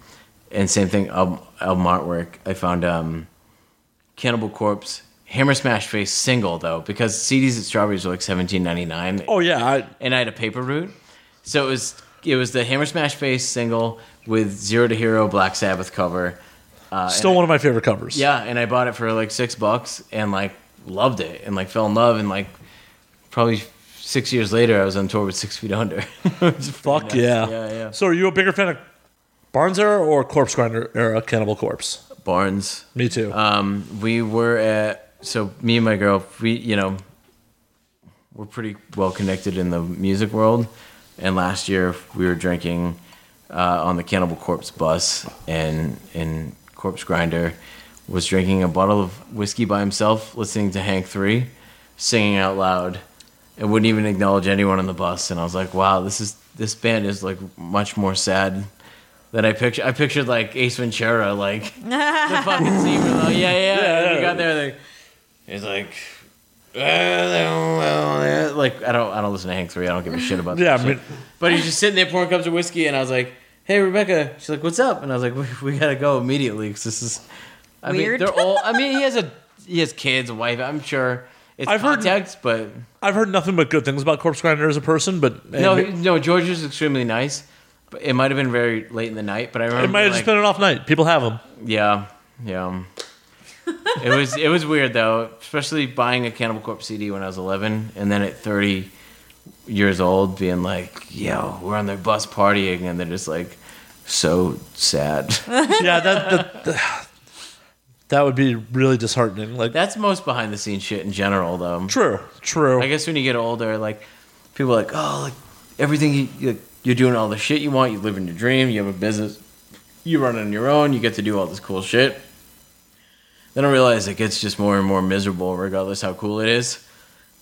Speaker 4: And same thing, album, album artwork. I found um, Cannibal Corpse, Hammer Smash Face single, though, because CDs at Strawberries were like seventeen ninety nine,
Speaker 1: Oh yeah, I,
Speaker 4: And I had a paper route. So it was It was the Hammer Smash Face single with Zero to Hero Black Sabbath cover. Uh,
Speaker 1: Still
Speaker 4: and I-
Speaker 1: one of my favorite covers.
Speaker 4: yeah, and I bought it for like six bucks and like loved it and like fell in love and like probably six years later I was on tour with Six Feet Under.
Speaker 1: Fuck
Speaker 4: nice.
Speaker 1: yeah.
Speaker 4: Yeah, yeah.
Speaker 1: So are you a bigger fan of Barnes era or Corpse Grinder era Cannibal Corpse?
Speaker 4: Barnes.
Speaker 1: Me too.
Speaker 4: Um, we were at so me and my girl. We you know we're pretty well connected in the music world, and last year we were drinking uh, on the Cannibal Corpse bus, and and Corpse Grinder was drinking a bottle of whiskey by himself, listening to Hank Three, singing out loud, and wouldn't even acknowledge anyone on the bus. And I was like, wow, this is this band is like much more sad. than I picture, I pictured like Ace Ventura, like the fucking zebra though. Yeah, yeah. and we got there. Like, it's like, like I don't, I don't listen to Hank Three. I don't give a shit about.
Speaker 1: yeah,
Speaker 4: that
Speaker 1: I
Speaker 4: shit.
Speaker 1: mean,
Speaker 4: But he's just sitting there pouring cups of whiskey, and I was like, "Hey, Rebecca." She's like, "What's up?" And I was like, "We, we gotta go immediately because this is." I
Speaker 2: Weird.
Speaker 4: mean, they're all. I mean, he has a he has kids, a wife. I'm sure it's
Speaker 1: I've
Speaker 4: I've
Speaker 1: heard-
Speaker 4: context, but
Speaker 1: I've heard nothing but good things about Corpse Grinder as a person, but
Speaker 4: no,
Speaker 1: it,
Speaker 4: no. George is extremely nice. But it might have been very late in the night, but I remember
Speaker 1: might have just
Speaker 4: like-
Speaker 1: been an off night. People have them.
Speaker 4: Yeah, yeah. it was it was weird though, especially buying a Cannibal Corpse CD when I was 11, and then at 30 years old, being like, "Yo, we're on their bus partying," and they're just like, so sad.
Speaker 1: yeah, that, that that would be really disheartening. Like
Speaker 4: That's most behind the scenes shit in general, though.
Speaker 1: true, true.
Speaker 4: I guess when you get older, like people are like, "Oh, like everything you, you you're doing all the shit you want. You live in your dream. You have a business. You run on your own. You get to do all this cool shit." Then I realize it gets just more and more miserable, regardless how cool it is.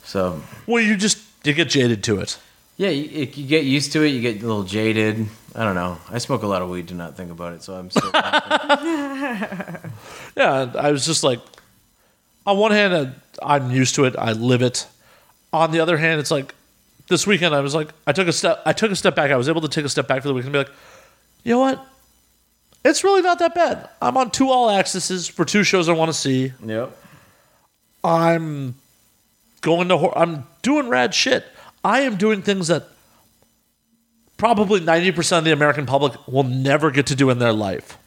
Speaker 4: So
Speaker 1: well, you just you get jaded to it.
Speaker 4: yeah, you, it, you get used to it. You get a little jaded. I don't know. I smoke a lot of weed to not think about it, so I'm still.
Speaker 1: Yeah, and I was just like, on one hand, uh, I'm used to it. I live it. On the other hand, it's like this weekend. I was like, I took a step. I took a step back. I was able to take a step back for the weekend and be like, you know what? It's really not that bad. I'm on two all accesses for two shows I want to see.
Speaker 4: yep.
Speaker 1: I'm going to. Hor- I'm doing rad shit. I am doing things that probably 90% of the American public will never get to do in their life.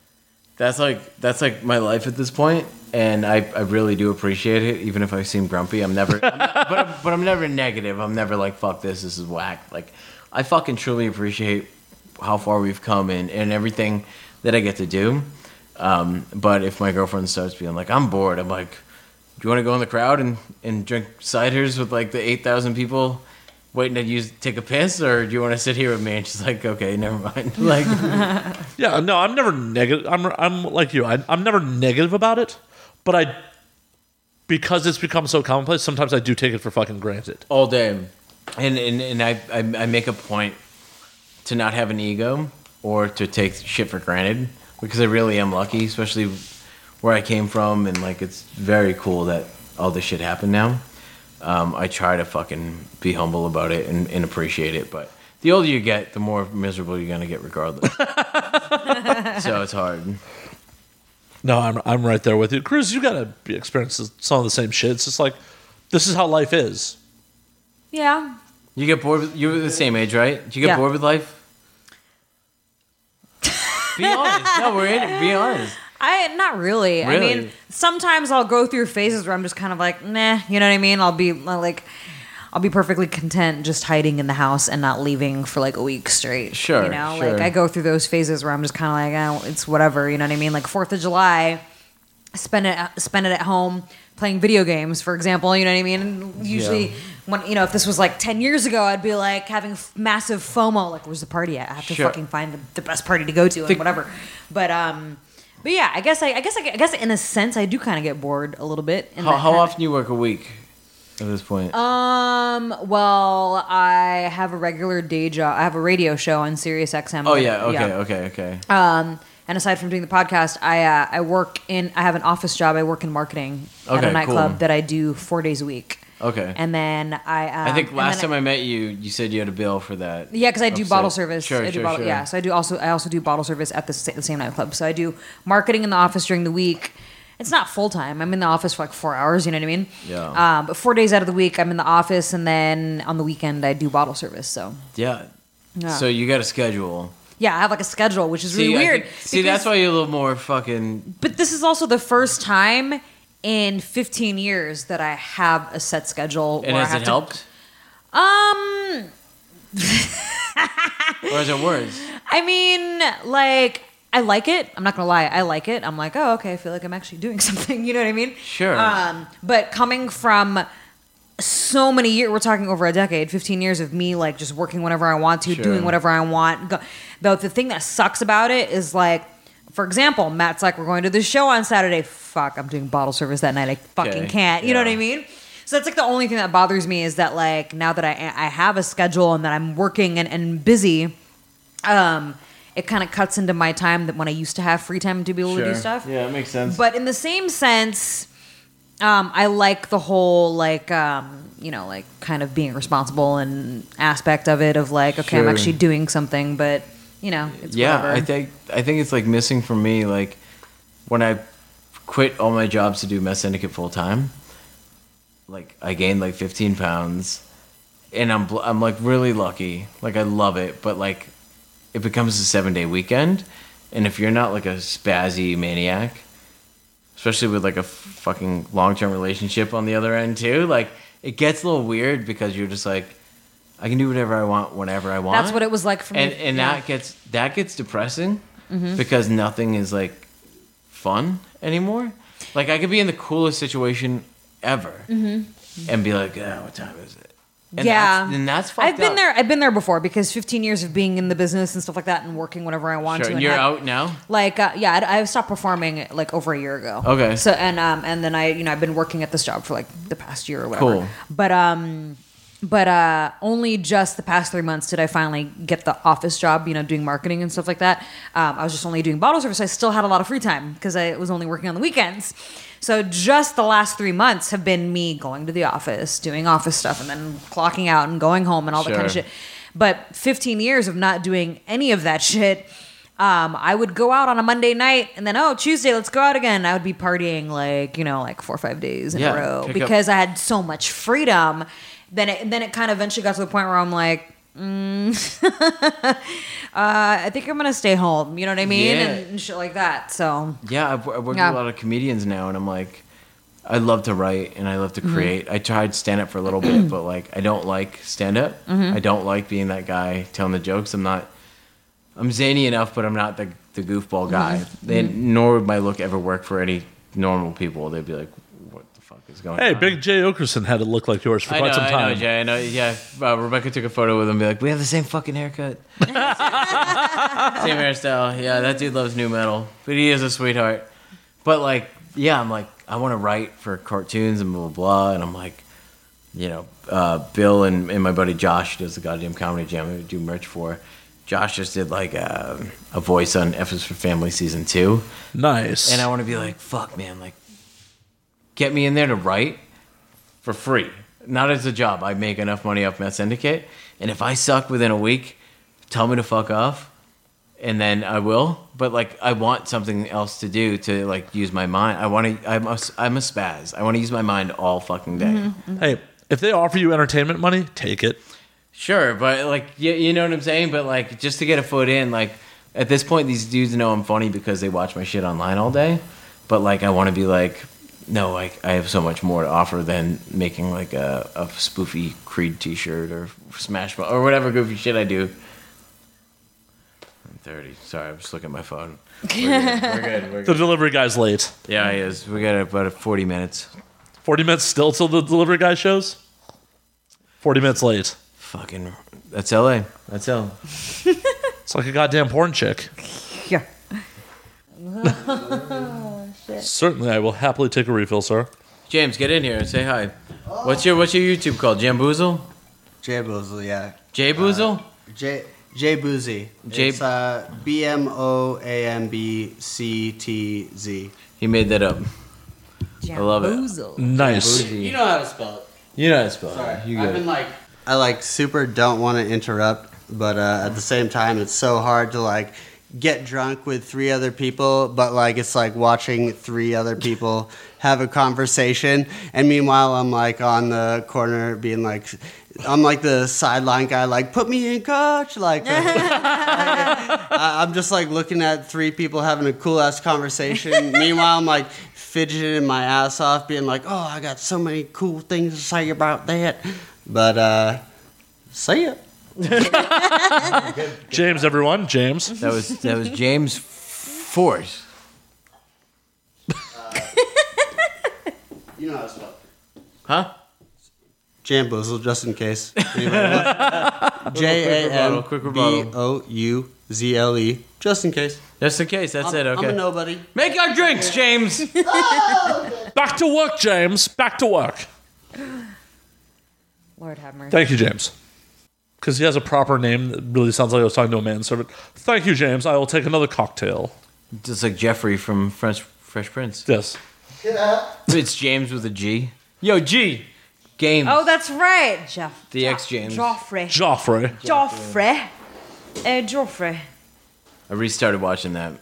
Speaker 4: That's like that's like my life at this point, and I, I really do appreciate it, even if I seem grumpy. I'm never, I'm not- but I'm, but I'm never negative. I'm never like fuck this. This is whack. Like I fucking truly appreciate how far we've come and and everything that I get to do. Um, but if my girlfriend starts being like I'm bored, I'm like, do you want to go in the crowd and and drink ciders with like the eight thousand people? Waiting to use take a piss, or do you want to sit here with me? And she's like, "Okay, never mind." Like,
Speaker 1: Yeah, no, I'm never negative. I'm, I'm like you. I, I'm never negative about it, but I, because it's become so commonplace, sometimes I do take it for fucking granted.
Speaker 4: all day and and, and I, I i make a point to not have an ego or to take shit for granted because i really am lucky especially where i came from and like it's very cool that all this shit happened now um, i try to fucking be humble about it and, and appreciate it but the older you get the more miserable you're gonna get regardless so it's hard
Speaker 1: No, I'm, I'm right there with you. Cruz, you got to be experiencing some of the same shit. It's just like, this is how life is.
Speaker 2: Yeah.
Speaker 4: you get bored with, you were the same age right do you get
Speaker 2: Yeah.
Speaker 4: bored with life be honest no we're in it be honest
Speaker 2: I not really. I mean,
Speaker 4: Really?
Speaker 2: sometimes I'll go through phases where I'm just kind of like, nah, you know what I mean? I'll be uh, like I'll be perfectly content just hiding in the house and not leaving for like a week straight.
Speaker 4: Sure,
Speaker 2: You know,
Speaker 4: sure.
Speaker 2: like I go through those phases where I'm just kind of like, oh, it's whatever, you know what I mean? Like 4th of July, spend it spend it at home playing video games, for example. You know what I mean? And usually,
Speaker 4: Yeah.
Speaker 2: when you know, if this was like ten years ago, I'd be like having f- massive FOMO, like, "Where's the party at? I have to
Speaker 4: Sure.
Speaker 2: fucking find the, the best party to go to and whatever." But um, but yeah, I guess I, I guess I, I guess in a sense, I do kind of get bored a little bit. In
Speaker 4: How,
Speaker 2: that
Speaker 4: how
Speaker 2: kind of-
Speaker 4: often you work a week at this point?
Speaker 2: Um. Well, I have a regular day job. I have a radio show on Sirius XM.
Speaker 4: oh yeah, okay, okay, okay.
Speaker 2: Um, and aside from doing the podcast, I uh, I work in I have an office job. I work in marketing at
Speaker 4: Okay,
Speaker 2: a nightclub
Speaker 4: cool.
Speaker 2: that I do four days a week.
Speaker 4: Okay.
Speaker 2: And then I um,
Speaker 4: I think last time
Speaker 2: I,
Speaker 4: I, met you, you said you had a bill for that.
Speaker 2: yeah, because I do
Speaker 4: Upset.
Speaker 2: bottle service.
Speaker 4: Sure,
Speaker 2: I do
Speaker 4: sure,
Speaker 2: bottle,
Speaker 4: sure.
Speaker 2: Yeah, so I do also I also do bottle service at the, sa- the same nightclub. So I do marketing in the office during the week. It's not full time. I'm in the office for like four hours. You know what I mean?
Speaker 4: Yeah.
Speaker 2: Um, but four days out of the week, I'm in the office, and then on the weekend, I do bottle service. So
Speaker 4: Yeah. So you got a schedule.
Speaker 2: Yeah, I have like a schedule, which is really
Speaker 4: I
Speaker 2: weird.
Speaker 4: think- see,
Speaker 2: because-
Speaker 4: that's why you're a little more fucking.
Speaker 2: But this is also the first time in 15 years that I have a set schedule.
Speaker 4: And
Speaker 2: where I
Speaker 4: has
Speaker 2: have
Speaker 4: it
Speaker 2: to-
Speaker 4: helped?
Speaker 2: Um,
Speaker 4: Or is it worse?
Speaker 2: I mean, like. I like it. I'm not gonna lie. I like it. I'm like, oh, okay. I feel like I'm actually doing something. You know what I mean?
Speaker 4: Sure.
Speaker 2: Um, but coming from so many years, we're talking over a decade, 15 years of me like just working whenever I want to,
Speaker 4: Sure.
Speaker 2: doing whatever I want. Go- Though the thing that sucks about it is like, for example, Matt's like, we're going to this show on Saturday. Fuck, I'm doing bottle service that night. I fucking
Speaker 4: Okay,
Speaker 2: can't. You know what I
Speaker 4: yeah.
Speaker 2: mean? So that's like the only thing that bothers me is that like now that I I have a schedule and that I'm working and, and busy, um, it kind of cuts into my time that when I used to have free time to be able to do stuff.
Speaker 4: Yeah, it makes sense.
Speaker 2: But in the same sense, um, I like the whole like um, you know like kind of being responsible and aspect of it of like okay I'm
Speaker 4: Sure.
Speaker 2: actually doing something, but you know it's
Speaker 4: yeah,
Speaker 2: whatever.
Speaker 4: I think I think it's like missing for me. Like when I quit all my jobs to do Mess Syndicate full time, like I gained like 15 pounds, and I'm bl- I'm like really lucky. Like I love it, but like it becomes a seven day weekend, and if you're not like a spazzy maniac, especially with like a f- fucking long term relationship on the other end too, like it gets a little weird because you're just like. I can do whatever I want whenever I want.
Speaker 2: that's what it was like for
Speaker 4: and
Speaker 2: me.
Speaker 4: and
Speaker 2: Yeah.
Speaker 4: that gets that gets depressing because nothing is like fun anymore. Like I could be in the coolest situation ever and be like, oh, what time is it? And
Speaker 2: Mm-hmm. yeah,
Speaker 4: that's, and that's fucked
Speaker 2: I've been
Speaker 4: up.
Speaker 2: there. I've been there before because 15 years of being in the business and stuff like that and working whenever I want
Speaker 4: Sure,
Speaker 2: to. And
Speaker 4: you're
Speaker 2: ha-
Speaker 4: out now.
Speaker 2: Like uh, yeah, I, I stopped performing like over a year ago.
Speaker 4: Okay.
Speaker 2: So and um and then I you know I've been working at this job for like the past year or whatever.
Speaker 4: Cool.
Speaker 2: But um but uh only just the past three months did I finally get the office job. You know, doing marketing and stuff like that. Um, I was just only doing bottle service. I still had a lot of free time because I was only working on the weekends. So just the last three months have been me going to the office, doing office stuff, and then clocking out and going home and all that kind of
Speaker 4: Sure.
Speaker 2: shit. But 15 years of not doing any of that shit, um, I would go out on a Monday night and then, oh, Tuesday, let's go out again. I would be partying like, you know, like four or five days in
Speaker 4: Yeah,
Speaker 2: a row
Speaker 4: pick up-
Speaker 2: because I had so much freedom. Then it, then it kind of eventually got to the point where I'm like, mm, uh, I think I'm going to stay home. You know what I mean?
Speaker 4: Yeah.
Speaker 2: And, and shit like that. So,
Speaker 4: Yeah, I've, I've worked
Speaker 2: Yeah.
Speaker 4: with a lot of comedians now, and I'm like, I love to write and I love to create. I tried stand up for a little bit, but like, I don't like stand up. I don't like being that guy telling the jokes. I'm not, I'm zany enough, but I'm not the, the goofball guy. And nor would my look ever work for any normal people. They'd be like, what the fuck is going
Speaker 1: Hey,
Speaker 4: on?
Speaker 1: Big Jay Okerson had a look like yours for
Speaker 4: Um, I
Speaker 1: quite
Speaker 4: know,
Speaker 1: some
Speaker 4: I
Speaker 1: time.
Speaker 4: know, Jay. I know. Yeah, uh, Rebecca took a photo with him. Be like, we have the same fucking haircut, same hairstyle. Yeah, that dude loves new metal, but he is a sweetheart. But like, yeah, I'm like, I want to write for cartoons and blah blah blah, and I'm like, you know, uh, Bill and, and my buddy Josh who does the goddamn comedy jam. I do merch for. Josh just did like a, a voice on F is for Family season two.
Speaker 1: Nice.
Speaker 4: And I want to be like, fuck, man, like, get me in there to write for free. Not as a job. I make enough money off Meth Syndicate. And if I suck within a week, tell me to fuck off. And then I will. But, like, I want something else to do to, like, use my mind. I want to, I'm a, I'm a spaz. I want to use my mind all fucking day.
Speaker 1: hey, if they offer you entertainment money, take it.
Speaker 4: Sure, but like you, you know what I'm saying. But like just to get a foot in, like at this point, these dudes know I'm funny because they watch my shit online all day. But like I want to be like, no, like I have so much more to offer than making like a, a spoofy Creed T-shirt or Smash Mouth or whatever goofy shit I do. I'm 30. Sorry, I'm just looking at my phone. We're good. We're good. We're
Speaker 1: The
Speaker 4: good.
Speaker 1: delivery guy's late.
Speaker 4: Yeah, he is. We got about 40 minutes.
Speaker 1: 40 minutes still till the delivery guy shows? 40 minutes late.
Speaker 4: Fucking. That's LA. That's L.
Speaker 1: It's like a goddamn porn chick.
Speaker 2: yeah.
Speaker 1: Certainly, I will happily take a refill, sir.
Speaker 4: James, get in here and say hi. What's your What's your YouTube called? Jamboozle?
Speaker 5: Jay Boozle, yeah.
Speaker 4: Jay
Speaker 5: Uh,
Speaker 4: Boozle?
Speaker 5: J Jay Boozy.
Speaker 4: Jay-
Speaker 5: It's uh, B M O A M B C T Z.
Speaker 4: he made that up.
Speaker 2: I
Speaker 4: love it.
Speaker 1: Nice.
Speaker 5: You know how to spell it.
Speaker 4: You know how to spell it.
Speaker 5: Sorry,
Speaker 4: You
Speaker 5: I've
Speaker 4: good.
Speaker 5: been like, I like super don't want to interrupt, but uh, at the same time, it's so hard to like get drunk with three other people, but like it's like watching three other people have a conversation, and meanwhile I'm like on the corner being like, I'm like the sideline guy, like put me in, coach. Like, I, I'm just like looking at three people having a cool ass conversation. Meanwhile, I'm like fidgeting my ass off, being like, oh, I got so many cool things to say about that. But uh, say it.
Speaker 1: James, everyone, James.
Speaker 4: That was that was James Force.
Speaker 5: You know how to spell.
Speaker 4: Huh?
Speaker 5: Jamboozle, just in case. J A M
Speaker 4: Quick rebuttal, quick
Speaker 5: B
Speaker 4: rebuttal.
Speaker 5: O U Z L E, just in case.
Speaker 4: That's the case. That's it.
Speaker 5: I'm
Speaker 4: Okay.
Speaker 5: a nobody.
Speaker 4: Make our drinks, James.
Speaker 1: Back to work, James. Back to work.
Speaker 2: Lord have mercy.
Speaker 1: Thank you, James. Because he has a proper name that really sounds like I was talking to a manservant. Thank you, James. I will take another cocktail.
Speaker 4: Just like Jeffrey from Fresh Fresh Prince.
Speaker 1: Yes.
Speaker 4: It's James with a G. Yo, G. Games.
Speaker 2: Oh, that's right. Jeff.
Speaker 4: The ex James.
Speaker 2: Joffrey.
Speaker 1: Joffrey.
Speaker 2: Joffrey. Uh, Joffrey.
Speaker 4: I restarted watching that.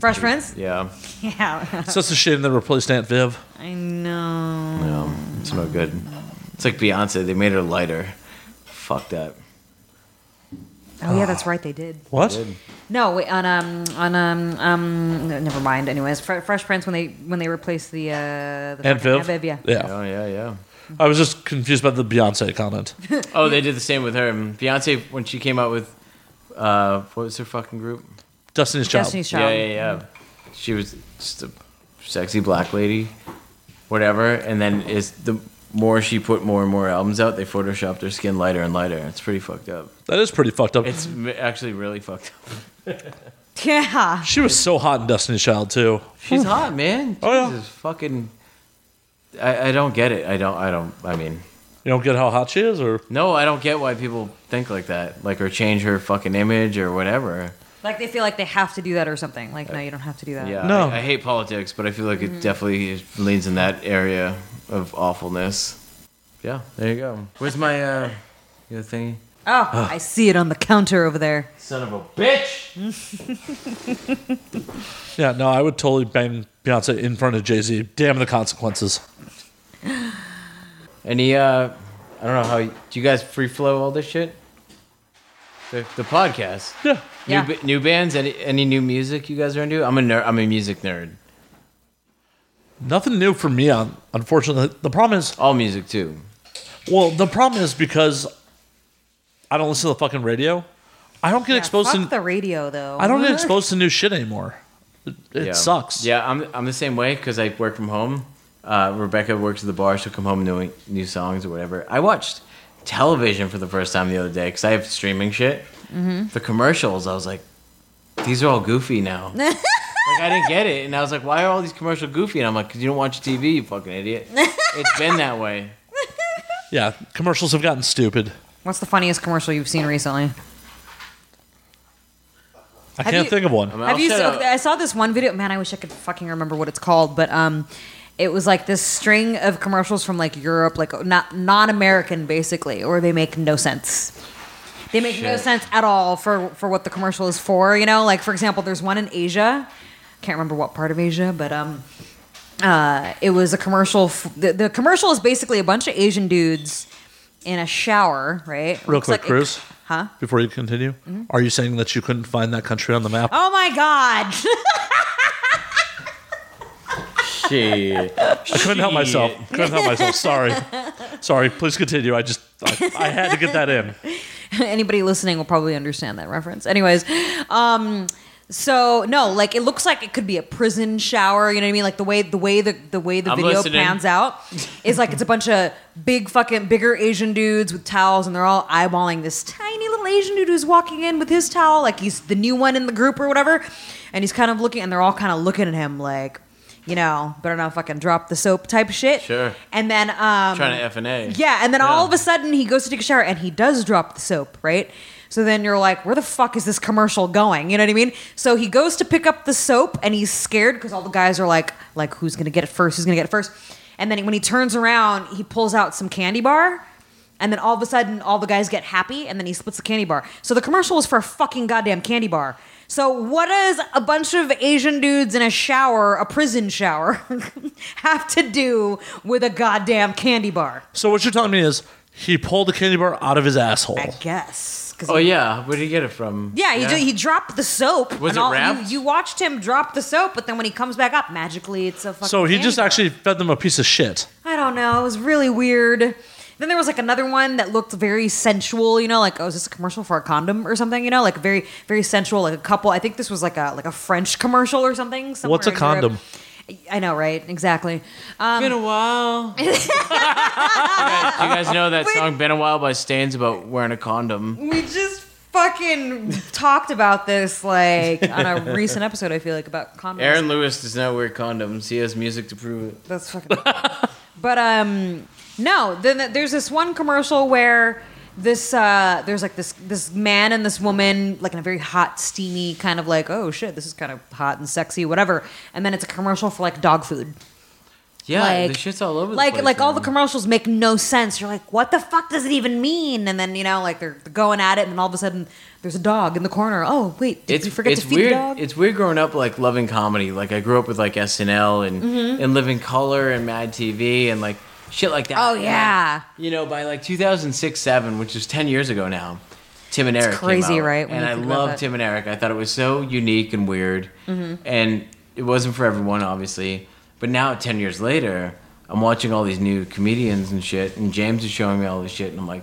Speaker 2: Fresh Prince?
Speaker 4: Yeah.
Speaker 2: Yeah.
Speaker 1: It's such a shame they replaced Aunt Viv.
Speaker 2: I know.
Speaker 4: No, Um, it's no good. It's like Beyonce. They made her lighter. Fuck that.
Speaker 2: Oh, yeah, that's right. They did.
Speaker 1: What?
Speaker 2: No, wait, on um on um um never mind. Anyways, Fre- Fresh Prince when they when they replaced the uh the
Speaker 1: Aunt
Speaker 2: fucking
Speaker 1: Viv?
Speaker 2: Aunt yeah.
Speaker 1: Yeah.
Speaker 4: Oh yeah, yeah.
Speaker 1: I was just confused about the Beyonce comment.
Speaker 4: Oh, they did the same with her. Beyonce when she came out with uh, what was her fucking group?
Speaker 1: Destiny's Child.
Speaker 2: Destiny's Child.
Speaker 4: Yeah, yeah, yeah. She was just a sexy black lady, whatever. And then is the more she put more and more albums out, they photoshopped her skin lighter and lighter. It's pretty fucked up.
Speaker 1: That is pretty fucked up.
Speaker 4: It's m- actually really fucked up.
Speaker 2: Yeah.
Speaker 1: she was so hot in Destiny's Child too.
Speaker 4: She's hot, man.
Speaker 1: Oh, yeah.
Speaker 4: Jesus fucking. I, I don't get it. I don't. I don't. I mean,
Speaker 1: You don't get how hot she is, or
Speaker 4: no, I don't get why people think like that, like or change her fucking image or whatever.
Speaker 2: Like they feel like they have to do that or something. Like no, you don't have to do that.
Speaker 4: Yeah,
Speaker 1: No.
Speaker 4: I, I hate politics, but I feel like it definitely leans in that area of awfulness. Yeah, there you go. Where's my uh, your thingy?
Speaker 2: Oh, I see it on the counter over there.
Speaker 4: Son of a bitch!
Speaker 1: yeah, no, I would totally bang Beyonce in front of Jay Z. Damn the consequences.
Speaker 4: Any uh, I don't know how you, do you guys free flow all this shit. The, the podcast.
Speaker 1: Yeah,
Speaker 4: New,
Speaker 2: Yeah.
Speaker 4: ba- new bands. Any any new music you guys are into? I'm a nerd. I'm a music nerd.
Speaker 1: nothing new for me. On unfortunately, the problem is,
Speaker 4: All music too.
Speaker 1: well, the problem is because I don't listen to the fucking radio. I don't get
Speaker 2: Yeah,
Speaker 1: exposed to.
Speaker 2: fuck the radio though.
Speaker 1: I don't get exposed to new shit anymore. It, it
Speaker 4: yeah.
Speaker 1: sucks.
Speaker 4: Yeah, I'm I'm the same way because I work from home. Uh, Rebecca works at the bar. She'll come home knowing new songs or whatever. I watched television for the first time the other day because I have streaming shit.
Speaker 2: Mm-hmm.
Speaker 4: The commercials, I was like, these are all goofy now. like I didn't get it, and I was like, why are all these commercials goofy? And I'm like, because you don't watch TV, you fucking idiot. it's been that way.
Speaker 1: yeah. Commercials have gotten stupid.
Speaker 2: What's the funniest commercial you've seen recently?
Speaker 1: I can't
Speaker 2: you-
Speaker 1: think of one.
Speaker 4: I mean,
Speaker 2: Have
Speaker 4: I'll
Speaker 2: you?
Speaker 4: shut
Speaker 2: Seen,
Speaker 4: up.
Speaker 2: okay, I saw this one video. Man, I wish I could fucking remember what it's called, but um, it was like this string of commercials from like Europe, like not non-American, basically, or they make no sense. They make no
Speaker 4: Shit.
Speaker 2: sense at all for for what the commercial is for. You know, like for example, there's one in Asia. Can't remember what part of Asia, but um, uh, it was a commercial. F- the, the commercial is basically a bunch of Asian dudes in a shower, right?
Speaker 1: Real
Speaker 2: Looks
Speaker 1: quick,
Speaker 2: like it-
Speaker 1: Cruz.
Speaker 2: Huh?
Speaker 1: Before you continue,
Speaker 2: Mm-hmm.
Speaker 1: are you saying that you couldn't find that country on the map?
Speaker 2: Oh my god.
Speaker 4: Shit.
Speaker 1: I couldn't help myself.
Speaker 4: Oh,
Speaker 1: Couldn't help myself. Sorry. Sorry. Please continue. I just, I, I had to get that in.
Speaker 2: anybody listening will probably understand that reference. Anyways, um, so no, like it looks like it could be a prison shower. You know what I mean? Like the way the way the the way the
Speaker 4: I'm
Speaker 2: video
Speaker 4: listening.
Speaker 2: pans out is like it's a bunch of big fucking bigger Asian dudes with towels, and they're all eyeballing this tiny little Asian dude who's walking in with his towel, like he's the new one in the group or whatever, and he's kind of looking, and they're all kind of looking at him like. You know, better not fucking drop the soap type shit.
Speaker 4: Sure.
Speaker 2: And then, um,
Speaker 4: Trying to F and A.
Speaker 2: yeah, and then
Speaker 4: Yeah.
Speaker 2: all of a sudden he goes to take a shower and he does drop the soap, right? So then you're like, where the fuck is this commercial going? You know what I mean? So he goes to pick up the soap and he's scared because all the guys are like, like who's gonna get it first? Who's gonna get it first? And then when he turns around, he pulls out some candy bar. And then all of a sudden, all the guys get happy, and then he splits the candy bar. So the commercial was for a fucking goddamn candy bar. So what does a bunch of Asian dudes in a shower, a prison shower, have to do with a goddamn candy bar?
Speaker 1: So what you're telling me is He pulled the candy bar out of his asshole.
Speaker 2: I guess. 'cause
Speaker 4: Oh
Speaker 2: he-
Speaker 4: yeah, where did he get it from?
Speaker 2: Yeah, he, ju- he dropped the soap.
Speaker 4: Was
Speaker 2: and
Speaker 4: it
Speaker 2: all,
Speaker 4: wrapped?
Speaker 2: You, you watched him drop the soap, but then when he comes back up, magically it's a fucking.
Speaker 1: So he
Speaker 2: candy
Speaker 1: just
Speaker 2: bar.
Speaker 1: actually fed them a piece of shit.
Speaker 2: I don't know. It was really weird. Then there was like another one that looked very sensual, you know, like oh, is this a commercial for a condom or something? You know, like very, very sensual, like a couple. I think this was like a like a French commercial or something. somewhere
Speaker 1: What's a
Speaker 2: in
Speaker 1: condom?
Speaker 2: Europe. I know, right? Exactly. Um,
Speaker 4: Been a while. you guys know that song "Been a While" by Stains about wearing a condom.
Speaker 2: we just fucking talked about this like on a recent episode. I feel like about condoms.
Speaker 4: Aaron Lewis does not wear condoms. He has music to prove it.
Speaker 2: That's fucking. but um, no. Then th- there's this one commercial where this uh, there's like this this man and this woman like in a very hot, steamy kind of like oh shit, this is kind of hot and sexy, whatever. And then it's a commercial for like dog food.
Speaker 4: Yeah,
Speaker 2: like,
Speaker 4: the shit's all over.
Speaker 2: Like
Speaker 4: the place,
Speaker 2: like all the
Speaker 4: man.
Speaker 2: commercials make no sense. You're like, what the fuck does it even mean? And then you know like they're going at it, and then all of a sudden there's a dog in the corner. Oh wait, did
Speaker 4: it's
Speaker 2: we forget
Speaker 4: it's
Speaker 2: to feed
Speaker 4: weird.
Speaker 2: the dog?
Speaker 4: It's weird growing up like loving comedy. Like I grew up with like SNL and
Speaker 2: Mm-hmm.
Speaker 4: and Living Color and Mad TV and like shit like that.
Speaker 2: Oh, yeah.
Speaker 4: You know, by like 2006 seven, which is ten years ago now. Tim and Eric. came
Speaker 2: crazy,
Speaker 4: out,
Speaker 2: right, when
Speaker 4: And
Speaker 2: you
Speaker 4: I
Speaker 2: think about Mm-hmm.
Speaker 4: loved
Speaker 2: that.
Speaker 4: Tim and Eric. I thought it was so unique and weird, and it wasn't for everyone, obviously. But now, ten years later, I'm watching all these new comedians and shit, and James is showing me all this shit, and I'm like,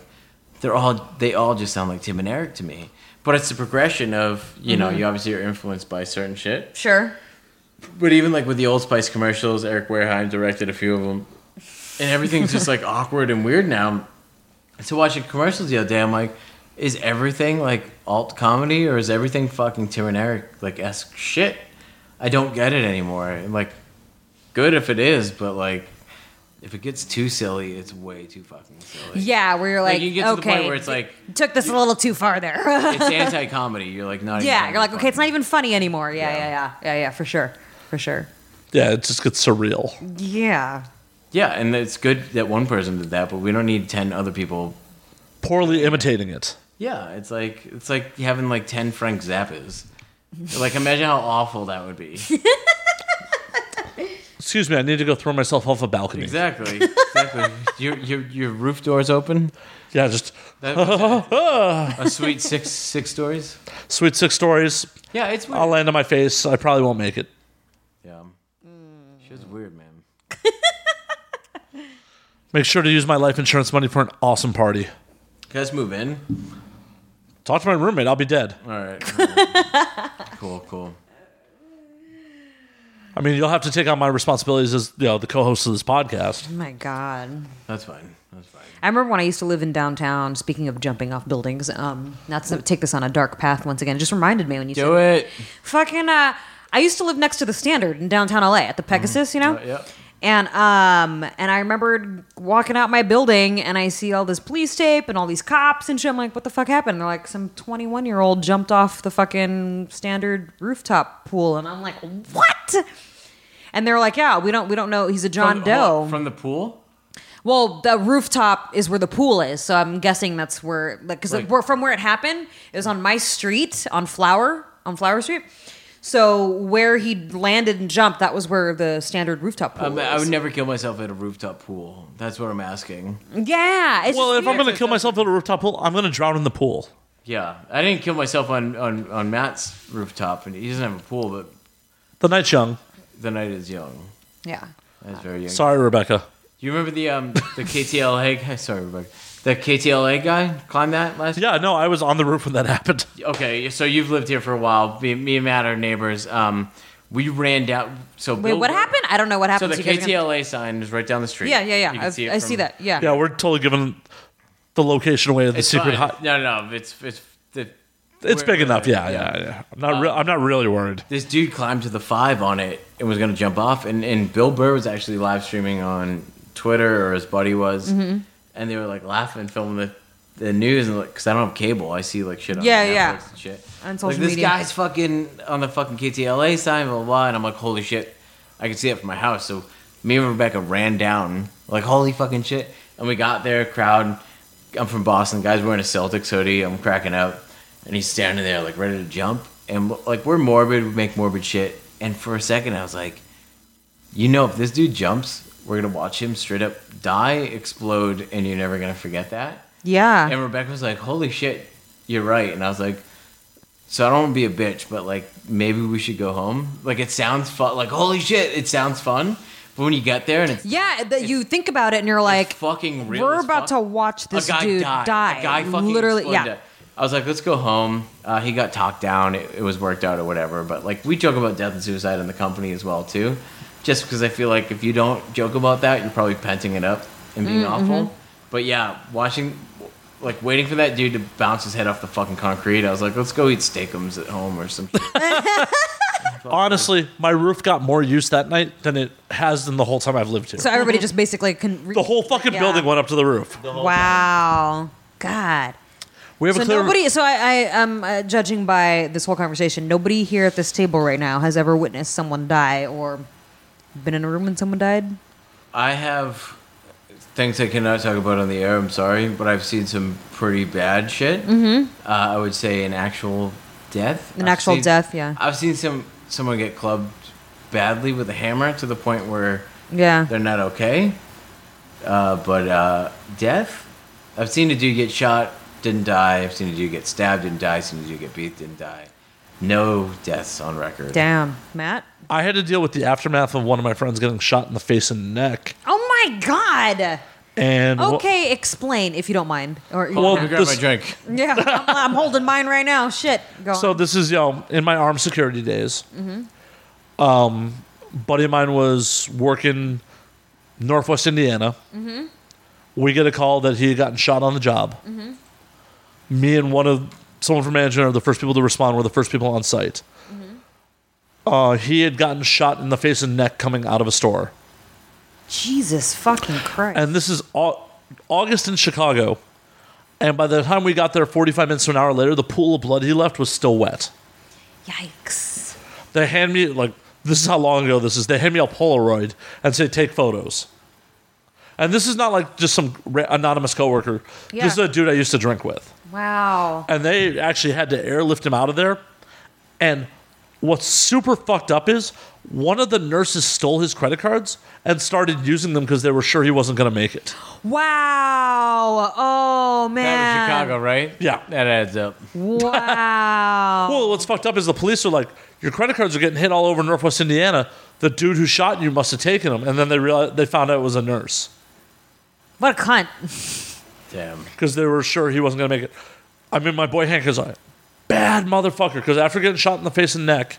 Speaker 4: they're all they all just sound like Tim and Eric to me. But it's the progression of you
Speaker 2: Mm-hmm.
Speaker 4: know you obviously are influenced by certain shit.
Speaker 2: sure.
Speaker 4: But even like with the Old Spice commercials, Eric Wareheim directed a few of them, and everything's just like awkward and weird now. So watching commercials the other day, I'm like, is everything like alt comedy or is everything fucking Tim and Eric like esque shit? I don't get it anymore. And, like, good if it is, but like, if it gets too silly, it's way too fucking silly.
Speaker 2: Yeah, where you're like,
Speaker 4: Like, you get to the
Speaker 2: okay,
Speaker 4: point where it's like-
Speaker 2: took this a little too far there.
Speaker 4: It's anti comedy. You're like not. even
Speaker 2: Yeah,
Speaker 4: having
Speaker 2: you're like, okay,
Speaker 4: fun.
Speaker 2: it's not even funny anymore. Yeah, yeah,
Speaker 4: Yeah.
Speaker 2: yeah, yeah, yeah, for sure, for sure.
Speaker 1: Yeah, it just gets surreal.
Speaker 2: Yeah,
Speaker 4: Yeah, and it's good that one person did that, but we don't need ten other people
Speaker 1: Poorly imitating it.
Speaker 4: Yeah, it's like it's like having like ten Frank Zappas. Like imagine how awful that would be.
Speaker 1: Excuse me, I need to go throw myself off a balcony.
Speaker 4: Exactly. Exactly. Your your your roof doors open.
Speaker 1: Yeah, just
Speaker 4: That was a, a sweet six six stories.
Speaker 1: sweet six stories.
Speaker 4: Yeah, it's weird.
Speaker 1: I'll land on my face. I probably won't make it.
Speaker 4: yeah. She was weird, man.
Speaker 1: Make sure to use my life insurance money for an awesome party.
Speaker 4: Okay, let's move in.
Speaker 1: Talk to my roommate. I'll be dead.
Speaker 4: All right. all right. cool, cool.
Speaker 1: I mean, you'll have to take on my responsibilities as you know the co-host of this podcast.
Speaker 2: oh my God.
Speaker 4: That's fine. That's fine.
Speaker 2: I remember when I used to live in downtown. Speaking of jumping off buildings, um, not to take this on a dark path once again, it just reminded me when you
Speaker 4: Do
Speaker 2: said
Speaker 4: it.
Speaker 2: fucking. Uh, I used to live next to the Standard in downtown LA at the Pegasus, you know.
Speaker 4: Uh, yeah.
Speaker 2: And um and I remembered walking out my building and I see all this police tape and all these cops and shit. I'm like, what the fuck happened? And they're like, some 21 year old jumped off the fucking standard rooftop pool, and I'm like, what? And they're like, yeah, we don't we don't know. He's a John
Speaker 4: From-
Speaker 2: Doe.
Speaker 4: from the pool.
Speaker 2: well, the rooftop is where the pool is, so I'm guessing that's where like because
Speaker 4: Like-
Speaker 2: from where it happened, it was on my street on Flower on Flower Street. So where he landed and jumped, that was where the standard rooftop pool.
Speaker 4: Um,
Speaker 2: is.
Speaker 4: I would never kill myself at a rooftop pool. That's what I'm asking.
Speaker 2: Yeah. It's
Speaker 1: Well,
Speaker 2: just
Speaker 1: if I'm
Speaker 2: weird.
Speaker 1: going to kill myself at a rooftop pool, I'm going to drown in the pool.
Speaker 4: Yeah, I didn't kill myself on, on, on Matt's rooftop, and he doesn't have a pool, but
Speaker 1: The night's young.
Speaker 4: the night is young.
Speaker 2: Yeah.
Speaker 4: That's very young.
Speaker 1: Sorry, Rebecca.
Speaker 4: Do you remember the um the KTLA guy? Sorry, Rebecca. The KTLA guy climbed that last.
Speaker 1: Yeah, no, I was on the roof when that happened.
Speaker 4: Okay, so you've lived here for a while. Me, me and Matt are neighbors. Um, we ran down. So
Speaker 2: Wait, what happened? I don't know what
Speaker 4: So
Speaker 2: happened.
Speaker 4: the
Speaker 2: to you guys are gonna-
Speaker 4: KTLA sign is right down the street.
Speaker 2: Yeah, yeah,
Speaker 4: You
Speaker 2: yeah.
Speaker 4: can
Speaker 2: I,
Speaker 4: see it
Speaker 2: I
Speaker 4: from-
Speaker 2: see that. Yeah.
Speaker 1: Yeah, we're totally giving the location away of the
Speaker 4: It's
Speaker 1: secret
Speaker 4: fine.
Speaker 1: hot.
Speaker 4: No, no, no, it's it's the.
Speaker 1: It's
Speaker 4: we're- Um,
Speaker 1: big enough. Yeah, yeah, yeah. I'm not. Re- I'm not really worried.
Speaker 4: this dude climbed to the five on it and was going to jump off. And, and Bill Burr was actually live streaming on Twitter, or his buddy was,
Speaker 2: Mm-hmm.
Speaker 4: and they were like laughing, filming the the news, and because I don't have cable, I see like shit on
Speaker 2: Yeah,
Speaker 4: Netflix
Speaker 2: yeah.
Speaker 4: and shit.
Speaker 2: On social
Speaker 4: like this
Speaker 2: media.
Speaker 4: guy's fucking on the fucking KTLA sign, blah blah, blah, and I'm like, holy shit, I can see it from my house. So me and Rebecca ran down, like holy fucking shit, and we got there, crowd. I'm from Boston. Guys wearing a Celtics hoodie. I'm cracking up, and he's standing there like ready to jump. And like we're morbid, we make morbid shit. And for a second, I was like, you know, if this dude jumps, We're gonna watch him straight up die, explode, and you're never gonna forget that.
Speaker 2: Yeah.
Speaker 4: And Rebecca was like, "Holy shit, you're right." And I was like, "So I don't want to be a bitch, but like maybe we should go home. Like it sounds fun. Like holy shit, it sounds fun." But when you get there and it's
Speaker 2: yeah, that you think about it and you're like,
Speaker 4: fucking real
Speaker 2: we're
Speaker 4: as
Speaker 2: about
Speaker 4: fuck.
Speaker 2: to watch this
Speaker 4: a guy
Speaker 2: dude
Speaker 4: died.
Speaker 2: die.
Speaker 4: A guy fucking
Speaker 2: literally, yeah.
Speaker 4: explained it. I was like, let's go home. Uh, he got talked down. It, it was worked out or whatever. But like, we joke about death and suicide in the company as well too, just because I feel like if you don't joke about that, you're probably penting it up and being
Speaker 2: Mm-hmm.
Speaker 4: awful. But yeah, watching, like, waiting for that dude to bounce his head off the fucking concrete. I was like, let's go eat steakums at home or some. shit.
Speaker 1: Honestly, my roof got more use that night than it has in the whole time I've lived here.
Speaker 2: So everybody just basically can. Re-
Speaker 1: the whole fucking
Speaker 2: Yeah.
Speaker 1: building went up to the roof.
Speaker 2: Wow. God.
Speaker 1: We have
Speaker 2: So
Speaker 1: a clear.
Speaker 2: nobody. So I, I am uh, judging by this whole conversation. Nobody here at this table right now has ever witnessed someone die or been in a room when someone died.
Speaker 4: I have things I cannot talk about on the air. I'm sorry, but I've seen some pretty bad shit. Mm-hmm. Uh, I would say an actual death.
Speaker 2: An
Speaker 4: I've
Speaker 2: actual
Speaker 4: seen-
Speaker 2: death, yeah.
Speaker 4: I've seen some someone get clubbed badly with a hammer to the point where
Speaker 2: Yeah.
Speaker 4: they're not okay. Uh, but uh, death, I've seen a dude get shot, didn't die. I've seen a dude get stabbed, didn't die. I've seen a dude get beat, didn't die. No deaths on record.
Speaker 2: Damn, Matt.
Speaker 1: I had to deal with the aftermath of one of my friends getting shot in the face and neck.
Speaker 2: Oh my God.
Speaker 1: And wh-
Speaker 2: Okay, explain if you don't mind. Or you
Speaker 1: Well,
Speaker 2: don't
Speaker 4: Let me
Speaker 2: have
Speaker 4: grab
Speaker 1: This-
Speaker 4: my drink.
Speaker 2: to. yeah, I'm, I'm holding mine right now. Shit. Go
Speaker 1: So
Speaker 2: on.
Speaker 1: this is you know in my armed security days. Um, buddy of mine was working Northwest Indiana. We get a call that he had gotten shot on the job. Me and one of someone from management are the first people to respond. We're the first people on site. Uh, he had gotten shot in the face and neck coming out of a store,
Speaker 2: Jesus fucking Christ.
Speaker 1: and this is au- August in Chicago. And by the time we got there, 45 minutes to an hour later, the pool of blood he left was still wet.
Speaker 2: Yikes.
Speaker 1: they hand me like this is how long ago this is. They hand me a Polaroid and say take photos. And this is not like just some ra- anonymous coworker.
Speaker 2: Yeah.
Speaker 1: This is a dude I used to drink with,
Speaker 2: Wow.
Speaker 1: and they actually had to airlift him out of there. And what's super fucked up is one of the nurses stole his credit cards and started using them because they were sure he wasn't going to make it.
Speaker 2: Wow. Oh man.
Speaker 4: That was Chicago, right?
Speaker 1: Yeah.
Speaker 4: That adds up.
Speaker 2: Wow.
Speaker 1: Well, what's fucked up is the police are like, your credit cards are getting hit all over Northwest Indiana. The dude who shot you must have taken them, and then they realized they found out it was a nurse.
Speaker 2: what a cunt.
Speaker 4: Damn.
Speaker 1: because they were sure he wasn't going to make it. I mean, my boy Hank is a bad motherfucker because after getting shot in the face and neck,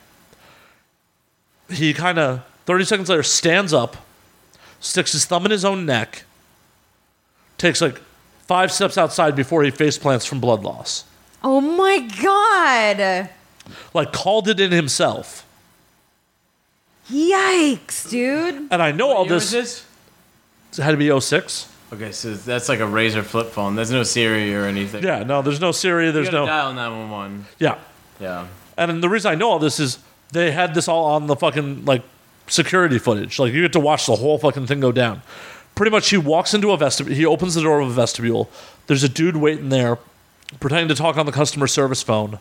Speaker 1: he kind of, 30 seconds later, stands up, sticks his thumb in his own neck, takes like five steps outside before he face plants from blood loss.
Speaker 2: Oh my god.
Speaker 1: Like, called it in himself.
Speaker 2: Yikes, dude.
Speaker 1: And I know all
Speaker 4: Year was
Speaker 1: this, had to be 06.
Speaker 4: Okay, so that's like a razor flip phone. There's no Siri or anything.
Speaker 1: Yeah, no, there's no Siri,
Speaker 4: you
Speaker 1: there's
Speaker 4: gotta
Speaker 1: no.
Speaker 4: dial 911.
Speaker 1: Yeah.
Speaker 4: Yeah.
Speaker 1: And the reason I know all this is they had this all on the fucking like security footage. Like you get to watch the whole fucking thing go down. Pretty much, he walks into a vestibule. He opens the door of a vestibule. There's a dude waiting there, pretending to talk on the customer service phone.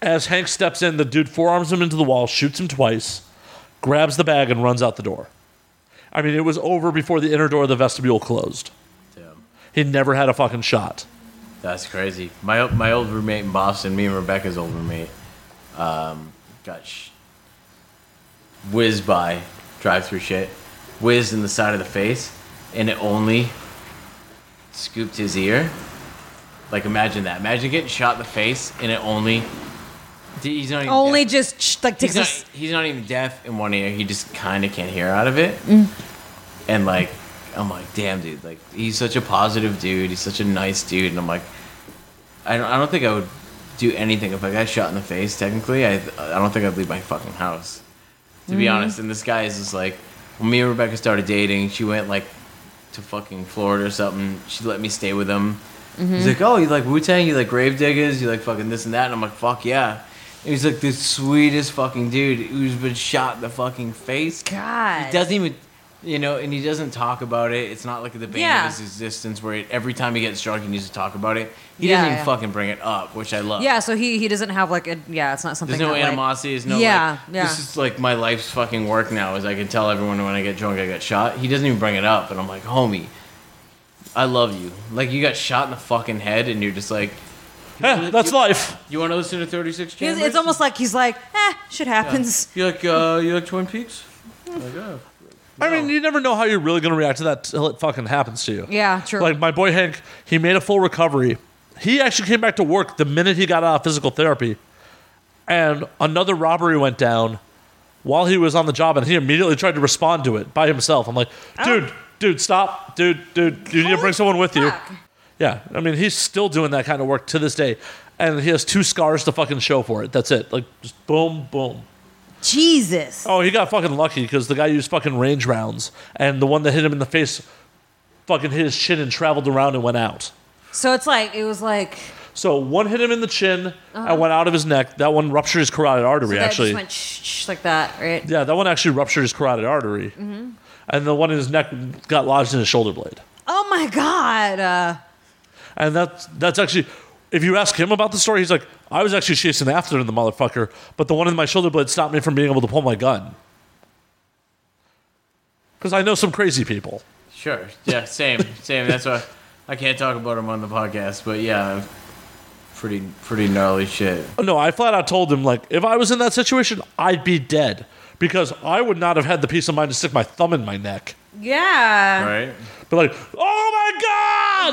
Speaker 1: As Hank steps in, the dude forearms him into the wall, shoots him twice, grabs the bag, and runs out the door. I mean, it was over before the inner door of the vestibule closed.
Speaker 4: Damn.
Speaker 1: He never had a fucking shot.
Speaker 4: That's crazy. My o- my old roommate in Boston, me and Rebecca's old roommate, um, got sh- whizzed by drive through shit, whizzed in the side of the face, and it only scooped his ear. Like imagine that. Imagine getting shot in the face and it only. He's not even
Speaker 2: Only
Speaker 4: deaf.
Speaker 2: just sh- like takes
Speaker 4: he's not,
Speaker 2: us.
Speaker 4: he's not even deaf in one ear. He just kind of can't hear out of it.
Speaker 2: Mm.
Speaker 4: And like, I'm like, damn, dude. Like, he's such a positive dude. He's such a nice dude. And I'm like, I don't, I don't think I would do anything if I got shot in the face. Technically, I, I don't think I'd leave my fucking house. To
Speaker 2: Mm-hmm.
Speaker 4: be honest. And this guy is just like, when me and Rebecca started dating, she went like to fucking Florida or something. She let me stay with him. He's
Speaker 2: Mm-hmm.
Speaker 4: like, oh, you like Wu Tang? You like Grave Diggers? You like fucking this and that? And I'm like, fuck yeah. And he's like the sweetest fucking dude who's been shot in the fucking face.
Speaker 2: God.
Speaker 4: He doesn't even. You know, and he doesn't talk about it. It's not like the bane
Speaker 2: Yeah.
Speaker 4: of his existence where it, every time he gets drunk, he needs to talk about it. He
Speaker 2: Yeah,
Speaker 4: doesn't even
Speaker 2: yeah.
Speaker 4: fucking bring it up, which I love.
Speaker 2: Yeah, so he he doesn't have like a yeah. It's not something.
Speaker 4: There's no
Speaker 2: that, like-
Speaker 4: animosity. There's no
Speaker 2: Yeah,
Speaker 4: like,
Speaker 2: yeah.
Speaker 4: This is like my life's fucking work now. Is I can tell everyone when I get drunk, I get shot. He doesn't even bring it up, and I'm like, homie, I love you. Like you got shot in the fucking head, and you're just like,
Speaker 1: Eh, that's life.
Speaker 4: you want to listen to
Speaker 2: He's-
Speaker 4: 36 Chambers?
Speaker 2: it's almost like he's like, eh, shit happens.
Speaker 4: You like uh, you like Twin Peaks? Like, oh.
Speaker 1: I mean, you never know how you're really going to react to that till it fucking happens to you.
Speaker 2: Yeah, true.
Speaker 1: Like my boy Hank, he made a full recovery. He actually came back to work the minute he got out of physical therapy, and another robbery went down while he was on the job, and he immediately tried to respond to it by himself. I'm like, dude, dude, stop, dude, dude, you need to
Speaker 2: Oh. Holy
Speaker 1: bring someone with
Speaker 2: fuck.
Speaker 1: you. Yeah, I mean, he's still doing that kind of work to this day, and he has two scars to fucking show for it. That's it. Like, just boom, boom.
Speaker 2: Jesus.
Speaker 1: Oh, he got fucking lucky because the guy used fucking range rounds, and the one that hit him in the face fucking hit his chin and traveled around and went out.
Speaker 2: So it's like it was like
Speaker 1: So one hit him in the chin and went out of his neck. That one ruptured his carotid artery,
Speaker 2: Uh-huh. that
Speaker 1: actually.
Speaker 2: just went shh, shh, like that, right?
Speaker 1: yeah, that one actually ruptured his carotid artery.
Speaker 2: Mm-hmm.
Speaker 1: And the one in his neck got lodged in his shoulder blade.
Speaker 2: Oh my god. Uh,
Speaker 1: And that's, that's actually, if you ask him about the story, he's like, I was actually chasing after the motherfucker, but the one in my shoulder blade stopped me from being able to pull my gun. Because I know some crazy people.
Speaker 4: Sure. Yeah. Same. Same. That's why I can't talk about him on the podcast. But yeah, pretty pretty gnarly shit.
Speaker 1: Oh, No, I flat out told him like if I was in that situation, I'd be dead because I would not have had the peace of mind to stick my thumb in my neck.
Speaker 2: yeah.
Speaker 4: Right.
Speaker 1: But like, oh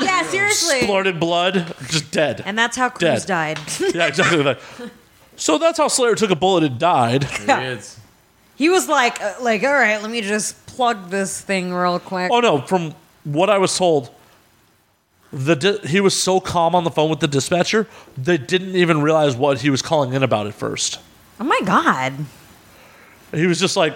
Speaker 1: my god!
Speaker 2: Yeah, seriously.
Speaker 1: Splurted blood, just dead.
Speaker 2: And that's how
Speaker 1: Dead.
Speaker 2: Cruz died.
Speaker 1: yeah, exactly. Like, so that's how Slayer took a bullet and died.
Speaker 2: Yeah.
Speaker 4: It's-
Speaker 2: he was like, uh, like, all right, let me just plug this thing real quick.
Speaker 1: Oh no! From what I was told, the di- he was so calm on the phone with the dispatcher, they didn't even realize what he was calling in about at first.
Speaker 2: Oh my god.
Speaker 1: He was just like,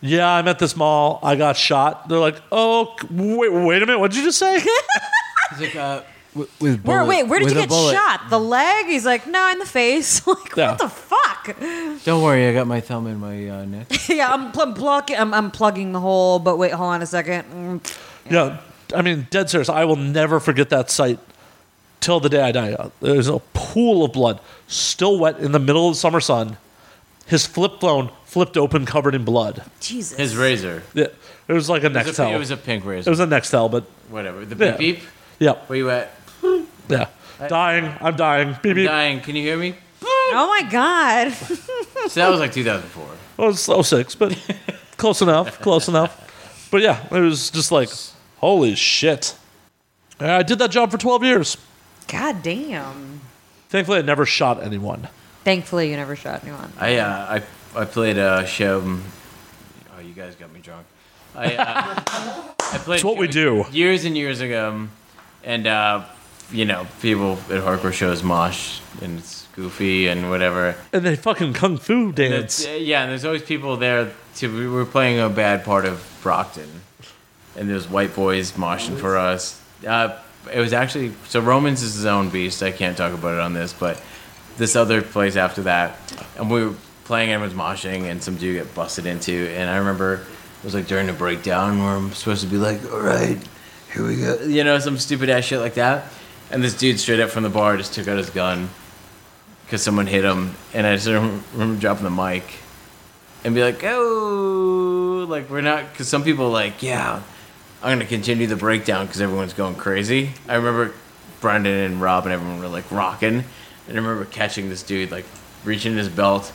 Speaker 1: "Yeah, I'm at this mall. I got shot." They're like, "Oh, c- wait, wait a minute. What'd you just say?"
Speaker 4: It's like uh,
Speaker 6: with
Speaker 2: Where,
Speaker 6: bullet-
Speaker 2: wait, where did
Speaker 6: with
Speaker 2: you
Speaker 6: a
Speaker 2: get
Speaker 6: bullet.
Speaker 2: shot? The leg? He's like, no, in the face. like,
Speaker 1: Yeah.
Speaker 2: what the fuck?
Speaker 6: Don't worry, I got my thumb in my uh, neck.
Speaker 2: yeah, I'm, pl- plucking- I'm I'm plugging the hole, but wait, hold on a second. Mm.
Speaker 1: yeah, I mean, dead serious. I will never forget that sight till the day I die. Uh, There's a pool of blood, still wet in the middle of the summer sun. His flip phone flipped open, covered in blood.
Speaker 2: Jesus.
Speaker 4: his razor.
Speaker 1: Yeah, it was like a
Speaker 4: It was, a,
Speaker 1: Nextel.
Speaker 4: it was a pink
Speaker 1: It
Speaker 4: razor.
Speaker 1: was a Nextel, but
Speaker 4: Whatever. The
Speaker 1: Yeah.
Speaker 4: beep beep.
Speaker 1: yeah,
Speaker 4: Where you at?
Speaker 1: yeah. Dying. I'm dying. Beep beep.
Speaker 4: Dying. Can you hear me?
Speaker 2: Oh my god.
Speaker 4: So that was like 2004.
Speaker 1: Well, it's 06, but close enough, close enough. But yeah, it was just like, holy shit. And I did that job for 12 years.
Speaker 2: God damn.
Speaker 1: Thankfully, I never shot anyone.
Speaker 2: Thankfully, you never shot anyone.
Speaker 4: I uh, I I played a show. Oh, you guys got me drunk. I uh, I played.
Speaker 1: It's what we do.
Speaker 4: Years and years ago, and uh, you know, people at hardcore shows mosh and it's goofy and whatever.
Speaker 1: And they fucking kung fu
Speaker 4: That's,
Speaker 1: dance.
Speaker 4: uh, yeah, and there's always people there. To, we were playing a bad part of Brockton, and there's white boys moshing for us. Uh, it was actually so Romans is his own beast. I can't talk about it on this, but this other place after that, and we were playing and was moshing, and some dude got busted into, and I remember it was like during the breakdown where I'm supposed to be like, all right, here we go, you know, some stupid ass shit like that, and this dude straight up from the bar just took out his gun because someone hit him, and I just rem- remember dropping the mic and be like, "Oh, like we're not," because some people are like, "Yeah, I'm gonna continue the breakdown because everyone's going crazy." I remember Brendan and Rob and everyone were like rocking, and I remember catching this dude like reaching in his belt,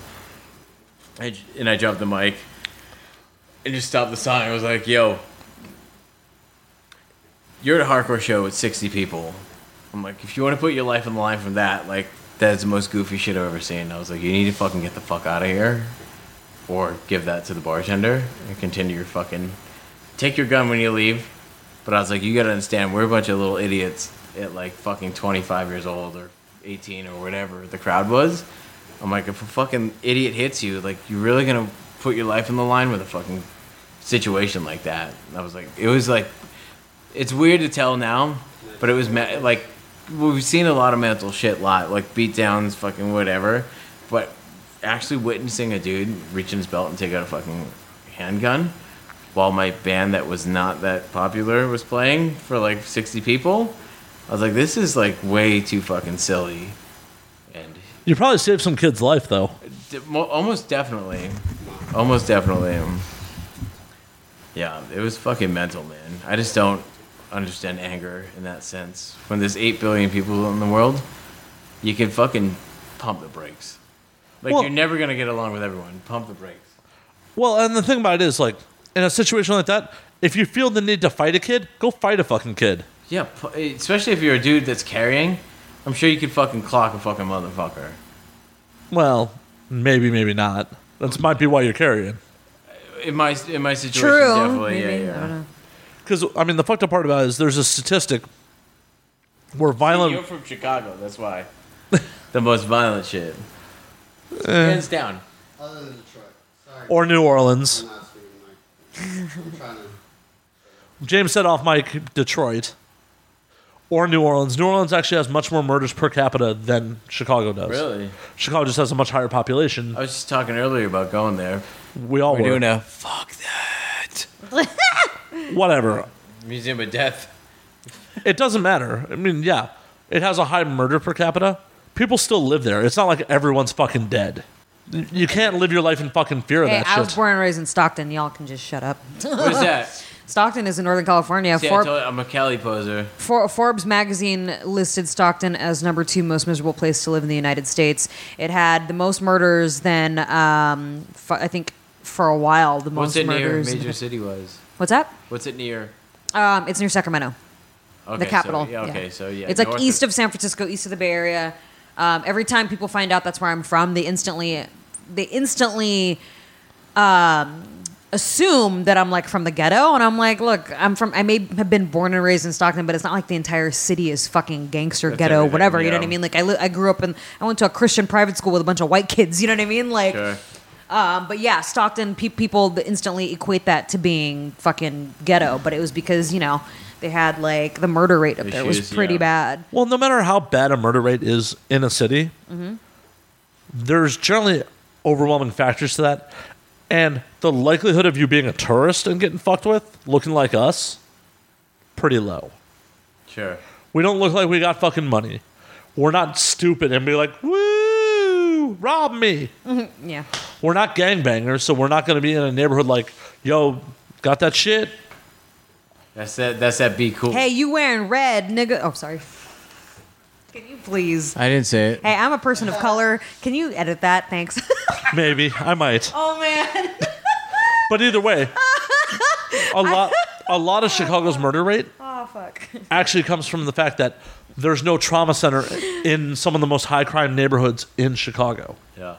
Speaker 4: I j- and I dropped the mic and just stopped the song. I was like, "Yo." You're at a hardcore show with 60 people. I'm like, if you want to put your life on the line from that, like, that's the most goofy shit I've ever seen. I was like, you need to fucking get the fuck out of here, or give that to the bartender and continue your fucking. Take your gun when you leave. But I was like, you gotta understand, we're a bunch of little idiots at like fucking 25 years old or 18 or whatever the crowd was. I'm like, if a fucking idiot hits you, like, you're really gonna put your life on the line with a fucking situation like that. And I was like, it was like it's weird to tell now, but it was me- like we've seen a lot of mental shit, lot like beatdowns, fucking whatever. But actually witnessing a dude reach in his belt and take out a fucking handgun while my band that was not that popular was playing for like 60 people. I was like, this is like way too fucking silly. And
Speaker 1: You probably saved some kid's life though.
Speaker 4: d- mo- almost definitely, almost definitely. um, Yeah, it was fucking mental, man. I just don't understand anger in that sense. When there's 8 billion people in the world, you can fucking pump the brakes. Like,
Speaker 1: Well-
Speaker 4: you're never gonna get along with everyone. Pump the brakes.
Speaker 1: Well, and the thing about it is, like, in a situation like that, if you feel the need to fight a kid, go fight a fucking kid.
Speaker 4: Yeah, pu- especially if you're a dude that's carrying, I'm sure you could fucking clock a fucking motherfucker.
Speaker 1: Well, maybe, maybe not. That's might be why you're carrying.
Speaker 4: In my in my situation,
Speaker 2: True.
Speaker 4: definitely.
Speaker 2: maybe, I
Speaker 4: yeah,
Speaker 2: don't
Speaker 4: yeah.
Speaker 2: know.
Speaker 1: Because I mean, the fucked up part about it is there's a statistic where
Speaker 4: You're
Speaker 1: violent.
Speaker 4: from Chicago, that's why. the most violent shit.
Speaker 6: Eh.
Speaker 4: Hands down.
Speaker 5: Other than Detroit. Sorry.
Speaker 1: Or New Orleans.
Speaker 5: I'm not speaking, Mike. I'm trying to.
Speaker 1: James said off mic Detroit. Or New Orleans. New Orleans actually has much more murders per capita than Chicago does.
Speaker 4: Really?
Speaker 1: Chicago just has a much higher population.
Speaker 4: I was just talking earlier about going there.
Speaker 1: We all
Speaker 4: We're
Speaker 1: were.
Speaker 4: doing a fuck that
Speaker 1: Whatever.
Speaker 4: museum of death.
Speaker 1: It doesn't matter. I mean, yeah, it has a high murder per capita. People still live there. It's not like everyone's fucking dead. Y- You can't live your life in fucking fear of
Speaker 2: Hey,
Speaker 1: that
Speaker 2: I was
Speaker 1: shit.
Speaker 2: born and raised in Stockton. Y'all can just shut up.
Speaker 4: What is that?
Speaker 2: Stockton is in Northern California.
Speaker 4: See, I
Speaker 2: Forb-
Speaker 4: told you, I'm a Cali poser.
Speaker 2: For, Forbes magazine listed Stockton as number two most miserable place to live in the United States. It had the most murders than, um, f- I think, for a while, the most
Speaker 4: What's it near?
Speaker 2: murders.
Speaker 4: Major city was.
Speaker 2: What's that?
Speaker 4: What's it near?
Speaker 2: Um, it's near Sacramento,
Speaker 4: Okay,
Speaker 2: the capital.
Speaker 4: So, yeah, okay, so yeah.
Speaker 2: It's like
Speaker 4: north
Speaker 2: east of San Francisco, east of the Bay Area. Um, every time people find out that's where I'm from, they instantly, they instantly um, assume that I'm like from the ghetto, and I'm like, look, I'm from. I may have been born and raised in Stockton, but it's not like the entire city is fucking gangster,
Speaker 4: That's
Speaker 2: ghetto,
Speaker 4: everything,
Speaker 2: whatever. You know
Speaker 4: yeah.
Speaker 2: what I mean? Like I, li- I grew up in. I went to a Christian private school with a bunch of white kids. You know what I mean? Like,
Speaker 4: Sure.
Speaker 2: um, but yeah, Stockton pe- people instantly equate that to being fucking ghetto, but it was because you know they had like the murder rate up there was
Speaker 4: Issues,
Speaker 2: pretty
Speaker 4: yeah.
Speaker 2: bad.
Speaker 1: Well, no matter how bad a murder rate is in a city, there's generally overwhelming factors to that. And the likelihood of you being a tourist and getting fucked with, looking like us, pretty low.
Speaker 4: Sure.
Speaker 1: We don't look like we got fucking money. We're not stupid and be like, woo, rob me.
Speaker 2: Yeah,
Speaker 1: we're not gangbangers, so we're not going to be in a neighborhood like, yo, got that shit?
Speaker 4: That's that. That's that. Be cool.
Speaker 2: hey, you wearing red, nigga? Oh, sorry. Can you please?
Speaker 6: I didn't say it.
Speaker 2: Hey, I'm a person of color. Can you edit that? Thanks.
Speaker 1: Maybe I might.
Speaker 2: oh man.
Speaker 1: But either way, a lot, a lot of Chicago's murder rate
Speaker 2: Oh fuck.
Speaker 1: actually comes from the fact that there's no trauma center in some of the most high crime neighborhoods in Chicago.
Speaker 4: Yeah.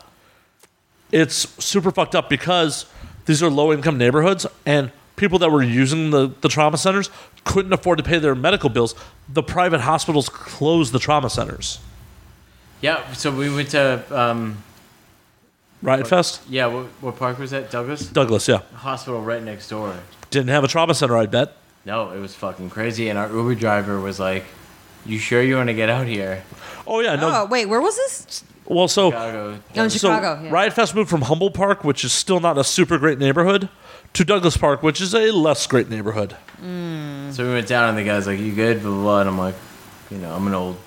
Speaker 1: It's super fucked up because these are low income neighborhoods and people that were using the, the trauma centers couldn't afford to pay their medical bills. The private hospitals closed the trauma centers.
Speaker 4: Yeah. So we went to. Um,
Speaker 1: Riot Fest?
Speaker 4: yeah. What, what park was that? Douglas
Speaker 1: Douglas, yeah.
Speaker 4: Hospital, right next door.
Speaker 1: Didn't have a trauma center, I bet.
Speaker 4: No, it was fucking crazy. And our Uber driver was like, "You sure you want to get out here?"
Speaker 1: Oh yeah, no.
Speaker 2: Oh wait, where was this?
Speaker 1: Well, so
Speaker 4: Chicago.
Speaker 2: Oh, in
Speaker 1: so
Speaker 2: Chicago. yeah.
Speaker 1: Riot Fest moved from Humble Park, which is still not a super great neighborhood, to Douglas Park, which is a less great neighborhood.
Speaker 4: So we went down, and the guy's like, "You good?" Blah blah. blah. And I'm like, "You know, I'm an old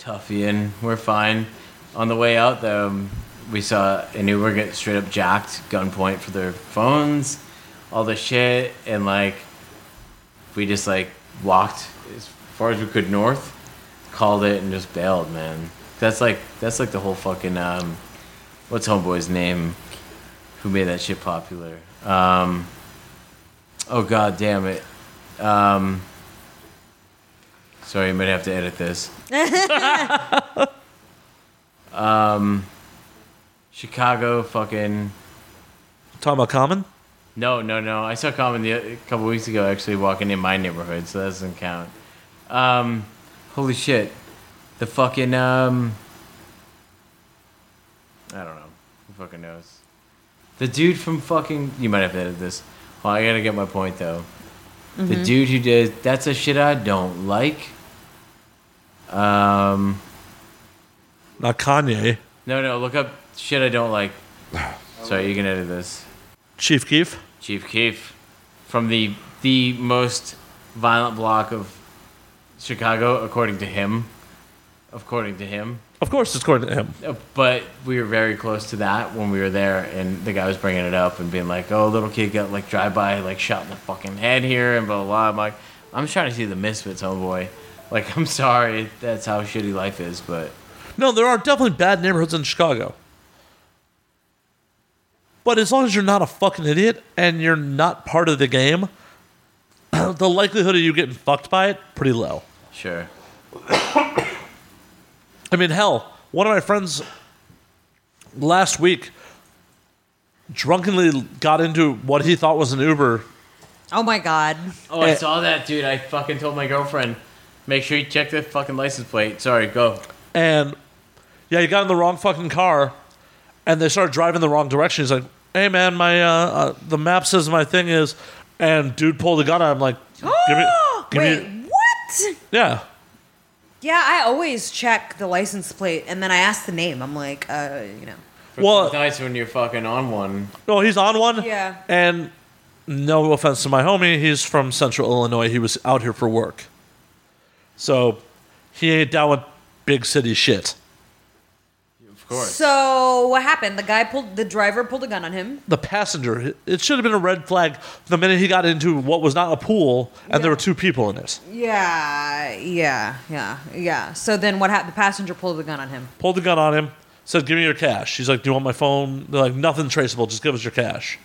Speaker 4: toughian. We're fine." On the way out, though, um, we saw an Uber get straight up jacked, gunpoint for their phones, all the shit, and like, we just like walked as far as we could north, called it, and just bailed, man. That's like that's like the whole fucking um, what's homeboy's name, who made that shit popular. Um, oh god damn it. Um, sorry, you might have to edit this. um, Um, Chicago, fucking.
Speaker 1: Talking about Common?
Speaker 4: No, no, no. I saw Common the, a couple weeks ago actually walking in my neighborhood, so that doesn't count. Um, holy shit. The fucking. Um, I don't know. Who fucking knows? The dude from fucking. You might have to edit this. Well, I gotta get my point though. The dude who did. That's a shit I don't like. Um,
Speaker 1: Not Kanye.
Speaker 4: no, no. Look up shit I don't like. Sorry, you can edit this.
Speaker 1: Chief Keef?
Speaker 4: Chief Keef. from the the most violent block of Chicago, according to him. According to him,
Speaker 1: Of course, it's according to him.
Speaker 4: Uh, but we were very close to that when we were there, and the guy was bringing it up and being like, "Oh, little kid got like drive by, like shot in the fucking head here," and blah blah. blah. I'm like, I'm just trying to see the Misfits, homeboy. Like, I'm sorry, that's how shitty life is, but
Speaker 1: No, there are definitely bad neighborhoods in Chicago. But as long as you're not a fucking idiot and you're not part of the game, the likelihood of you getting fucked by it pretty low.
Speaker 4: sure.
Speaker 1: I mean, hell, one of my friends last week drunkenly got into what he thought was an Uber.
Speaker 2: Oh my god.
Speaker 4: Oh, I saw that, dude. I fucking told my girlfriend, make sure you check the fucking license plate. Sorry, go.
Speaker 1: And yeah, he got in the wrong fucking car, and they started driving the wrong direction. He's like, "Hey, man, my uh, uh the map says my thing is," and dude pulled a gun. I'm like, "Give me, give
Speaker 2: Wait,
Speaker 1: me,
Speaker 2: what?
Speaker 1: yeah."
Speaker 2: Yeah, I always check the license plate and then I ask the name. I'm like, uh, you know.
Speaker 1: Well-
Speaker 4: it's nice when you're fucking on one.
Speaker 1: No, he's on one.
Speaker 2: Yeah.
Speaker 1: And no offense to my homie, he's from Central Illinois. He was out here for work, so he ain't down with big city shit.
Speaker 4: Of course.
Speaker 2: So what happened? The guy pulled the driver pulled a gun on him.
Speaker 1: The passenger, it should have been a red flag the minute he got into what was not a pool, and there were two people in it.
Speaker 2: Yeah, yeah, yeah, yeah. So then what happened? The passenger pulled the gun on him.
Speaker 1: pulled the gun on him, said, Give me your cash. He's like, Do you want my phone? They're like, Nothing traceable, just give us your cash.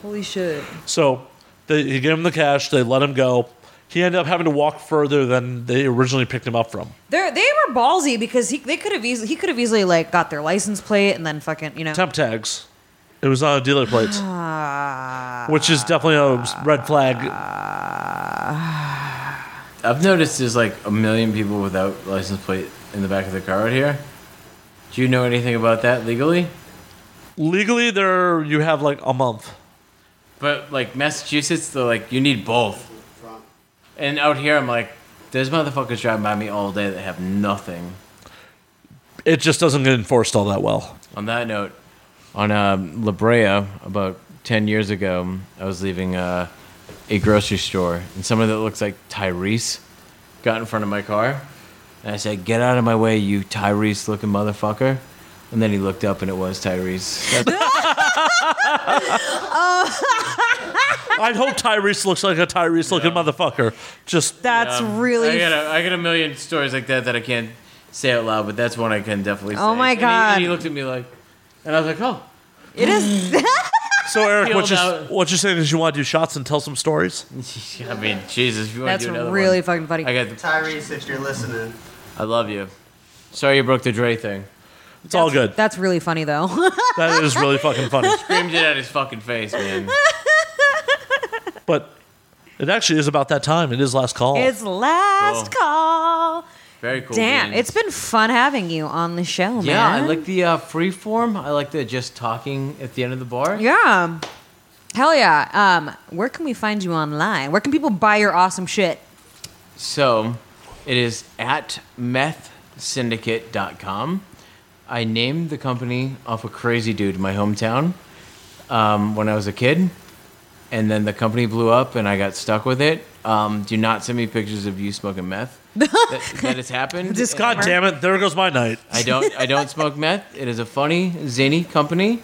Speaker 2: Holy shit.
Speaker 1: So they, he gave him the cash, they let him go. He ended up having to walk further than they originally picked him up from.
Speaker 2: They they were ballsy because he they could have easily he could have easily like got their license plate and then fucking you know.
Speaker 1: Temp tags. Ah. It was on a dealer plate, which is definitely a red flag.
Speaker 4: I've noticed there's like a million people without license plate in the back of their car out here. Do you know anything about that legally?
Speaker 1: Legally, there you have like a month.
Speaker 4: But like Massachusetts, they're like, you need both. And out here, I'm like, there's motherfuckers driving by me all day that have nothing.
Speaker 1: It just doesn't get enforced all that well.
Speaker 4: On that note, on um, La Brea about 10 years ago, I was leaving uh, a grocery store, and someone that looks like Tyrese got in front of my car. And I said, Get out of my way, you Tyrese looking motherfucker. And then he looked up, and it was Tyrese. That's-
Speaker 1: I hope Tyrese looks like a Tyrese looking motherfucker. Just
Speaker 2: That's
Speaker 4: um, I
Speaker 2: really.
Speaker 4: got, a, I got a million stories like that that I can't say out loud, but that's one I can definitely say.
Speaker 2: Oh my
Speaker 4: And he-
Speaker 2: God.
Speaker 4: And he, looked at me like, and I was like, Oh,
Speaker 2: it is.
Speaker 1: so, Eric, what
Speaker 4: Peeled
Speaker 1: you're,
Speaker 4: out.
Speaker 1: what you're saying is you want to do shots and tell some stories?
Speaker 4: I mean, Jesus, if you want
Speaker 2: That's
Speaker 4: to do another
Speaker 2: really
Speaker 4: one.
Speaker 2: fucking funny.
Speaker 4: I got the,
Speaker 5: Tyrese, if you're listening,
Speaker 4: I love you. Sorry you broke the Dre thing.
Speaker 1: It's all good.
Speaker 2: That's really funny though.
Speaker 1: That is really fucking funny.
Speaker 4: screamed it at his fucking face, man.
Speaker 1: But it actually is about that time. It is last call.
Speaker 2: it's last call.
Speaker 4: Very cool.
Speaker 2: Damn,
Speaker 4: beans.
Speaker 2: it's been fun having you on the show, man.
Speaker 4: yeah. I like the uh, free form. I like the just talking at the end of the bar.
Speaker 2: Yeah. Hell yeah. Um, where can we find you online? Where can people buy your awesome shit?
Speaker 4: So, it is at methsyndicate.com. I named the company off a crazy dude in my hometown um, when I was a kid, and then the company blew up, and I got stuck with it. Um, do not send me pictures of you smoking meth. that, that has happened.
Speaker 1: God damn it! There goes my night.
Speaker 4: I don't. I don't smoke meth. It is a funny, zany company,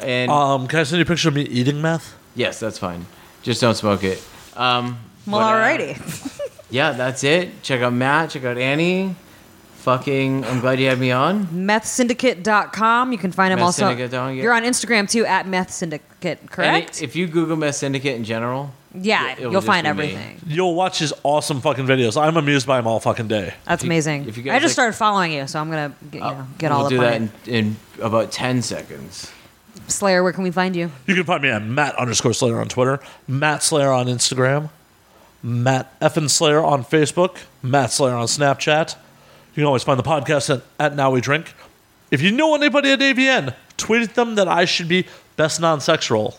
Speaker 4: and
Speaker 1: Um, can I send you a picture of me eating meth?
Speaker 4: Yes, that's fine. Just don't smoke it. Um,
Speaker 2: Well,
Speaker 4: but, uh,
Speaker 2: alrighty.
Speaker 4: yeah, that's it. Check out Matt. Check out Annie. Fucking, I'm glad you had me on.
Speaker 2: MethSyndicate.com. You can find him
Speaker 4: Meth
Speaker 2: also.
Speaker 4: Syndicate dot com, yeah.
Speaker 2: You're on Instagram too, at Meth Syndicate,
Speaker 4: And
Speaker 2: correct?
Speaker 4: if you Google Meth Syndicate in general,
Speaker 2: yeah,
Speaker 4: it'll
Speaker 2: you'll
Speaker 4: just
Speaker 2: find
Speaker 4: be me.
Speaker 2: everything.
Speaker 1: You'll watch his awesome fucking videos. I'm amused by him all fucking day.
Speaker 2: That's
Speaker 4: you-
Speaker 2: amazing.
Speaker 4: if you
Speaker 2: I
Speaker 4: guys
Speaker 2: just
Speaker 4: like-
Speaker 2: started following you, so I'm going to get, you know, get all
Speaker 4: we'll
Speaker 2: up
Speaker 4: do
Speaker 2: on
Speaker 4: that
Speaker 2: it.
Speaker 4: in, in about 10 seconds.
Speaker 2: Slayer, where can we find you?
Speaker 1: You can find me at Matt underscore Slayer on Twitter, Matt Slayer on Instagram, Matt Effin Slayer on Facebook, Matt Slayer on Snapchat. You can always find the podcast at, at Now We Drink. If you know anybody at AVN, tweet at them that I should be best non-sexual.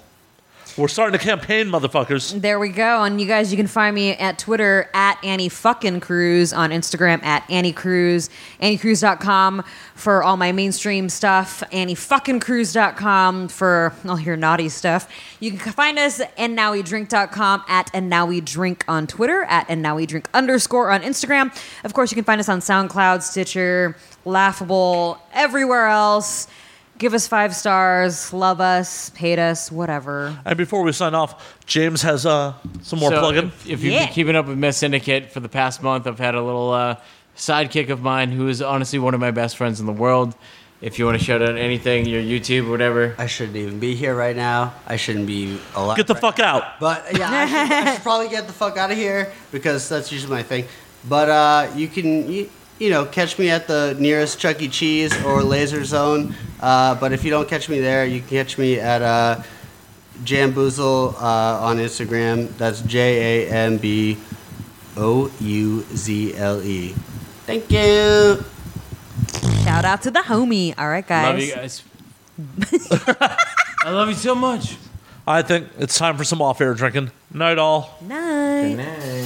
Speaker 1: We're starting a campaign, motherfuckers.
Speaker 2: There we go. And you guys, you can find me at Twitter at Annie fucking Cruz, on Instagram at Annie Cruz, AnnieCruz.com for all my mainstream stuff, AnnieFuckingCruz.com for all your naughty stuff. You can find us at AndNowWeDrink.com at And Now We Drink on Twitter, at And Now We Drink underscore on Instagram. Of course, you can find us on SoundCloud, Stitcher, Laughable, everywhere else. Give us five stars, love us, hate us, whatever.
Speaker 1: And before we sign off, James has uh, some more
Speaker 7: So
Speaker 1: plug-in.
Speaker 7: If, if you've
Speaker 2: Yeah.
Speaker 7: been keeping up with Mess Syndicate for the past month, I've had a little uh, sidekick of mine who is honestly one of my best friends in the world. If you want to shout out anything, your YouTube, whatever.
Speaker 5: I shouldn't even be here right now. I shouldn't be alive.
Speaker 1: Get the fuck out.
Speaker 5: But yeah, I should, I should probably get the fuck out of here because that's usually my thing. But uh, you can, you, you know, catch me at the nearest Chuck E. Cheese or Laser Zone. Uh, but if you don't catch me there, you can catch me at uh, Jamboozle uh, on Instagram. That's J A M B O U Z L E. Thank you.
Speaker 2: Shout out to the homie. All right, guys.
Speaker 7: Love you guys. I love you so much.
Speaker 1: I think it's time for some off-air drinking. Night all.
Speaker 2: Night.
Speaker 7: Good night.